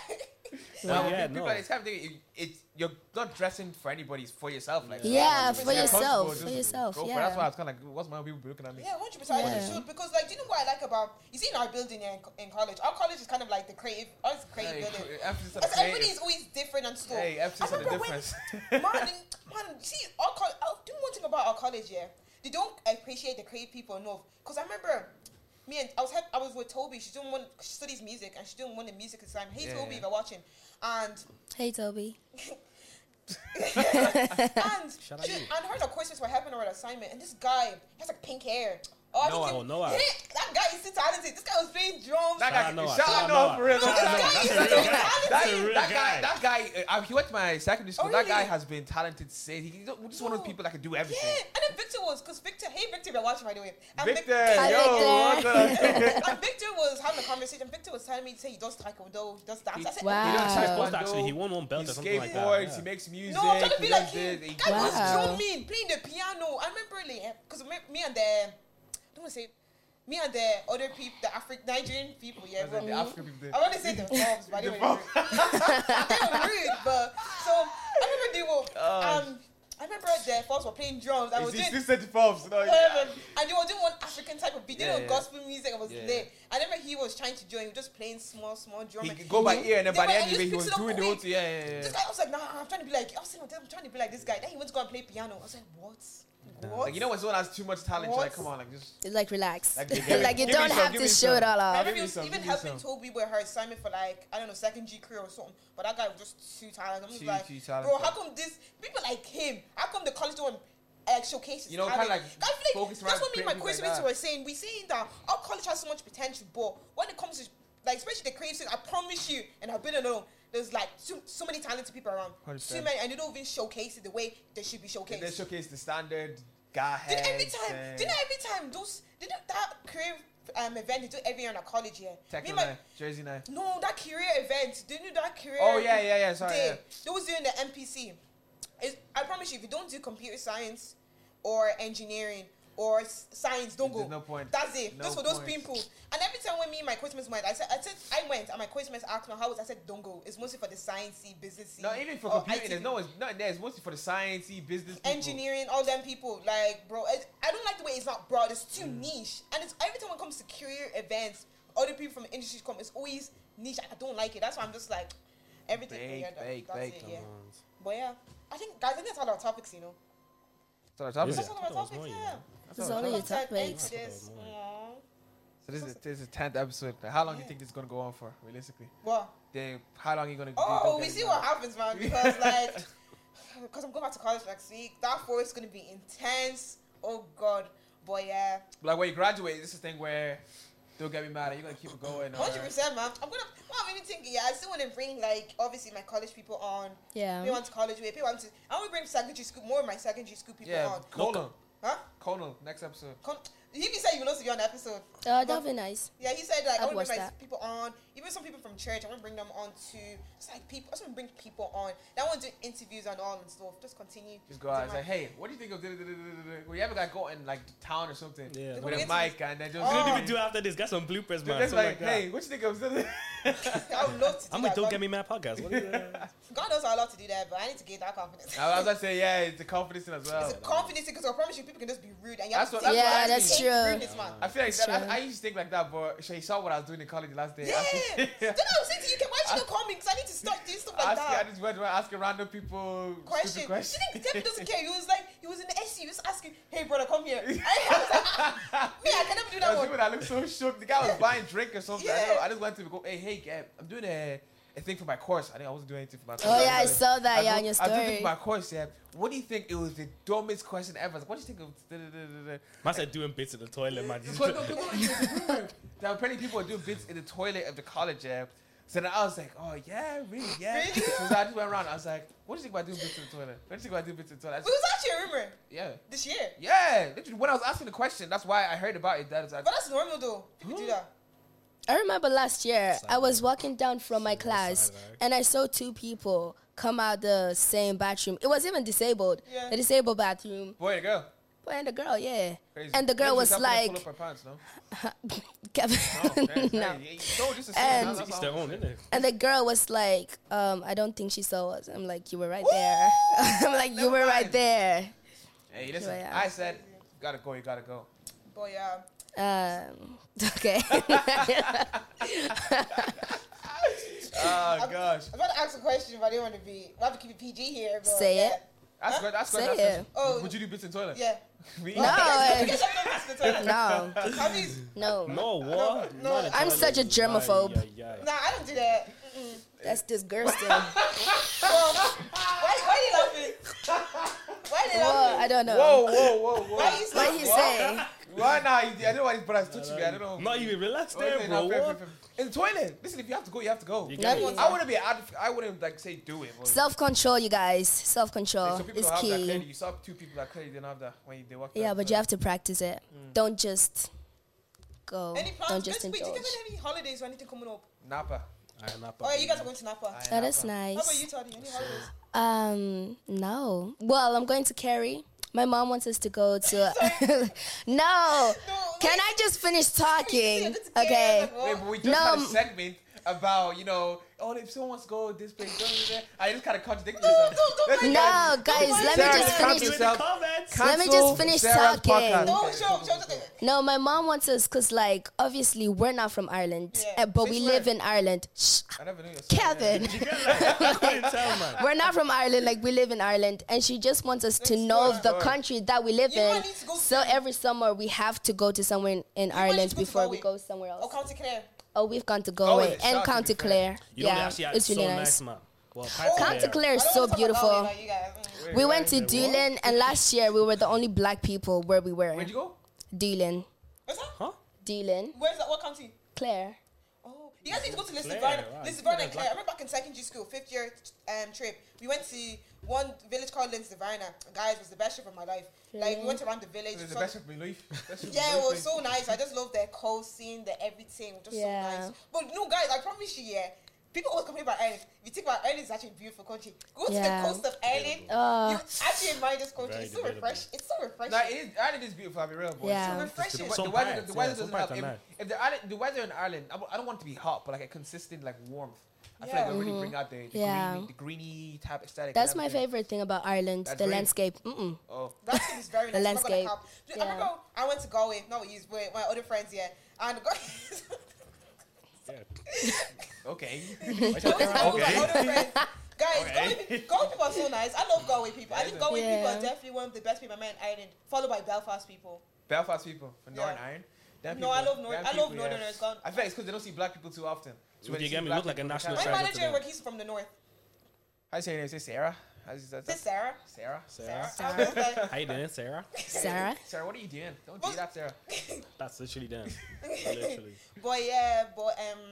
D: Well,
C: Well,
D: yeah,
C: people
D: no.
C: at the time think it- it's- you're not dressing for anybody, it's for yourself. Like,
A: Yeah, for
C: If you're comfortable,
A: yourself,
C: just
A: for yourself.
C: go for it.
A: Yeah,
C: That's why I was kind of like, what's my people be looking at me?
B: yeah, 100%
A: Yeah.
B: you should. Because, like, do you know what I like about, you see in our building here in, co- in college, our college is kind of like the creative, ours is creative
C: Hey,
B: building.
C: emphasis on
B: Because everybody
C: creative.
B: is always different and stuff.
C: Hey, emphasis
B: I
C: on the
B: remember when-
C: difference.
B: man, man, see, our college. Do one thing about our college, yeah. They don't appreciate the creative people enough. Cause I remember me and I was help, I was with Toby. She doing one. She studies music and she doing one in music at the time. Hey
C: Yeah,
B: Toby,
C: yeah.
B: if you're watching, and
A: hey Toby.
B: and
D: Shout out
B: she,
D: you.
B: and her and her courses were helping her with assignment. And this guy he has like pink hair. Oh, I just
D: Noah,
B: think-
D: oh, Noah.
B: that guy is so talented. This guy was playing drums.
C: That guy,
D: Shout out
C: shout
D: Noah, shout out
C: out Noah, for real.
B: this
D: Noah. Shout out
B: guy
D: Noah,
B: is
D: that's a
B: so talented.
C: That,
D: real guy. That's a real
C: that guy,
D: guy.
C: that guy, uh, he went to my secondary school. That guy
B: really?
C: has been talented since. He's just one of those
B: Yo.
C: people that can do everything.
B: Yeah, and then Victor was, because Victor, hey Victor, if you're watching, by the way. And Vic-
C: Victor, yo,
A: Victor.
C: what's up?
B: and Victor was having a conversation. Victor was telling me, say he does taekwondo, he does that. I said,
A: Wow.
C: He does
A: He's
C: taekwondo,
D: actually- he won one belt
C: he
D: or something like that,
C: skateboards,
D: yeah.
C: He makes music.
B: no, I'm trying to
C: he
B: be like
C: does
B: him.
C: this, he
B: Guy was
A: Wow.
B: drumming, playing the piano. I remember, like, because me, me and the, I don't want to say, me and the other people, the Afri- Nigerian people, yeah,
C: does
B: bro.
C: the African people
B: I want to say the mobs, but they were rude. they were rude, but so I remember they were. Um, I remember the folks were playing drums. I was
C: Oh, Is
B: doing
C: this the forms? No,
B: Um, and they were doing one African type of beat. They
C: Yeah,
B: were
C: yeah.
B: gospel music. I was
C: Yeah.
B: there. I remember he was trying to join. He was just playing small, small drum.
C: he
B: and-
C: could go by ear and then
B: They
C: by the
B: were-
C: end
B: and
C: of it, he
B: just
C: was
B: mixed it up
C: doing the whole
B: quick.
C: thing. Yeah, yeah,
B: This
C: yeah.
B: guy, I was like, nah, I'm trying to be like. I was like, I'm trying to be like this guy. Then he went to go and play piano. I was like, what? What?
C: Like you know when someone has too much talent, you're like
B: What?
C: come on, like just
A: It's like relax.
C: Like,
A: Like,
C: give me-
A: you
C: give me
A: don't
C: some,
A: have
C: give
A: to
C: me
A: show it
C: some.
A: all
B: I
A: off.
C: give
B: remember
C: me
B: it was
C: some,
B: even
C: give me
B: helping
C: some.
B: Toby with her assignment for like I don't know second G career or something, but that guy was just too talented. I'm just
C: Too-
B: like,
C: too
B: bro,
C: talented.
B: how come this people like him? How come the college don't like showcases?
C: You know,
B: talent?
C: kinda like
B: I feel like
C: focus
B: that's
C: around
B: what me and my
C: creatives like
B: co-students
C: that.
B: were saying. We saying that our college has so much potential, but when it comes to like especially the creative, I promise you, and I've been alone. There's like so, so many talented people around,
C: 100%.
B: too many, and they don't even showcase it the way they should be
C: and then
B: showcased.
C: showcase the standard guy
B: Did
C: heads.
B: every time?
C: and-
B: Did every time those? Did that career um, event they do every year in our college? Yeah, me
C: Techno
B: and my
C: night, Jersey night.
B: no, that career event. Didn't you do that career?
C: Oh yeah, yeah, yeah. Sorry.
B: day?
C: Yeah.
B: That was during the MPC. It's, I promise you, if you don't do computer science or engineering or s- science, don't
C: There's
B: go.
C: no point.
B: That's it.
C: No
B: Just for those
C: point.
B: people. And every time when me and my classmates went, I said, I said, I went, and my classmates asked me how was. I said, don't go. It's mostly for the sciencey, businessy.
C: No, even for
B: or
C: computing,
B: IT
C: there's no, it's not there. It's mostly for the sciencey business. People.
B: engineering, all them people. Like, bro, it, I don't like the way it's not broad. It's too
C: Mm.
B: niche, and it's every time it comes to career events, other people from the industry come. It's always niche. I don't like it. That's why I'm just like everything.
C: Bake,
B: yeah, that-
C: bake,
B: that's
C: bake,
B: it,
C: come
B: yeah. But yeah, I think guys, I think that's all our topics. You know,
C: So, that's all
D: Is
C: it.
B: that's
D: it?
B: all
D: I
B: our
D: thought it
B: topics.
D: was more, you
B: Yeah.
D: know.
A: It's only your
B: That's how it ends
A: topics.
B: this.
D: I thought it was
B: Aw.
C: so this is this is tenth episode. Like, how long do you think this is gonna go on for, realistically?
B: What?
C: They, how long are you gonna?
B: Oh,
C: they-
B: we
C: they-
B: see what happens, man. Because like, because I'm going back to college next week. That four is gonna be intense. Oh God. But yeah,
C: Like when you graduate, this is the thing where don't get me mad. You're gonna keep it going. or-
B: hundred percent, man. I'm gonna. Well, I'm even thinking. Yeah, I still want to bring like obviously my college people on.
A: Yeah.
B: They want to college with. They want to. I want to bring secondary school more of my secondary school people
C: Yeah,
B: on.
C: Colonel.
B: Huh?
C: Colonel, next episode.
B: Come. He even said he would love to be on the episode.
A: Uh, that'd be nice.
B: Yeah, he said like
A: I'd
B: I want to
A: watch
B: bring my
A: that.
B: people on. Even some people from church, I want to bring them on too. It's like people. I just want to bring people on. Then I want to do interviews and all and stuff. Just continue.
C: Just go out.
B: Do
C: It's
B: my-
C: like, hey, what do you think of? da-da-da-da-da-da?" We ever got go in like town or something
D: Yeah.
C: with a
B: Wait,
C: mic and then just.
B: Oh.
D: What did we do after this? Got some bloopers, man.
C: Just
D: something
C: like,
D: like that.
C: hey, what you think of?
B: I would love to. Do
D: I'm
B: that.
D: like, don't
B: God-
D: get me mad podcast. What is that?
B: God knows I love to do that, but I need to get that confidence.
C: I was gonna say, yeah, it's the confidence thing as well.
B: It's a confidence because I promise you, people can just be rude and you have
C: That's
B: to take-
C: what- that's what
A: Yeah,
C: I
A: that's
B: take
A: true.
B: rudeness, man.
C: I feel like
A: It's
C: that,
A: true.
C: I, I used to think like that, but she saw what I was doing in college last day.
B: Yeah.
C: Asking,
B: Then I was saying to you, "Can- why
C: I-
B: she not call me? Because I need to stop doing stuff like
C: asking, I
B: that.
C: just went around asking random people stupid
B: Question.
C: questions.
B: She didn't, Debbie doesn't care. He was like, he was in the SU. He was asking, hey, brother, come here. I was like, "Ah, me, I can never do
C: There
B: that
C: was
B: one.
C: people that looked so shook. The guy was buying drink or something. I, don't know.
B: Yeah.
C: I just went to him and go, hey, hey, Gab, I'm doing a, a thing for my course. I think I wasn't doing anything for my course.
A: Oh yeah, I saw that.
C: I
A: Yeah,
C: do-
A: on your
C: I do think
A: story.
C: my course, yeah. What do you think? It was the dumbest question ever. I was Like, what do you think of? Da, da, da, da, da.
D: Man said doing bits in the toilet, man.
C: Because no, no, no, it's rumored that apparently people were doing bits in the toilet of the college, yeah. So then I was like, oh yeah, really, yeah.
B: Really?
C: So I just went around. I was like, what do you think about doing bits in the toilet? What do you think about doing bits in the toilet? I
B: But it
C: just-
B: was actually a rumor
C: yeah,
B: this year.
C: yeah. Literally, when I was asking the question, that's why I heard about it. That is, I,
B: But that's normal, though. People do that.
A: I remember last year I was
D: Sidebar.
A: walking down from my
D: Sidebar.
A: class and I saw two people come out the same bathroom. It was even disabled.
B: Yeah.
A: The disabled bathroom.
C: boy and girl,
A: Boy and the girl, yeah.
C: crazy.
A: And the girl
C: Maybe
A: was
C: that's why they
A: like,
C: pull up her pants, no?
A: Kevin,
C: Oh, crazy.
A: no.
C: Hey, you don't just assume,
A: And-
C: that's- that's
D: It's
C: all.
D: their own, isn't it?
A: And the girl was like, um, I don't think she saw us. I'm like, you were right there. I'm like, you
C: Never
A: were right
C: mind.
A: there.
C: Hey, listen,
A: Sure, yeah.
C: I said, you gotta go, you gotta go.
B: But yeah.
A: Um, okay.
C: Oh gosh,
B: I was about to ask a question, but I didn't want to be. I have to keep it PG here. But
A: Say
B: yeah.
A: it.
C: that's good. That's
A: Say
C: good.
A: it.
C: That's
B: Oh.
C: Would you do bits in the toilet?
B: Yeah.
C: Me?
A: No,
B: Okay,
A: eh.
B: guys, I'm not going to the toilet.
A: no,
B: I mean,
A: no.
D: No, what?
B: No,
D: Not in
A: I'm
D: toilet.
A: such a germaphobe.
D: Ay, ay, ay.
B: Nah, I don't do that.
A: That's disgusting.
B: Well, why, why are you laughing? Why are you
A: Well,
B: laughing?
A: I don't know.
C: Whoa, whoa, whoa, whoa.
B: Why are you
A: What he say?
C: Why now? I don't know why his brother's touching me. I don't know.
D: Not even relaxed
C: Wait,
D: there,
C: wait, no,
D: bro.
C: fair, fair,
D: What?
C: fair. In the toilet. Listen, if you have to go, you have to go.
D: You
A: No,
D: get it?
A: you-
C: I wouldn't be. adv- I wouldn't like say do it. But
A: Self control, you guys. Self
C: like,
A: control
C: some people
A: is
C: don't have that. Clearly,
A: key.
C: you saw two people that clearly didn't have that when you, they walked.
A: Yeah,
C: out,
A: but
C: so-
A: you have to practice it. Don't just go.
B: Any plans?
A: Oh, Don't just
B: Guys, wait, do you
A: indulge.
B: guys have any holidays or anything coming up?
C: Napa.
D: Ay, not
B: Oh, yeah, you guys are
D: bad.
B: going to Napa.
C: Aye,
A: Oh, that's
C: Napa.
A: nice.
B: How about you, Toddy? Any holidays?
A: Um, no. Well, I'm going to carry. My mom wants us to go to. no.
B: No,
A: Can
B: wait.
A: I just finish
B: You're
A: talking?
B: good to go.
A: Okay.
C: Wait, but we just
A: No,
C: had a
A: um,
C: segment about you know, oh, if someone wants to go this place, go there. I just kind of contradicted
B: No,
C: myself.
B: don't- don't
C: Let's
B: mind
C: go.
A: No, guys, let me
C: Sarah,
A: just
C: calm
A: finish.
C: yourself.
D: comments.
A: Let me
C: Cancel
A: just finish
C: Sarah's
A: talking.
C: podcast.
B: No,
C: Okay,
B: show,
C: go, go,
B: show,
C: go.
B: show.
A: No, my mom wants us because, like, obviously we're not from Ireland,
B: Yeah.
A: uh, but we
C: Since
A: live
C: when?
A: in Ireland. Shh,
C: I never knew your son.
A: Kevin,
D: couldn't tell, man.
A: we're not from Ireland. Like, we live in Ireland, and she just wants us to
B: Next
A: know
B: door.
A: the
C: Alright.
A: country that we live
B: You might
A: in.
B: need to go
A: So every summer we have to go to somewhere in, in
B: might need
A: Ireland
B: to go to
A: before we
B: Galway.
A: go somewhere
B: Oh,
A: else.
B: County Clare.
A: Oh, we've gone to
C: Galway
A: Galway
C: is
A: and
C: shocking,
A: County
C: to be fair.
A: Claire.
D: You know, they
A: Yeah,
D: actually had
A: it's really
D: so
A: nice.
D: man. Well,
A: County Claire is
B: I don't
A: so
B: wanna talk about Galway
A: beautiful.
B: now, you guys. Mm.
A: We went to Doolin, and last year we were the only black people where we were.
C: Where'd you go?
A: Doolin,
B: What's that?
D: Huh?
A: Doolin,
B: Where's that? What county?
A: Claire.
B: Oh, you guys need to go to
D: Clare,
B: Lisbon.
D: right.
B: Lisbon
D: Yeah,
B: and Clare. I remember back in secondary school, fifth year um, trip. We went to one village called Linsdivana. Guys, it was the best trip of my life. Like we
A: Really?
B: went around the village.
C: It was the
B: saw-
C: best of my life. Best of my
B: yeah, it
C: life,
B: was
C: like-
B: so nice. I just love their coast scene, the everything. Just
A: Yeah.
B: so nice. But no, guys, I promise you, yeah. People always complain about Ireland. If you think about Ireland, it's actually a beautiful country. Go to
A: Yeah.
B: the coast of Ireland.
A: Oh.
B: you actually admire this country.
D: Very
B: it's so
D: debatable.
B: refreshing. It's so refreshing.
C: Nah, it is, Ireland is beautiful. I'll be real, boy.
A: Yeah.
B: It's so refreshing.
C: But
D: Some
C: the weather,
D: parts,
C: the weather
D: yeah, some
C: doesn't help.
D: parts
C: If,
D: are nice.
C: if the, Ireland, the weather in Ireland, I, w- I don't want it to be hot, but like a consistent like warmth. I feel
B: Yeah.
C: like will really bring out the, the
A: Yeah.
C: greeny, the greeny type aesthetic.
A: That's
C: and
A: my
C: everything.
A: favorite thing about Ireland,
C: That
A: the
C: green.
A: landscape. Mm-mm.
C: Oh,
B: That thing is very
A: The
B: nice. I'm not gonna
A: landscape.
B: cap. Do you- I
A: Yeah.
B: remember I went to Galway, not with you, with my other friends here, and the guys.
C: okay.
B: okay. My
D: Okay.
B: other friends. Guys,
D: Okay.
B: Galway, pe- Galway people are so nice. I love Galway people. I think Galway people
A: Yeah.
B: are definitely one of the best people I met in Ireland, followed by Belfast people.
C: Belfast people from Northern
B: Yeah.
C: Ireland. Them
B: No, I
C: people-
B: love North-
C: them
B: I love
C: people, yeah.
B: Northerners, God.
C: I feel like it's because they don't see black people too often.
D: You
C: when they
D: get
C: see
D: me?
C: black
D: Look like a
C: people, they
D: national
B: My
C: can't-
D: treasure. to
B: manager,
D: them.
B: work, he's from the north.
C: How you say your name? Say Sarah. How's that?
B: Is it Sarah?
C: Sarah.
B: I
D: Sarah.
B: was like,
D: How you doing, Sarah?
A: Sarah?
C: Sarah, what are you doing? Don't do that, Sarah.
D: That's literally them. Literally.
B: but yeah, but um,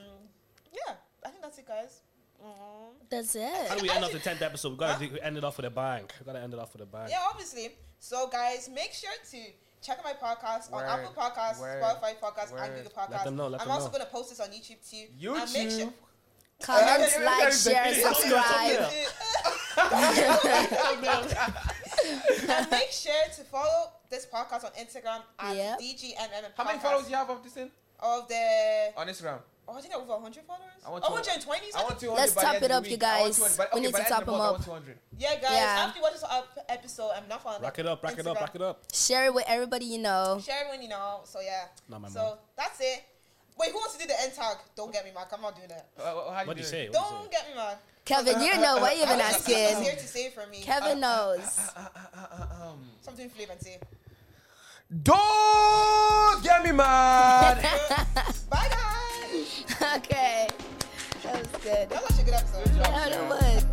B: yeah. I think that's it, guys. Mm-hmm. Aw.
A: That's
D: How do
A: it.
D: we end off the tenth episode? We gotta do- end it off with a bang. We gotta end it off with a bang.
B: Yeah, obviously. So, guys, make sure to check out my podcast on
C: Word,
B: Apple Podcasts,
C: word,
B: Spotify Podcasts,
C: word.
B: and Google
D: Let
B: Podcasts.
D: them know, let
B: I'm
D: them
B: also
D: know.
B: going to post this on YouTube too. And make sure.
C: YouTube.
A: Comment,
C: Yeah.
A: like, share,
C: Yeah.
A: subscribe.
B: and make sure to follow this podcast on Instagram at
A: Yep.
B: DGMM.
C: How many
B: Podcast.
C: followers you have of this thing
B: Of the.
C: on Instagram?
B: Oh, I think I have over 100 followers.
C: I want
B: Oh,
C: to-
B: 120
C: I
B: something.
C: want 200
A: Let's
C: by the
A: top
C: end
A: it
C: of the
A: up,
C: week.
A: you
C: I want
A: guys.
C: 200 by-
A: We
C: okay,
A: need
C: by
A: to
C: the end of
A: top
C: the
A: 'em
C: month, I
A: up.
C: want 200.
B: Yeah, guys.
A: Yeah.
B: After you watch this up- episode, I'm not following.
D: Rock it up, rock it up, rock it up.
A: Share it with everybody you know.
B: Share when you know. So yeah.
D: Not my
B: so
D: mom.
B: that's it. Wait, who wants to do the end tag? Don't get me mad. I'm not doing that.
C: Uh, uh, How
D: What do you say? What do you
B: Don't get me mad.
A: Kevin, you know what you even
B: It's here
A: asking.
B: to save for me.
A: Kevin knows.
B: Something flavor and save.
C: Don't get me mad.
B: Bye guys.
A: okay. That was good.
B: That was such a good episode.
A: That was.